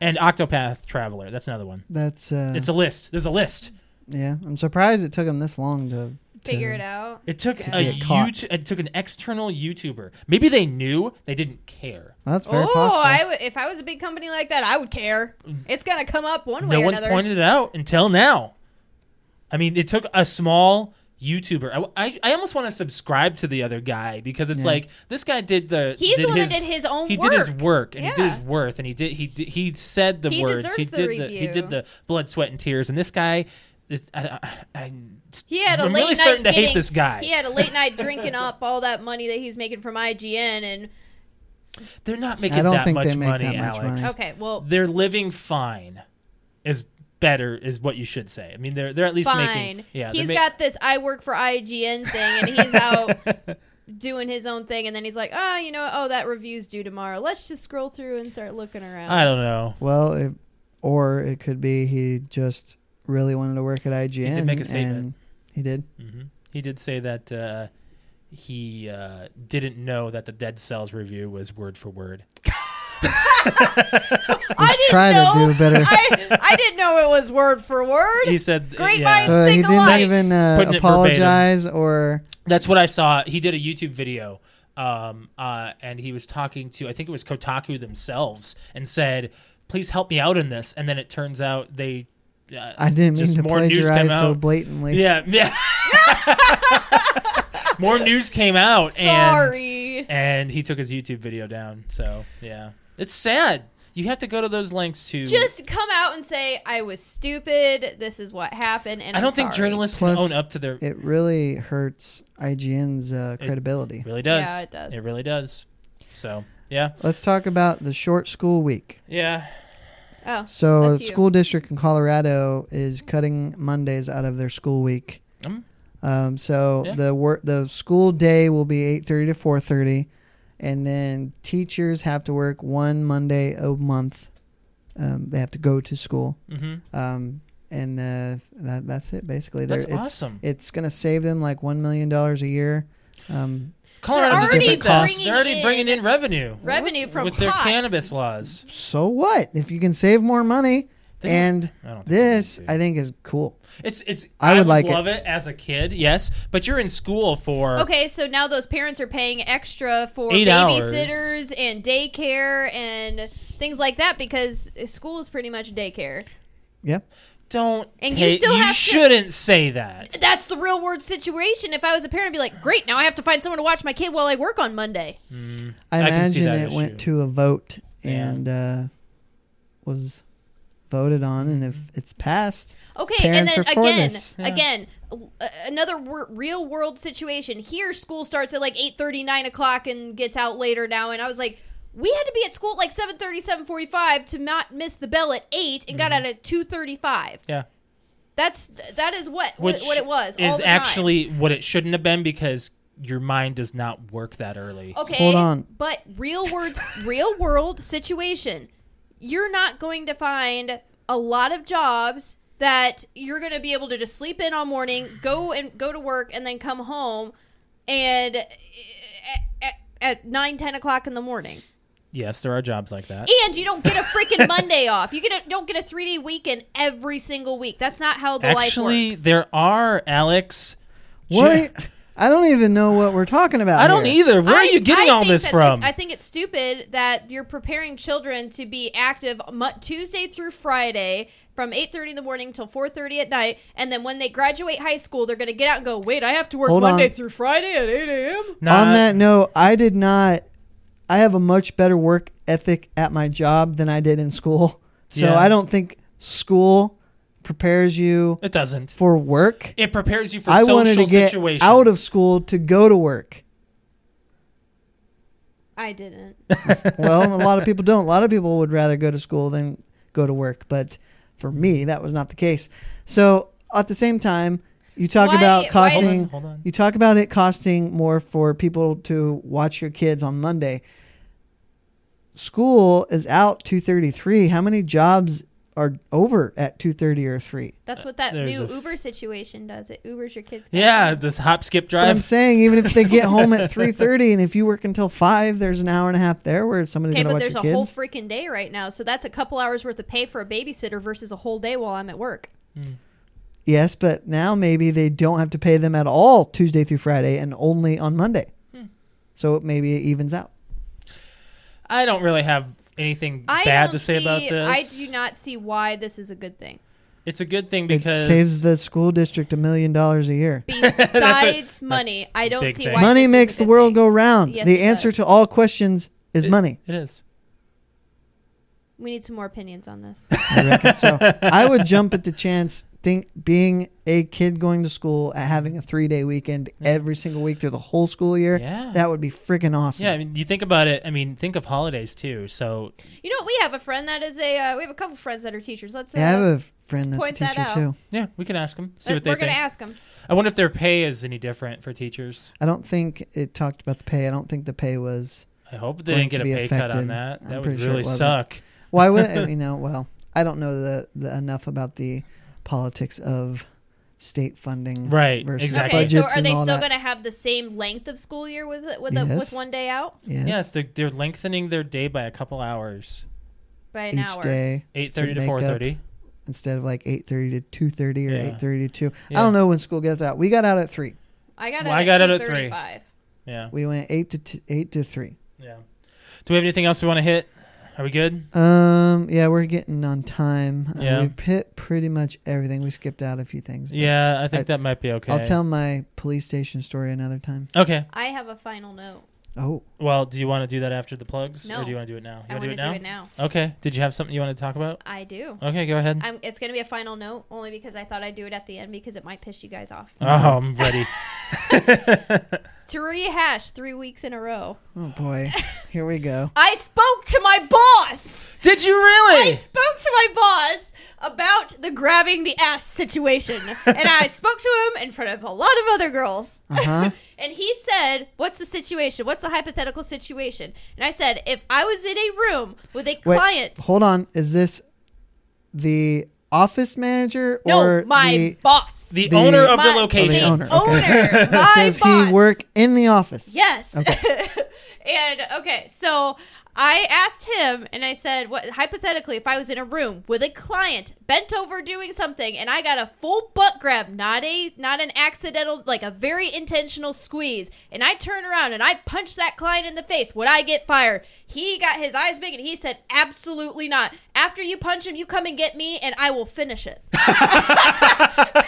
Speaker 3: and Octopath Traveler. That's another one.
Speaker 2: That's uh,
Speaker 3: It's a list. There's a list.
Speaker 2: yeah. I'm surprised it took him this long to
Speaker 1: Figure it out.
Speaker 3: It took
Speaker 2: To
Speaker 3: a
Speaker 2: get caught.
Speaker 3: YouTube, it took an external YouTuber. Maybe they knew, they didn't care.
Speaker 2: Well, that's very
Speaker 1: Oh,
Speaker 2: possible.
Speaker 1: I w- if I was a big company like that, I would care. It's gonna come up one way
Speaker 3: no
Speaker 1: or
Speaker 3: one's
Speaker 1: another.
Speaker 3: pointed it out until now. I mean, it took a small YouTuber. I, I, I almost want to subscribe to the other guy because it's
Speaker 2: Yeah.
Speaker 3: like this guy did the.
Speaker 1: He's
Speaker 3: did
Speaker 1: the one
Speaker 3: his,
Speaker 1: that did his own
Speaker 3: He
Speaker 1: work.
Speaker 3: did his work and he did
Speaker 1: Yeah.
Speaker 3: his worth and he did he did, he said the
Speaker 1: He
Speaker 3: words.
Speaker 1: deserves
Speaker 3: He
Speaker 1: the
Speaker 3: did the he
Speaker 1: review.
Speaker 3: did the blood, sweat, and tears. And this guy, this- I, I, I,
Speaker 1: He had a
Speaker 3: I'm
Speaker 1: late
Speaker 3: really
Speaker 1: night
Speaker 3: starting to
Speaker 1: getting,
Speaker 3: hate this guy.
Speaker 1: He had a late night drinking up all that money that he's making from IGN, and
Speaker 3: They're not making
Speaker 2: I don't
Speaker 3: that
Speaker 2: think
Speaker 3: much
Speaker 2: they make
Speaker 3: money,
Speaker 2: that much
Speaker 3: Alex.
Speaker 2: money.
Speaker 1: Okay, well,
Speaker 3: They're living fine. Is better is what you should say. I mean, they're they're at least
Speaker 1: fine.
Speaker 3: making. Yeah,
Speaker 1: he's got this I work for IGN thing, and he's out doing his own thing, and then he's like, oh, you know, oh, that review's due tomorrow. Let's just scroll through and start looking around.
Speaker 3: I don't know.
Speaker 2: Well, it, or it could be he just really wanted to work at IGN.
Speaker 3: make a statement.
Speaker 2: and He did.
Speaker 3: hmm He did say that uh, he uh, didn't know that the Dead Cells review was word for word.
Speaker 1: I didn't
Speaker 2: try to
Speaker 1: know.
Speaker 2: do better.
Speaker 1: I, I didn't know it was word for word.
Speaker 3: He said,
Speaker 1: Great
Speaker 3: yeah.
Speaker 1: minds
Speaker 2: So he
Speaker 1: think
Speaker 2: didn't
Speaker 1: alike.
Speaker 2: even uh,
Speaker 3: Putting it
Speaker 2: apologize or
Speaker 3: That's what I saw. He did a YouTube video, um, uh, and he was talking to I think it was Kotaku themselves, and said, "Please help me out in this." And then it turns out they, uh,
Speaker 2: I didn't
Speaker 3: just
Speaker 2: mean to
Speaker 3: more news came
Speaker 2: plagiarize so
Speaker 3: out.
Speaker 2: blatantly.
Speaker 3: yeah, yeah. more news came out, and
Speaker 1: Sorry.
Speaker 3: and he took his YouTube video down. So yeah, it's sad. You have to go to those links to
Speaker 1: Just come out and say I was stupid. This is what happened, and
Speaker 3: I
Speaker 1: I'm
Speaker 3: don't think
Speaker 1: sorry."
Speaker 3: journalists can
Speaker 2: Plus,
Speaker 3: own up to their. It
Speaker 2: It really hurts IGN's uh, credibility.
Speaker 3: really does.
Speaker 1: Yeah, it does.
Speaker 3: It really does. So yeah,
Speaker 2: Let's talk about the short school week.
Speaker 3: yeah.
Speaker 1: Oh,
Speaker 2: So,
Speaker 1: That's
Speaker 2: a
Speaker 1: you.
Speaker 2: school district in Colorado is cutting Mondays out of their school week.
Speaker 3: Mm.
Speaker 2: Um, so
Speaker 3: Yeah.
Speaker 2: the work the school day will be eight thirty to four thirty, and then teachers have to work one Monday a month. Um, they have to go to school,
Speaker 3: hmm
Speaker 2: um, and uh, that, that's it basically. They're-
Speaker 3: That's
Speaker 2: it's,
Speaker 3: awesome.
Speaker 2: It's going to save them like one million dollars a year. Um,
Speaker 3: Colorado
Speaker 1: They're
Speaker 3: doesn't
Speaker 1: already
Speaker 3: think that.
Speaker 1: bringing
Speaker 3: They're already
Speaker 1: in-
Speaker 3: bringing in revenue
Speaker 1: revenue from
Speaker 3: with
Speaker 1: pot.
Speaker 3: their cannabis laws.
Speaker 2: so what if you can save more money?
Speaker 3: They-
Speaker 2: and
Speaker 3: I don't think
Speaker 2: this,
Speaker 3: they need to.
Speaker 2: I think, is cool.
Speaker 3: it's it's.
Speaker 2: I
Speaker 3: I,
Speaker 2: would
Speaker 3: would
Speaker 2: like it.
Speaker 3: love it. as a kid, yes, but you're in school for
Speaker 1: Okay, so now those parents are paying extra for
Speaker 3: Eight hours.
Speaker 1: babysitters and daycare and things like that because school is pretty much daycare.
Speaker 2: Yep.
Speaker 3: Don't
Speaker 1: And you
Speaker 3: take,
Speaker 1: still have to-
Speaker 3: shouldn't say that.
Speaker 1: That's the real world situation. If I was a parent, I'd be like, great, now I have to find someone to watch my kid while I work on Monday.
Speaker 3: Mm,
Speaker 2: I,
Speaker 3: can see
Speaker 2: imagine
Speaker 3: that
Speaker 2: it
Speaker 3: issue.
Speaker 2: went to a vote
Speaker 3: Yeah.
Speaker 2: and uh, was voted on, and if
Speaker 3: Mm-hmm.
Speaker 2: it's passed,
Speaker 1: Okay,
Speaker 2: Parents
Speaker 1: and
Speaker 2: are
Speaker 1: then
Speaker 2: for
Speaker 1: again,
Speaker 2: this.
Speaker 3: Yeah.
Speaker 1: again, uh, another wor- real world situation. Here, school starts at like eight thirty, nine o'clock, and gets out later now. And I was like, we had to be at school at like seven thirty, seven forty-five to not miss the bell at eight, and got out at two thirty-five.
Speaker 3: Mm-hmm. Yeah.
Speaker 1: That's that is what
Speaker 3: Which
Speaker 1: what it was. all
Speaker 3: is
Speaker 1: the time.
Speaker 3: actually what it shouldn't have been because your mind does not work that early.
Speaker 1: okay.
Speaker 2: Hold on.
Speaker 1: but real world, real world situation. You're not going to find a lot of jobs that you're going to be able to just sleep in all morning, go and go to work, and then come home, and at, at nine, ten o'clock in the morning.
Speaker 3: Yes, there are jobs like that.
Speaker 1: And you don't get a freaking Monday off. You get a, don't get a three day weekend every single week. That's not how the
Speaker 3: Actually,
Speaker 1: life works.
Speaker 3: there are Alex.
Speaker 2: what?
Speaker 3: Ju-
Speaker 2: Are you, I don't even know what we're talking about.
Speaker 3: I don't
Speaker 2: here.
Speaker 3: either. Where are
Speaker 1: I-
Speaker 3: you getting
Speaker 1: I
Speaker 3: all
Speaker 1: think
Speaker 3: this
Speaker 1: that
Speaker 3: from?
Speaker 1: I think it's stupid that you're preparing children to be active mu- Tuesday through Friday from 8:30 in the morning till 4:30 at night, and then when they graduate high school, they're going to get out and go, "Wait, I have to work
Speaker 2: Hold
Speaker 1: Monday
Speaker 2: on.
Speaker 1: through Friday at 8 a.m."
Speaker 3: Nah,
Speaker 2: On that note, I did not. I have a much better work ethic at my job than I did in school, so
Speaker 3: Yeah.
Speaker 2: I don't think school prepares you
Speaker 3: it doesn't.
Speaker 2: for work.
Speaker 3: It prepares you for
Speaker 2: I
Speaker 3: social
Speaker 2: wanted to get
Speaker 3: situations.
Speaker 2: out of school to go to work.
Speaker 1: I didn't.
Speaker 2: well, a lot of people don't. A lot of people would rather go to school than go to work. But for me, that was not the case. So at the same time, you talk
Speaker 1: Why-
Speaker 2: about
Speaker 1: why is-
Speaker 3: Hold
Speaker 2: costing.
Speaker 3: on, hold on.
Speaker 2: You talk about it costing more for people to watch your kids on Monday. School is out two thirty three. How many jobs are over at two thirty or three?
Speaker 1: That's what that
Speaker 3: There's
Speaker 1: new
Speaker 3: a f-
Speaker 1: Uber situation does. It Ubers your kids. back
Speaker 3: Yeah,
Speaker 1: home.
Speaker 3: this hop, skip,
Speaker 2: But I'm
Speaker 3: drive.
Speaker 2: saying even if they get home at three thirty, and if you work until five, there's an hour and a half there where somebody's
Speaker 1: Okay,
Speaker 2: gonna
Speaker 1: but
Speaker 2: watch
Speaker 1: there's
Speaker 2: your
Speaker 1: a
Speaker 2: kids.
Speaker 1: whole freaking day right now, so that's a couple hours worth of pay for a babysitter versus a whole day while I'm at work.
Speaker 2: Yes, but now maybe they don't have to pay them at all Tuesday through Friday and only on Monday.
Speaker 1: Hmm.
Speaker 2: So maybe it evens out.
Speaker 3: I don't really have anything
Speaker 1: I
Speaker 3: bad
Speaker 1: don't
Speaker 3: to say
Speaker 1: see,
Speaker 3: about this.
Speaker 1: I do not see why this is a good thing.
Speaker 3: It's a good thing
Speaker 2: it
Speaker 3: because
Speaker 2: saves the school district a million dollars a year.
Speaker 1: besides money. I don't
Speaker 3: big
Speaker 1: see
Speaker 3: thing.
Speaker 1: why
Speaker 2: money
Speaker 1: this is
Speaker 2: makes
Speaker 1: a
Speaker 2: the
Speaker 1: good
Speaker 2: world
Speaker 1: thing.
Speaker 2: go round.
Speaker 1: Yes,
Speaker 2: the
Speaker 1: it
Speaker 2: answer
Speaker 1: does.
Speaker 2: to all questions is
Speaker 3: It-
Speaker 2: money.
Speaker 3: It is.
Speaker 1: We need some more opinions on this.
Speaker 2: I reckon. so I would jump at the chance think being a kid going to school and having a three day weekend every single week through the whole school year,
Speaker 3: Yeah.
Speaker 2: that would be freaking awesome.
Speaker 3: Yeah, I mean, you think about it. I mean, think of holidays too. So
Speaker 1: You know, we have a friend that is a. Uh, we have a couple friends that are teachers. Let's. Uh,
Speaker 2: Yeah, I have a friend that's a
Speaker 1: Point that
Speaker 2: teacher
Speaker 1: out.
Speaker 2: too.
Speaker 3: yeah, we can ask them. See
Speaker 1: uh,
Speaker 3: what they
Speaker 1: we're
Speaker 3: think.
Speaker 1: gonna ask them.
Speaker 3: I wonder if their pay is any different for teachers.
Speaker 2: I don't think it talked about the pay. I don't think the pay was.
Speaker 3: I hope they
Speaker 2: Going
Speaker 3: didn't get
Speaker 2: to
Speaker 3: a
Speaker 2: be
Speaker 3: pay cut on
Speaker 2: affected.
Speaker 3: that.
Speaker 2: I'm
Speaker 3: that would
Speaker 2: pretty sure it
Speaker 3: really
Speaker 2: wasn't.
Speaker 3: suck.
Speaker 2: Why would you know? Well, I don't know the, the enough about the politics of state funding.
Speaker 3: Right,
Speaker 2: Versus
Speaker 3: Exactly.
Speaker 1: Okay, so
Speaker 2: budgets
Speaker 1: are they
Speaker 2: and all
Speaker 1: still
Speaker 2: that.
Speaker 1: gonna have the same length of school year with it- with a,
Speaker 2: Yes.
Speaker 1: with one day out
Speaker 2: Yes.
Speaker 3: Yeah, they're, they're lengthening their day by a couple hours.
Speaker 1: by an
Speaker 2: each
Speaker 1: hour?
Speaker 2: day
Speaker 3: Eight thirty to
Speaker 2: make up
Speaker 3: four thirty.
Speaker 2: instead of like eight thirty to two thirty or
Speaker 3: Yeah.
Speaker 2: eight thirty to two.
Speaker 3: Yeah.
Speaker 2: I don't know when school gets out. We got out at three.
Speaker 1: I got.
Speaker 3: Well,
Speaker 1: it
Speaker 3: I
Speaker 1: at
Speaker 3: got it at
Speaker 1: 2:35.
Speaker 3: Yeah,
Speaker 2: We went eight to two, eight to three.
Speaker 3: yeah. Do we have anything else we want to hit? Are we good?
Speaker 2: Um. Yeah, we're getting on time. Uh,
Speaker 3: Yeah.
Speaker 2: we've hit pretty much everything. We skipped out a few things. but
Speaker 3: Yeah, I think
Speaker 2: I-
Speaker 3: that might be okay.
Speaker 2: I'll tell my police station story another time.
Speaker 3: Okay.
Speaker 1: I have a final note.
Speaker 2: Oh,
Speaker 3: Well, do you want to do that after the plugs, or
Speaker 1: No.
Speaker 3: do you want to do it now? You
Speaker 1: I
Speaker 3: want to do it
Speaker 1: wanna
Speaker 3: now?
Speaker 1: do it now.
Speaker 3: Okay. Did you have something you want to talk about?
Speaker 1: I do.
Speaker 3: Okay, go ahead.
Speaker 1: I'm, it's gonna be a final note only because I thought I'd do it at the end because it might piss you guys off.
Speaker 3: Oh, I'm ready.
Speaker 1: To rehash three weeks in a row,
Speaker 2: oh boy, here we go.
Speaker 1: I spoke to my boss.
Speaker 3: Did you
Speaker 1: I
Speaker 3: really?
Speaker 1: spoke to my boss about the grabbing the ass situation, and I spoke to him in front of a lot of other girls.
Speaker 2: Uh huh.
Speaker 1: And he said, "What's the situation? What's the hypothetical situation?" And I said, "If I was in a room with a
Speaker 2: Wait,
Speaker 1: client,
Speaker 2: hold on. Is this the office manager or
Speaker 1: no, my
Speaker 2: the,
Speaker 1: boss,
Speaker 3: The,
Speaker 2: The-
Speaker 3: owner of
Speaker 1: my,
Speaker 3: the location.
Speaker 2: the owner,
Speaker 1: owner, my
Speaker 2: does
Speaker 1: boss.
Speaker 2: he work in the office?
Speaker 1: Yes.
Speaker 2: Okay.
Speaker 1: and okay, so I asked him and I said, what hypothetically if I was in a room with a client bent over doing something and I got a full butt grab, not a not an accidental like a very intentional squeeze, and I turn around and I punch that client in the face, would I get fired? He got his eyes big and he said, "Absolutely not. After you punch him, you come and get me and I will finish it."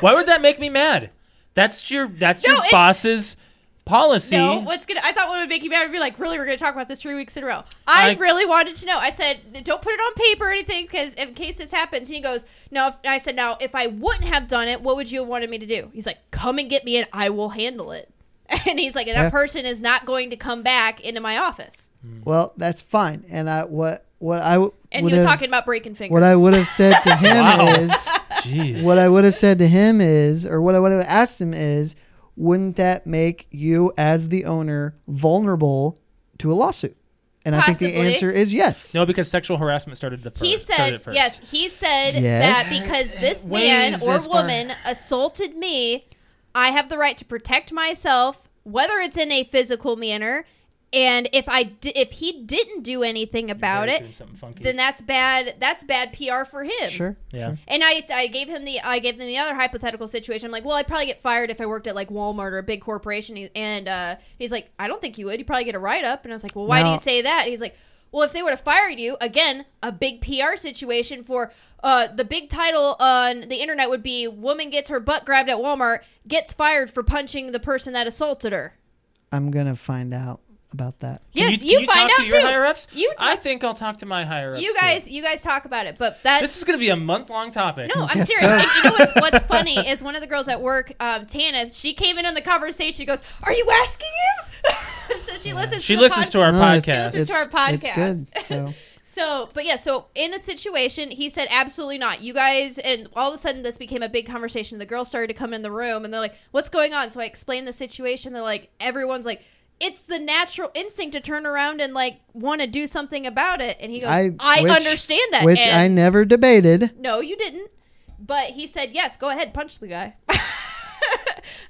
Speaker 3: Why would that make me mad? That's your that's
Speaker 1: No,
Speaker 3: your
Speaker 1: it's-
Speaker 3: boss's policy.
Speaker 1: No, what's gonna? I thought what would make you mad would be like, really, we're gonna talk about this three weeks in a row. I,
Speaker 3: I-
Speaker 1: really wanted to know. I said, don't put it on paper or anything, because in case this happens. And he goes, no. If, I said, now, if I wouldn't have done it, what would you have wanted me to do? He's like, come and get me, and I will handle it. And he's like, that
Speaker 2: Yeah.
Speaker 1: person is not going to come back into my office.
Speaker 2: Well, that's fine. And I what what I w-
Speaker 1: And
Speaker 2: would
Speaker 1: he was
Speaker 2: have-
Speaker 1: talking about breaking fingers.
Speaker 2: What I would have said to him
Speaker 3: Wow.
Speaker 2: is
Speaker 3: Jeez.
Speaker 2: what I would have said to him is, or what I would have asked him is, wouldn't that make you as the owner vulnerable to a lawsuit? And I think
Speaker 1: Possibly.
Speaker 2: the answer is yes.
Speaker 3: No, because sexual harassment started the first.
Speaker 1: he
Speaker 3: started
Speaker 1: said,
Speaker 3: first.
Speaker 1: yes, he said
Speaker 2: Yes.
Speaker 1: that because this
Speaker 3: Ways
Speaker 1: man or
Speaker 3: as far-
Speaker 1: woman assaulted me, I have the right to protect myself, whether it's in a physical manner. And if I di- if he didn't do anything about
Speaker 3: Very
Speaker 1: it,
Speaker 3: soon something funky.
Speaker 1: then that's bad. That's bad PR for him.
Speaker 2: Sure.
Speaker 3: yeah.
Speaker 1: And I, I gave him the I gave them the other hypothetical situation. I'm like, well, I'd probably get fired if I worked at like Walmart or a big corporation. He- And uh, he's like, I don't think you would. You would probably get a write up. And I was like, well, why do
Speaker 2: No.
Speaker 1: you say that? he's like, well, if they would have fired you again, a big PR situation for uh, the big title on the internet would be woman gets her butt grabbed at Walmart gets fired for punching the person that assaulted her.
Speaker 2: I'm gonna find out about that.
Speaker 3: Can
Speaker 1: yes,
Speaker 3: can
Speaker 1: you, find
Speaker 3: talk
Speaker 1: out
Speaker 3: to your
Speaker 1: too.
Speaker 3: higher ups.
Speaker 1: You
Speaker 3: I think I'll talk to my higher ups.
Speaker 1: you guys you guys talk about it, but that's
Speaker 3: This is going to be a month long topic.
Speaker 1: No, I'm
Speaker 2: guess
Speaker 1: serious.
Speaker 2: so.
Speaker 1: And you know what's, what's funny is one of the girls at work, um, Tana, she came in on the conversation. She goes, "Are you asking him?" so she listens.
Speaker 3: she
Speaker 1: to
Speaker 3: listens
Speaker 1: the
Speaker 3: to our
Speaker 2: No,
Speaker 3: podcast.
Speaker 1: Listen to our
Speaker 2: Oh, It's good. So
Speaker 1: So, but yeah, so in a situation, he said, "Absolutely not." You guys, and all of a sudden, this became a big conversation. The girls started to come in the room, and they're like, "What's going on?" So I explained the situation. They're like, "Everyone's like." It's the natural instinct to turn around and like want to do something about it, and he goes, "I,
Speaker 2: which-
Speaker 1: understand that."
Speaker 2: which
Speaker 1: and
Speaker 2: I never debated.
Speaker 1: No, you didn't. But he said, yes, go ahead, punch the guy.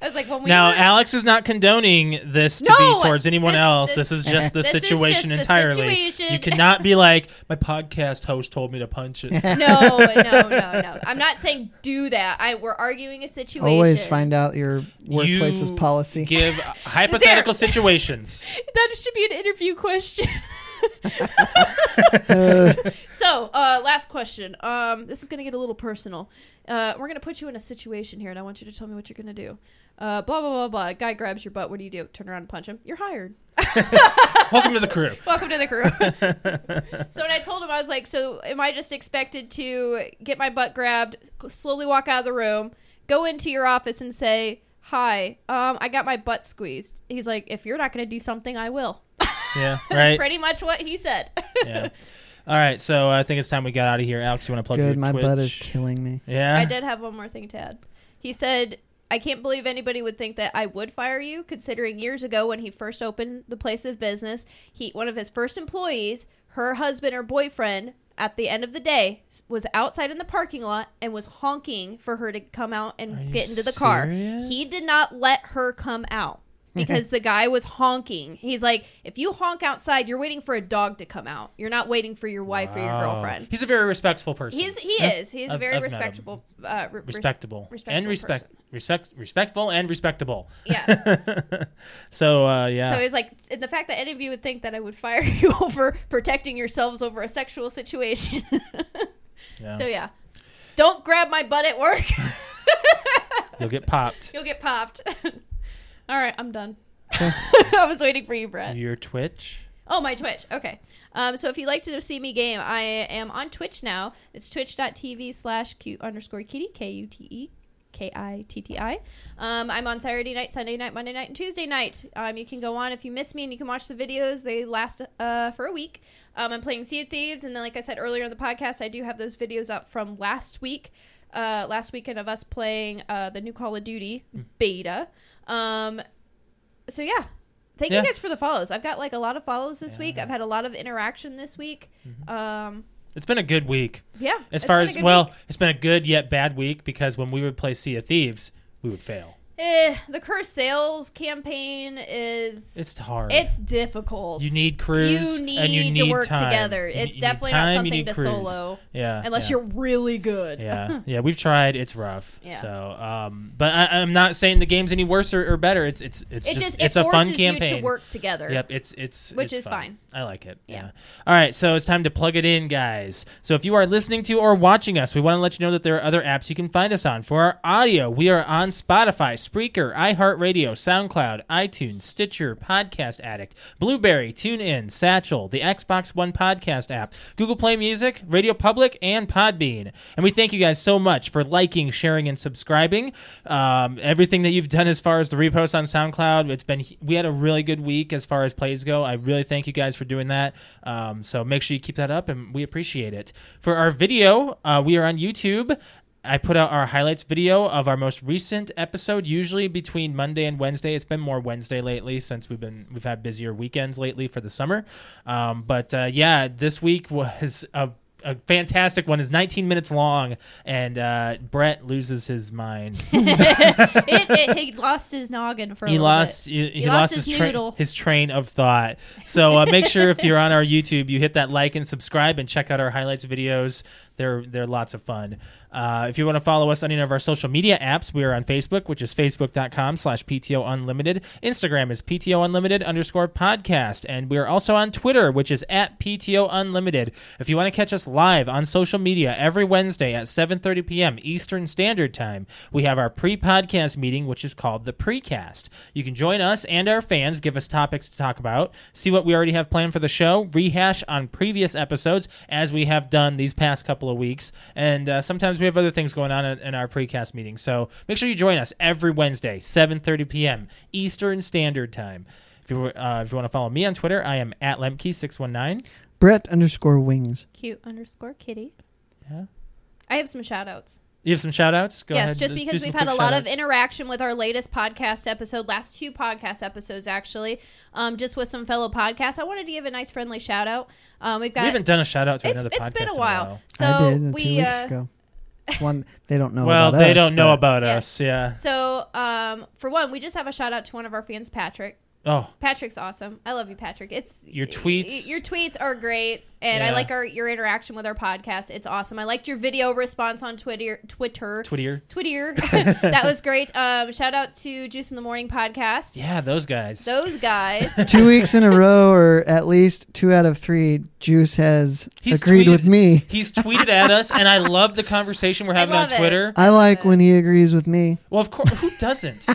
Speaker 1: I was like, when we
Speaker 3: now,
Speaker 1: were-
Speaker 3: Alex is not condoning this to
Speaker 1: No,
Speaker 3: be towards anyone
Speaker 1: this-
Speaker 3: else.
Speaker 1: this-
Speaker 3: This, is just the
Speaker 1: this is just
Speaker 3: situation
Speaker 1: the
Speaker 3: entirely.
Speaker 1: situation.
Speaker 3: You cannot be like my podcast host told me to punch it.
Speaker 1: no, no, no, no. I'm not saying do that. I we're arguing a situation.
Speaker 2: Always find out your
Speaker 3: You
Speaker 2: workplace's policy.
Speaker 3: Give hypothetical
Speaker 1: There.
Speaker 3: situations.
Speaker 1: that should be an interview question. So, uh, last question. Um, this is going to get a little personal. Uh, we're going to put you in a situation here, and I want you to tell me what you're going to do. Uh, blah, blah, blah, blah. Guy grabs your butt. What do you do? Turn around and punch him. You're hired.
Speaker 3: Welcome to the crew.
Speaker 1: Welcome to the crew. so, when I told him, I was like, So, am I just expected to get my butt grabbed, cl- slowly walk out of the room, go into your office, and say, Hi, um, I got my butt squeezed? He's like, If you're not going to do something, I will.
Speaker 3: Yeah,
Speaker 1: That's
Speaker 3: right.
Speaker 1: pretty much what he said.
Speaker 3: yeah. All right, so I think it's time we got out of here. Alex, you want to plug
Speaker 2: Good,
Speaker 3: your
Speaker 2: my
Speaker 3: Twitch?
Speaker 2: butt is killing me.
Speaker 3: Yeah,
Speaker 1: I did have one more thing to add. He said, I can't believe anybody would think that I would fire you, considering years ago when he first opened the place of business, he one of his first employees, her husband or boyfriend, at the end of the day, s- was outside in the parking lot and was honking for her to come out and
Speaker 3: Are you
Speaker 1: get into the car.
Speaker 3: serious?
Speaker 1: He did not let her come out because the guy was honking. He's like, if you honk outside, you're waiting for a dog to come out. You're not waiting for your wife or your
Speaker 3: Wow.
Speaker 1: girlfriend.
Speaker 3: He's a very respectful person.
Speaker 1: He's he
Speaker 3: Yeah.
Speaker 1: is. He's
Speaker 3: I've-
Speaker 1: very
Speaker 3: I've met him.
Speaker 1: respectable. Uh, re- res-
Speaker 3: respectable,
Speaker 1: respectable
Speaker 3: and respect,
Speaker 1: person.
Speaker 3: respect, respectful, and respectable.
Speaker 1: Yes.
Speaker 3: so uh, yeah,
Speaker 1: So he's like, and the fact that any of you would think that I would fire you over protecting yourselves over a sexual situation.
Speaker 3: yeah.
Speaker 1: So yeah, don't grab my butt at work.
Speaker 3: you'll get popped.
Speaker 1: You'll get popped. All right, I'm done. I was waiting for you, Brett.
Speaker 3: Your Twitch.
Speaker 1: Oh, my Twitch. Okay. Um, so if you'd like to see me game, I am on Twitch now. It's twitch.tv slash Q underscore kitty, K U T E K I T T I. Um, I'm on Saturday night, Sunday night, Monday night, and Tuesday night. Um, you can go on if you miss me and you can watch the videos. They last uh, for a week. Um, I'm playing Sea of Thieves. And then, like I said earlier in the podcast, I do have those videos up from last week. Uh, last weekend of us playing uh, the new Call of Duty
Speaker 3: Hmm.
Speaker 1: beta. Um, so yeah thank
Speaker 3: Yeah.
Speaker 1: you guys for the follows i've got like a lot of follows this week i've had a lot of interaction this week um
Speaker 3: It's been a good week.
Speaker 1: yeah
Speaker 3: Mm-hmm. As
Speaker 1: it's
Speaker 3: far
Speaker 1: been a
Speaker 3: as
Speaker 1: good
Speaker 3: well,
Speaker 1: week.
Speaker 3: it's been a good yet bad week because when we would play Sea of Thieves, we would fail.
Speaker 1: Eh, the curse sales campaign is it's,
Speaker 3: It's hard.
Speaker 1: difficult
Speaker 3: you need crews.
Speaker 1: You
Speaker 3: and you
Speaker 1: need
Speaker 3: need
Speaker 1: to work
Speaker 3: time.
Speaker 1: together.
Speaker 3: You-
Speaker 1: It's
Speaker 3: you need
Speaker 1: definitely not
Speaker 3: time, you
Speaker 1: something
Speaker 3: need
Speaker 1: to
Speaker 3: crews.
Speaker 1: solo,
Speaker 3: Yeah.
Speaker 1: unless
Speaker 3: yeah.
Speaker 1: you're really good
Speaker 3: yeah yeah we've tried it's rough
Speaker 1: Yeah.
Speaker 3: so um but I, i'm not saying the game's any worse or, or better it's it's it's
Speaker 1: it
Speaker 3: just,
Speaker 1: just,
Speaker 3: it's
Speaker 1: it
Speaker 3: a
Speaker 1: forces
Speaker 3: fun campaign
Speaker 1: you to work together
Speaker 3: Yep, it's it's
Speaker 1: Which is
Speaker 3: it's
Speaker 1: fine.
Speaker 3: I like it. Yeah.
Speaker 1: Yeah.
Speaker 3: All right, so it's time to plug it in, guys. So if you are listening to or watching us, we want to let you know that there are other apps you can find us on. For our audio, we are on Spotify, Spreaker, iHeartRadio, SoundCloud, iTunes, Stitcher, Podcast Addict, Blueberry, TuneIn, Satchel, the Xbox One podcast app, Google Play Music, Radio Public, and Podbean. And we thank you guys so much for liking, sharing, and subscribing. Um, everything that you've done as far as the reposts on SoundCloud, it's been we had a really good week as far as plays go. I really thank you guys for doing that. Um, so make sure you keep that up, and we appreciate it. For our video, uh, we are on YouTube. I put out our highlights video of our most recent episode, usually between Monday and Wednesday. It's been more Wednesday lately since we've been we've had busier weekends lately for the summer. Um, but uh, yeah, this week was a a fantastic one is 19 minutes long, and uh, Brett loses his mind.
Speaker 1: it, it, he lost his noggin for a
Speaker 3: he
Speaker 1: little
Speaker 3: lost
Speaker 1: bit.
Speaker 3: he, he
Speaker 1: lost
Speaker 3: lost
Speaker 1: his
Speaker 3: his, train
Speaker 1: noodle.
Speaker 3: his train of thought so uh, make sure if you're on our youtube you hit that like and subscribe and check out our highlights videos they're they're lots of fun uh, if you want to follow us on any of our social media apps we are on facebook which is facebook.com slash pto unlimited instagram is pto unlimited underscore podcast and we are also on twitter which is at pto unlimited if you want to catch us live on social media every wednesday at 7.30 p.m eastern standard time we have our pre-podcast meeting which is called the precast you can join us and our fans give us topics to talk about see what we already have planned for the show rehash on previous episodes as we have done these past couple of weeks and uh, sometimes we have other things going on in, in our precast meeting so make sure you join us every wednesday 7.30 p.m eastern standard time if you, uh, if you want to follow me on twitter i am at lemke619
Speaker 2: Brett underscore wings.
Speaker 1: cute underscore kitty
Speaker 3: Yeah.
Speaker 1: i have some shout outs
Speaker 3: you have some shout outs go
Speaker 1: yes,
Speaker 3: ahead
Speaker 1: just
Speaker 3: let's do
Speaker 1: because
Speaker 3: some
Speaker 1: we've had a
Speaker 3: quick
Speaker 1: lot of
Speaker 3: shout-outs.
Speaker 1: interaction with our latest podcast episode, last two podcast episodes actually, um, just with some fellow podcasts. I wanted to give a nice friendly shout out. Um, we've
Speaker 3: we
Speaker 1: got
Speaker 3: haven't done a shout out to
Speaker 1: it's,
Speaker 3: another
Speaker 1: it's
Speaker 3: podcast
Speaker 1: been a
Speaker 3: in
Speaker 1: while. So
Speaker 2: I did uh,
Speaker 1: we
Speaker 2: two weeks
Speaker 1: uh,
Speaker 2: ago. One they don't know.
Speaker 3: Well,
Speaker 2: about
Speaker 3: they
Speaker 2: us,
Speaker 3: don't know
Speaker 2: but
Speaker 3: about
Speaker 1: Yeah.
Speaker 3: us. Yeah.
Speaker 1: So, um, for one, we just have a shout out to one of our fans, Patrick.
Speaker 3: Oh,
Speaker 1: Patrick's awesome. I love you, Patrick. It's
Speaker 3: Your tweets.
Speaker 1: Your tweets are great, and I
Speaker 3: Yeah.
Speaker 1: like our your interaction with our podcast. It's awesome. I liked your video response on Twitter. Twitter.
Speaker 3: Twittier.
Speaker 1: Twitter. that was great. Um, shout out to Juice in the Morning podcast.
Speaker 3: Yeah, those guys.
Speaker 1: Those guys.
Speaker 2: two weeks in a row, or at least two out of three, Juice has agreed
Speaker 3: tweeted-
Speaker 2: with me.
Speaker 3: He's tweeted at us, and I love the conversation we're having on
Speaker 1: love it.
Speaker 3: Twitter.
Speaker 2: I like when he agrees with me.
Speaker 3: Well, of course, who doesn't?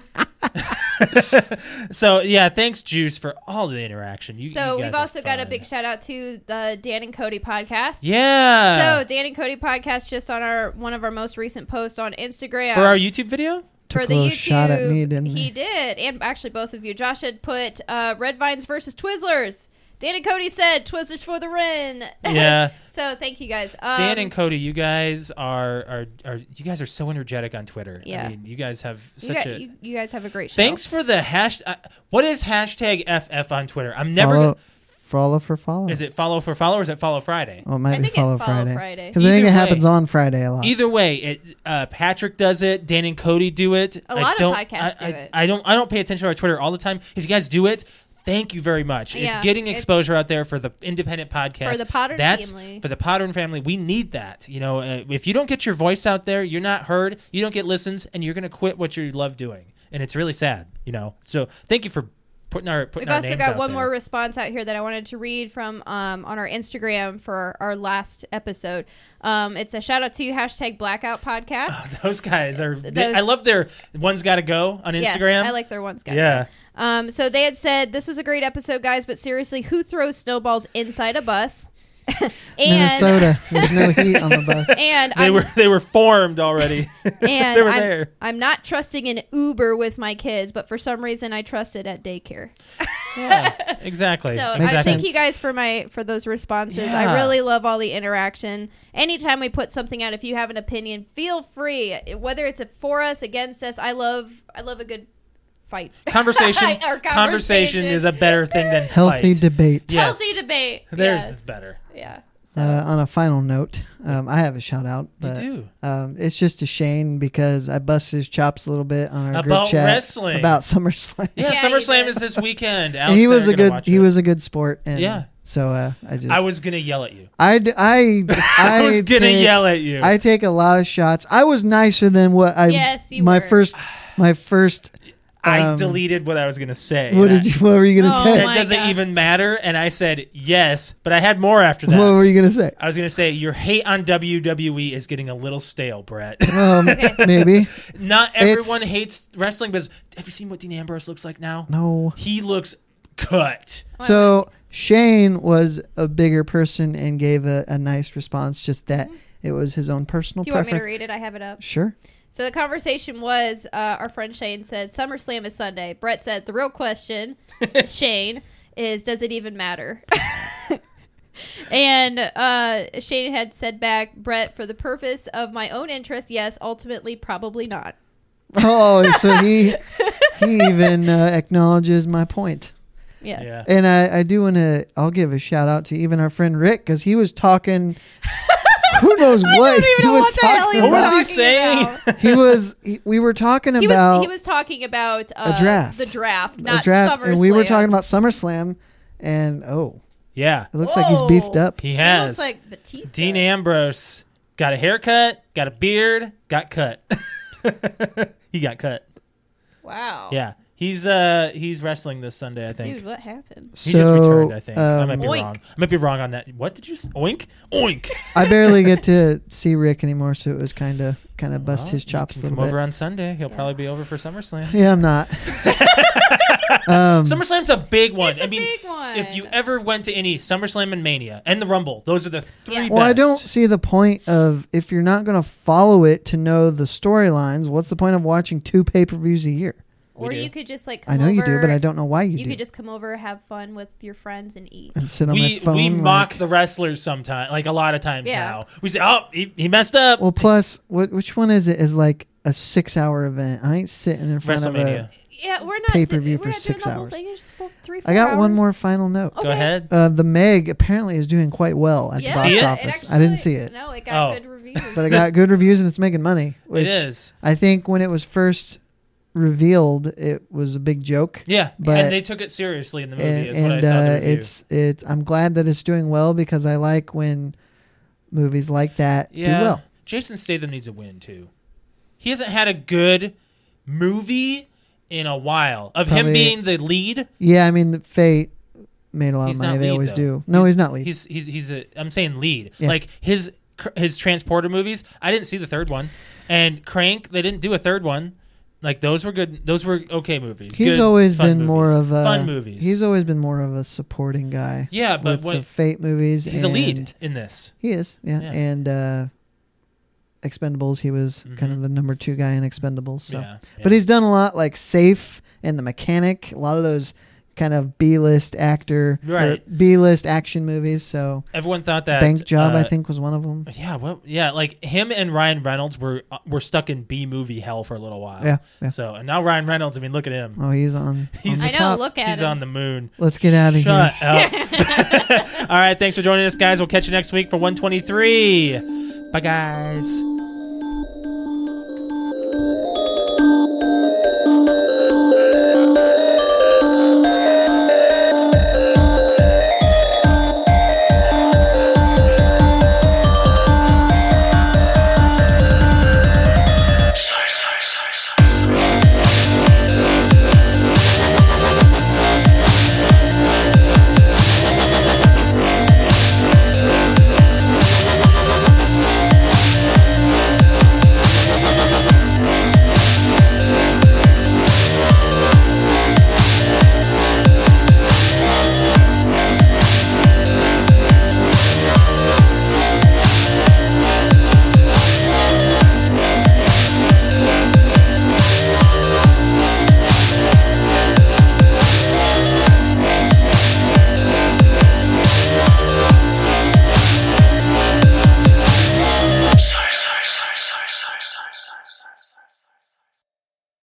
Speaker 3: so yeah, thanks Juice for all the interaction. You,
Speaker 1: So
Speaker 3: you
Speaker 1: we've
Speaker 3: guys are
Speaker 1: also got a
Speaker 3: fun.
Speaker 1: big shout out to the Dan and Cody podcast.
Speaker 3: yeah.
Speaker 1: So Dan and Cody podcast just on our one of our most recent posts on Instagram
Speaker 3: for our YouTube video,
Speaker 1: for
Speaker 2: Took
Speaker 1: the
Speaker 2: a
Speaker 1: YouTube.
Speaker 2: little shot at me, didn't
Speaker 1: he
Speaker 2: he?
Speaker 1: did, and actually both of you. Josh had put uh, Red Vines versus Twizzlers. Dan and Cody said Twizzlers for the win.
Speaker 3: yeah.
Speaker 1: so thank you guys. Um,
Speaker 3: Dan and Cody, you guys are, are are you guys are so energetic on Twitter.
Speaker 1: Yeah.
Speaker 3: I mean, you guys have
Speaker 1: you,
Speaker 3: such
Speaker 1: guys,
Speaker 3: a.
Speaker 1: you, you guys have a great show.
Speaker 3: Thanks for the hash. Uh, what is hashtag FF on Twitter? I'm never.
Speaker 2: follow,
Speaker 3: gonna-
Speaker 2: follow for follow.
Speaker 3: is it follow for follow or is it follow Friday?
Speaker 2: Oh, it might
Speaker 1: I
Speaker 2: be
Speaker 1: think it
Speaker 2: follow,
Speaker 1: follow
Speaker 2: Friday.
Speaker 1: Friday.
Speaker 2: Because I think
Speaker 3: Either
Speaker 2: it
Speaker 3: way.
Speaker 2: happens on Friday a lot.
Speaker 3: Either way, it, uh, Patrick does it. Dan and Cody do it.
Speaker 1: A
Speaker 3: I
Speaker 1: lot of
Speaker 3: don't-
Speaker 1: podcasts
Speaker 3: I,
Speaker 1: do
Speaker 3: I-
Speaker 1: it.
Speaker 3: I don't. I don't pay attention to our Twitter all the time. If you guys do it, thank you very much.
Speaker 1: Yeah,
Speaker 3: it's getting
Speaker 1: it's-
Speaker 3: exposure out there for the independent podcast.
Speaker 1: For the Podern
Speaker 3: That's
Speaker 1: family.
Speaker 3: for the Podern family. We need that. You know, uh, if you don't get your voice out there, you're not heard. You don't get listens, and you're going to quit what you love doing. And it's really sad. You know. So thank you for putting our putting
Speaker 1: We've
Speaker 3: our
Speaker 1: also
Speaker 3: names
Speaker 1: got
Speaker 3: out
Speaker 1: one
Speaker 3: there.
Speaker 1: more response out here that I wanted to read from um, on our Instagram for our last episode. Um, it's a shout out to you, hashtag Blackout Podcast.
Speaker 3: Those guys are. they-
Speaker 1: Those-
Speaker 3: I love their one's got to go on Instagram.
Speaker 1: Yes, I like their ones, guys.
Speaker 3: Yeah.
Speaker 1: Um, so they had said this was a great episode, guys, but seriously, who throws snowballs inside a bus? and
Speaker 2: Minnesota. There's no heat on the bus.
Speaker 1: And
Speaker 3: They
Speaker 1: I'm,
Speaker 3: were they were formed already.
Speaker 1: and
Speaker 3: they were
Speaker 1: I'm,
Speaker 3: there.
Speaker 1: I'm not trusting an Uber with my kids, but for some reason I trust it at daycare.
Speaker 3: Yeah, exactly.
Speaker 1: So
Speaker 2: Makes
Speaker 1: I
Speaker 3: exactly.
Speaker 1: thank you guys for my for those responses. I
Speaker 3: Yeah.
Speaker 1: really love all the interaction. Anytime we put something out, if you have an opinion, feel free. Whether it's a for us, against us, I love I love a good fight.
Speaker 3: Conversation,
Speaker 1: Our
Speaker 3: conversation is a better thing than
Speaker 2: Healthy
Speaker 3: fight.
Speaker 2: debate.
Speaker 3: Yes.
Speaker 1: healthy debate.
Speaker 3: There's
Speaker 1: yes.
Speaker 3: better.
Speaker 1: Yeah. So
Speaker 2: Uh, on a final note, um, I have a shout out, but
Speaker 3: do.
Speaker 2: Um, it's just a shame because I bust his chops a little bit on our
Speaker 3: About
Speaker 2: group chat
Speaker 3: wrestling.
Speaker 2: about SummerSlam.
Speaker 3: Yeah,
Speaker 1: Yeah, you
Speaker 3: SummerSlam
Speaker 1: did.
Speaker 3: is this weekend.
Speaker 2: And he
Speaker 3: Al's
Speaker 2: was
Speaker 3: there
Speaker 2: a
Speaker 3: gonna
Speaker 2: good
Speaker 3: watch
Speaker 2: he
Speaker 3: it.
Speaker 2: was a good sport and
Speaker 3: Yeah.
Speaker 2: so uh, I just
Speaker 3: I was gonna yell at you.
Speaker 2: I d- I I,
Speaker 3: I, was gonna
Speaker 2: take-
Speaker 3: yell at you.
Speaker 2: I take a lot of shots. I was nicer than what I
Speaker 1: Yes, you
Speaker 2: my
Speaker 1: were.
Speaker 2: first my first
Speaker 3: I
Speaker 2: um,
Speaker 3: deleted what I was gonna say.
Speaker 2: what
Speaker 3: and
Speaker 2: did you what were you gonna
Speaker 1: Oh
Speaker 2: say?
Speaker 3: I,
Speaker 1: my-
Speaker 3: that doesn't
Speaker 1: God.
Speaker 3: even matter. And I said yes, but I had more after that.
Speaker 2: What were you gonna say?
Speaker 3: I was gonna say your hate on WWE is getting a little stale, Brett.
Speaker 2: Um, maybe
Speaker 3: Not
Speaker 2: It's-
Speaker 3: everyone hates wrestling, but have you seen what Dean Ambrose looks like now?
Speaker 2: no.
Speaker 3: He looks cut.
Speaker 2: So Shane was a bigger person and gave a, a nice response. Just that it was his own personal
Speaker 1: Mm-hmm. do you want me
Speaker 2: preference.
Speaker 1: to read it? I have it up.
Speaker 2: Sure.
Speaker 1: So the conversation was uh, our friend Shane said SummerSlam is Sunday. Brett said the real question, Shane, is does it even matter? and uh, Shane had said back, Brett, for the purpose of my own interest, yes, ultimately probably not.
Speaker 2: Oh, and so he he even uh, acknowledges my point.
Speaker 1: Yes.
Speaker 3: Yeah.
Speaker 2: And I, I do want to. I'll give a shout out to even our friend Rick because he was talking. Who knows what
Speaker 1: I
Speaker 2: he
Speaker 1: don't even know
Speaker 2: was
Speaker 1: what the hell
Speaker 2: talking
Speaker 1: he
Speaker 3: What
Speaker 1: was
Speaker 3: was he
Speaker 2: about?
Speaker 1: talking
Speaker 3: saying?
Speaker 1: about.
Speaker 2: He was. He, we were talking
Speaker 1: He
Speaker 2: about
Speaker 1: was he was talking about uh,
Speaker 2: draft.
Speaker 1: the draft, not
Speaker 2: a draft,
Speaker 1: SummerSlam.
Speaker 2: and we were talking about SummerSlam, and oh,
Speaker 3: Yeah,
Speaker 2: it looks like he's beefed
Speaker 1: Whoa.
Speaker 2: up.
Speaker 3: he
Speaker 1: He
Speaker 3: has.
Speaker 1: looks like Batista.
Speaker 3: Dean Ambrose got a haircut, got a beard, got cut. he got cut.
Speaker 1: Wow.
Speaker 3: Yeah, he's uh he's wrestling this Sunday, I think.
Speaker 1: Dude, what happened?
Speaker 3: he
Speaker 2: so
Speaker 3: just returned, I think. I might
Speaker 2: um,
Speaker 3: be
Speaker 1: Oink.
Speaker 3: wrong. I might be wrong on that. What did you say? Oink? Oink.
Speaker 2: I barely get to see Rick anymore, so it was kind of kind of bust
Speaker 3: Well,
Speaker 2: his
Speaker 3: you
Speaker 2: chops a
Speaker 3: can
Speaker 2: little
Speaker 3: come
Speaker 2: bit.
Speaker 3: over on Sunday. He'll probably be over for SummerSlam.
Speaker 2: yeah, I'm not. um,
Speaker 3: SummerSlam's a big one.
Speaker 1: It's a
Speaker 3: I mean,
Speaker 1: big one.
Speaker 3: if you ever went to any SummerSlam and Mania and the Rumble, those are the three
Speaker 1: Yeah.
Speaker 3: best.
Speaker 2: well, I don't see the point of if you're not going to follow it to know the storylines. What's the point of watching two pay per views a year?
Speaker 3: We
Speaker 1: or
Speaker 3: do.
Speaker 1: you could just like
Speaker 2: I know you do, but I don't know why you,
Speaker 1: You
Speaker 2: do.
Speaker 1: could just come over, have fun with your friends, and eat.
Speaker 2: and sit on my
Speaker 3: We,
Speaker 2: phone.
Speaker 3: we
Speaker 2: like-
Speaker 3: mock the wrestlers sometimes, like a lot of times
Speaker 1: Yeah.
Speaker 3: now. We say, oh, he, he messed up.
Speaker 2: Well, plus, what, which one is it? Is like a six-hour event. I ain't sitting in front of
Speaker 3: WrestleMania.
Speaker 2: a.
Speaker 1: Yeah, we're not
Speaker 2: Pay-per-view
Speaker 1: we're
Speaker 2: for
Speaker 1: not
Speaker 2: six
Speaker 1: doing the
Speaker 2: hours.
Speaker 1: Whole thing. It's just four, three,
Speaker 2: I got
Speaker 1: four
Speaker 2: one
Speaker 1: hours.
Speaker 2: more final note.
Speaker 1: Oh,
Speaker 3: Go
Speaker 1: Okay.
Speaker 3: ahead.
Speaker 2: Uh, the Meg apparently is doing quite well at
Speaker 1: Yeah,
Speaker 2: the box
Speaker 3: it
Speaker 2: office. I didn't see it,
Speaker 1: No, it got
Speaker 3: Oh.
Speaker 1: good reviews.
Speaker 2: but it got good reviews and it's making money. Which
Speaker 3: it is.
Speaker 2: I think when it was first revealed it was a big joke.
Speaker 3: Yeah,
Speaker 2: But-
Speaker 3: and they took it seriously in the movie.
Speaker 2: and
Speaker 3: is what I
Speaker 2: and
Speaker 3: saw in the
Speaker 2: uh,
Speaker 3: review.
Speaker 2: it's it's I'm glad that it's doing well because I like when movies like that
Speaker 3: yeah.
Speaker 2: do well.
Speaker 3: Jason Statham needs a win too. He hasn't had a good movie in a while. Of him
Speaker 2: Probably-
Speaker 3: being the lead,
Speaker 2: Yeah, I mean, the Fate made a lot
Speaker 3: He's
Speaker 2: of money.
Speaker 3: not
Speaker 2: They
Speaker 3: lead,
Speaker 2: always
Speaker 3: though.
Speaker 2: do. No, he's not lead.
Speaker 3: he's he's he's a. I'm saying lead.
Speaker 2: Yeah.
Speaker 3: Like his cr- his transporter movies. I didn't see the third one, and Crank. They didn't do a third one. Like those were good. Those were okay movies.
Speaker 2: he's
Speaker 3: Good,
Speaker 2: always
Speaker 3: fun
Speaker 2: been more
Speaker 3: movies.
Speaker 2: of a
Speaker 3: fun movies.
Speaker 2: He's always been more of a supporting guy.
Speaker 3: yeah, but
Speaker 2: with the
Speaker 3: what,
Speaker 2: Fate movies,
Speaker 3: he's a lead
Speaker 2: and-
Speaker 3: in this.
Speaker 2: He is, yeah.
Speaker 3: Yeah.
Speaker 2: And uh, Expendables, he was
Speaker 3: Mm-hmm.
Speaker 2: kind of the number two guy in Expendables. So,
Speaker 3: Yeah,
Speaker 2: but
Speaker 3: yeah.
Speaker 2: he's done a lot like Safe and The Mechanic, a lot of those kind of B list actor,
Speaker 3: Right.
Speaker 2: B list action movies. So
Speaker 3: everyone thought that
Speaker 2: Bank Job, I
Speaker 3: uh,
Speaker 2: think, was one of them.
Speaker 3: Yeah, well, yeah, like him and Ryan Reynolds were uh, were stuck in B movie hell for a little while.
Speaker 2: Yeah, yeah.
Speaker 3: So and now Ryan Reynolds, I mean, look at him.
Speaker 2: Oh, he's on.
Speaker 3: He's-
Speaker 2: on the
Speaker 1: I know.
Speaker 2: top.
Speaker 1: Look at
Speaker 3: He's
Speaker 1: him.
Speaker 3: on the moon.
Speaker 2: Let's get out of here.
Speaker 3: Shut up. All right, thanks for joining us, guys. We'll catch you next week for 123. Bye, guys.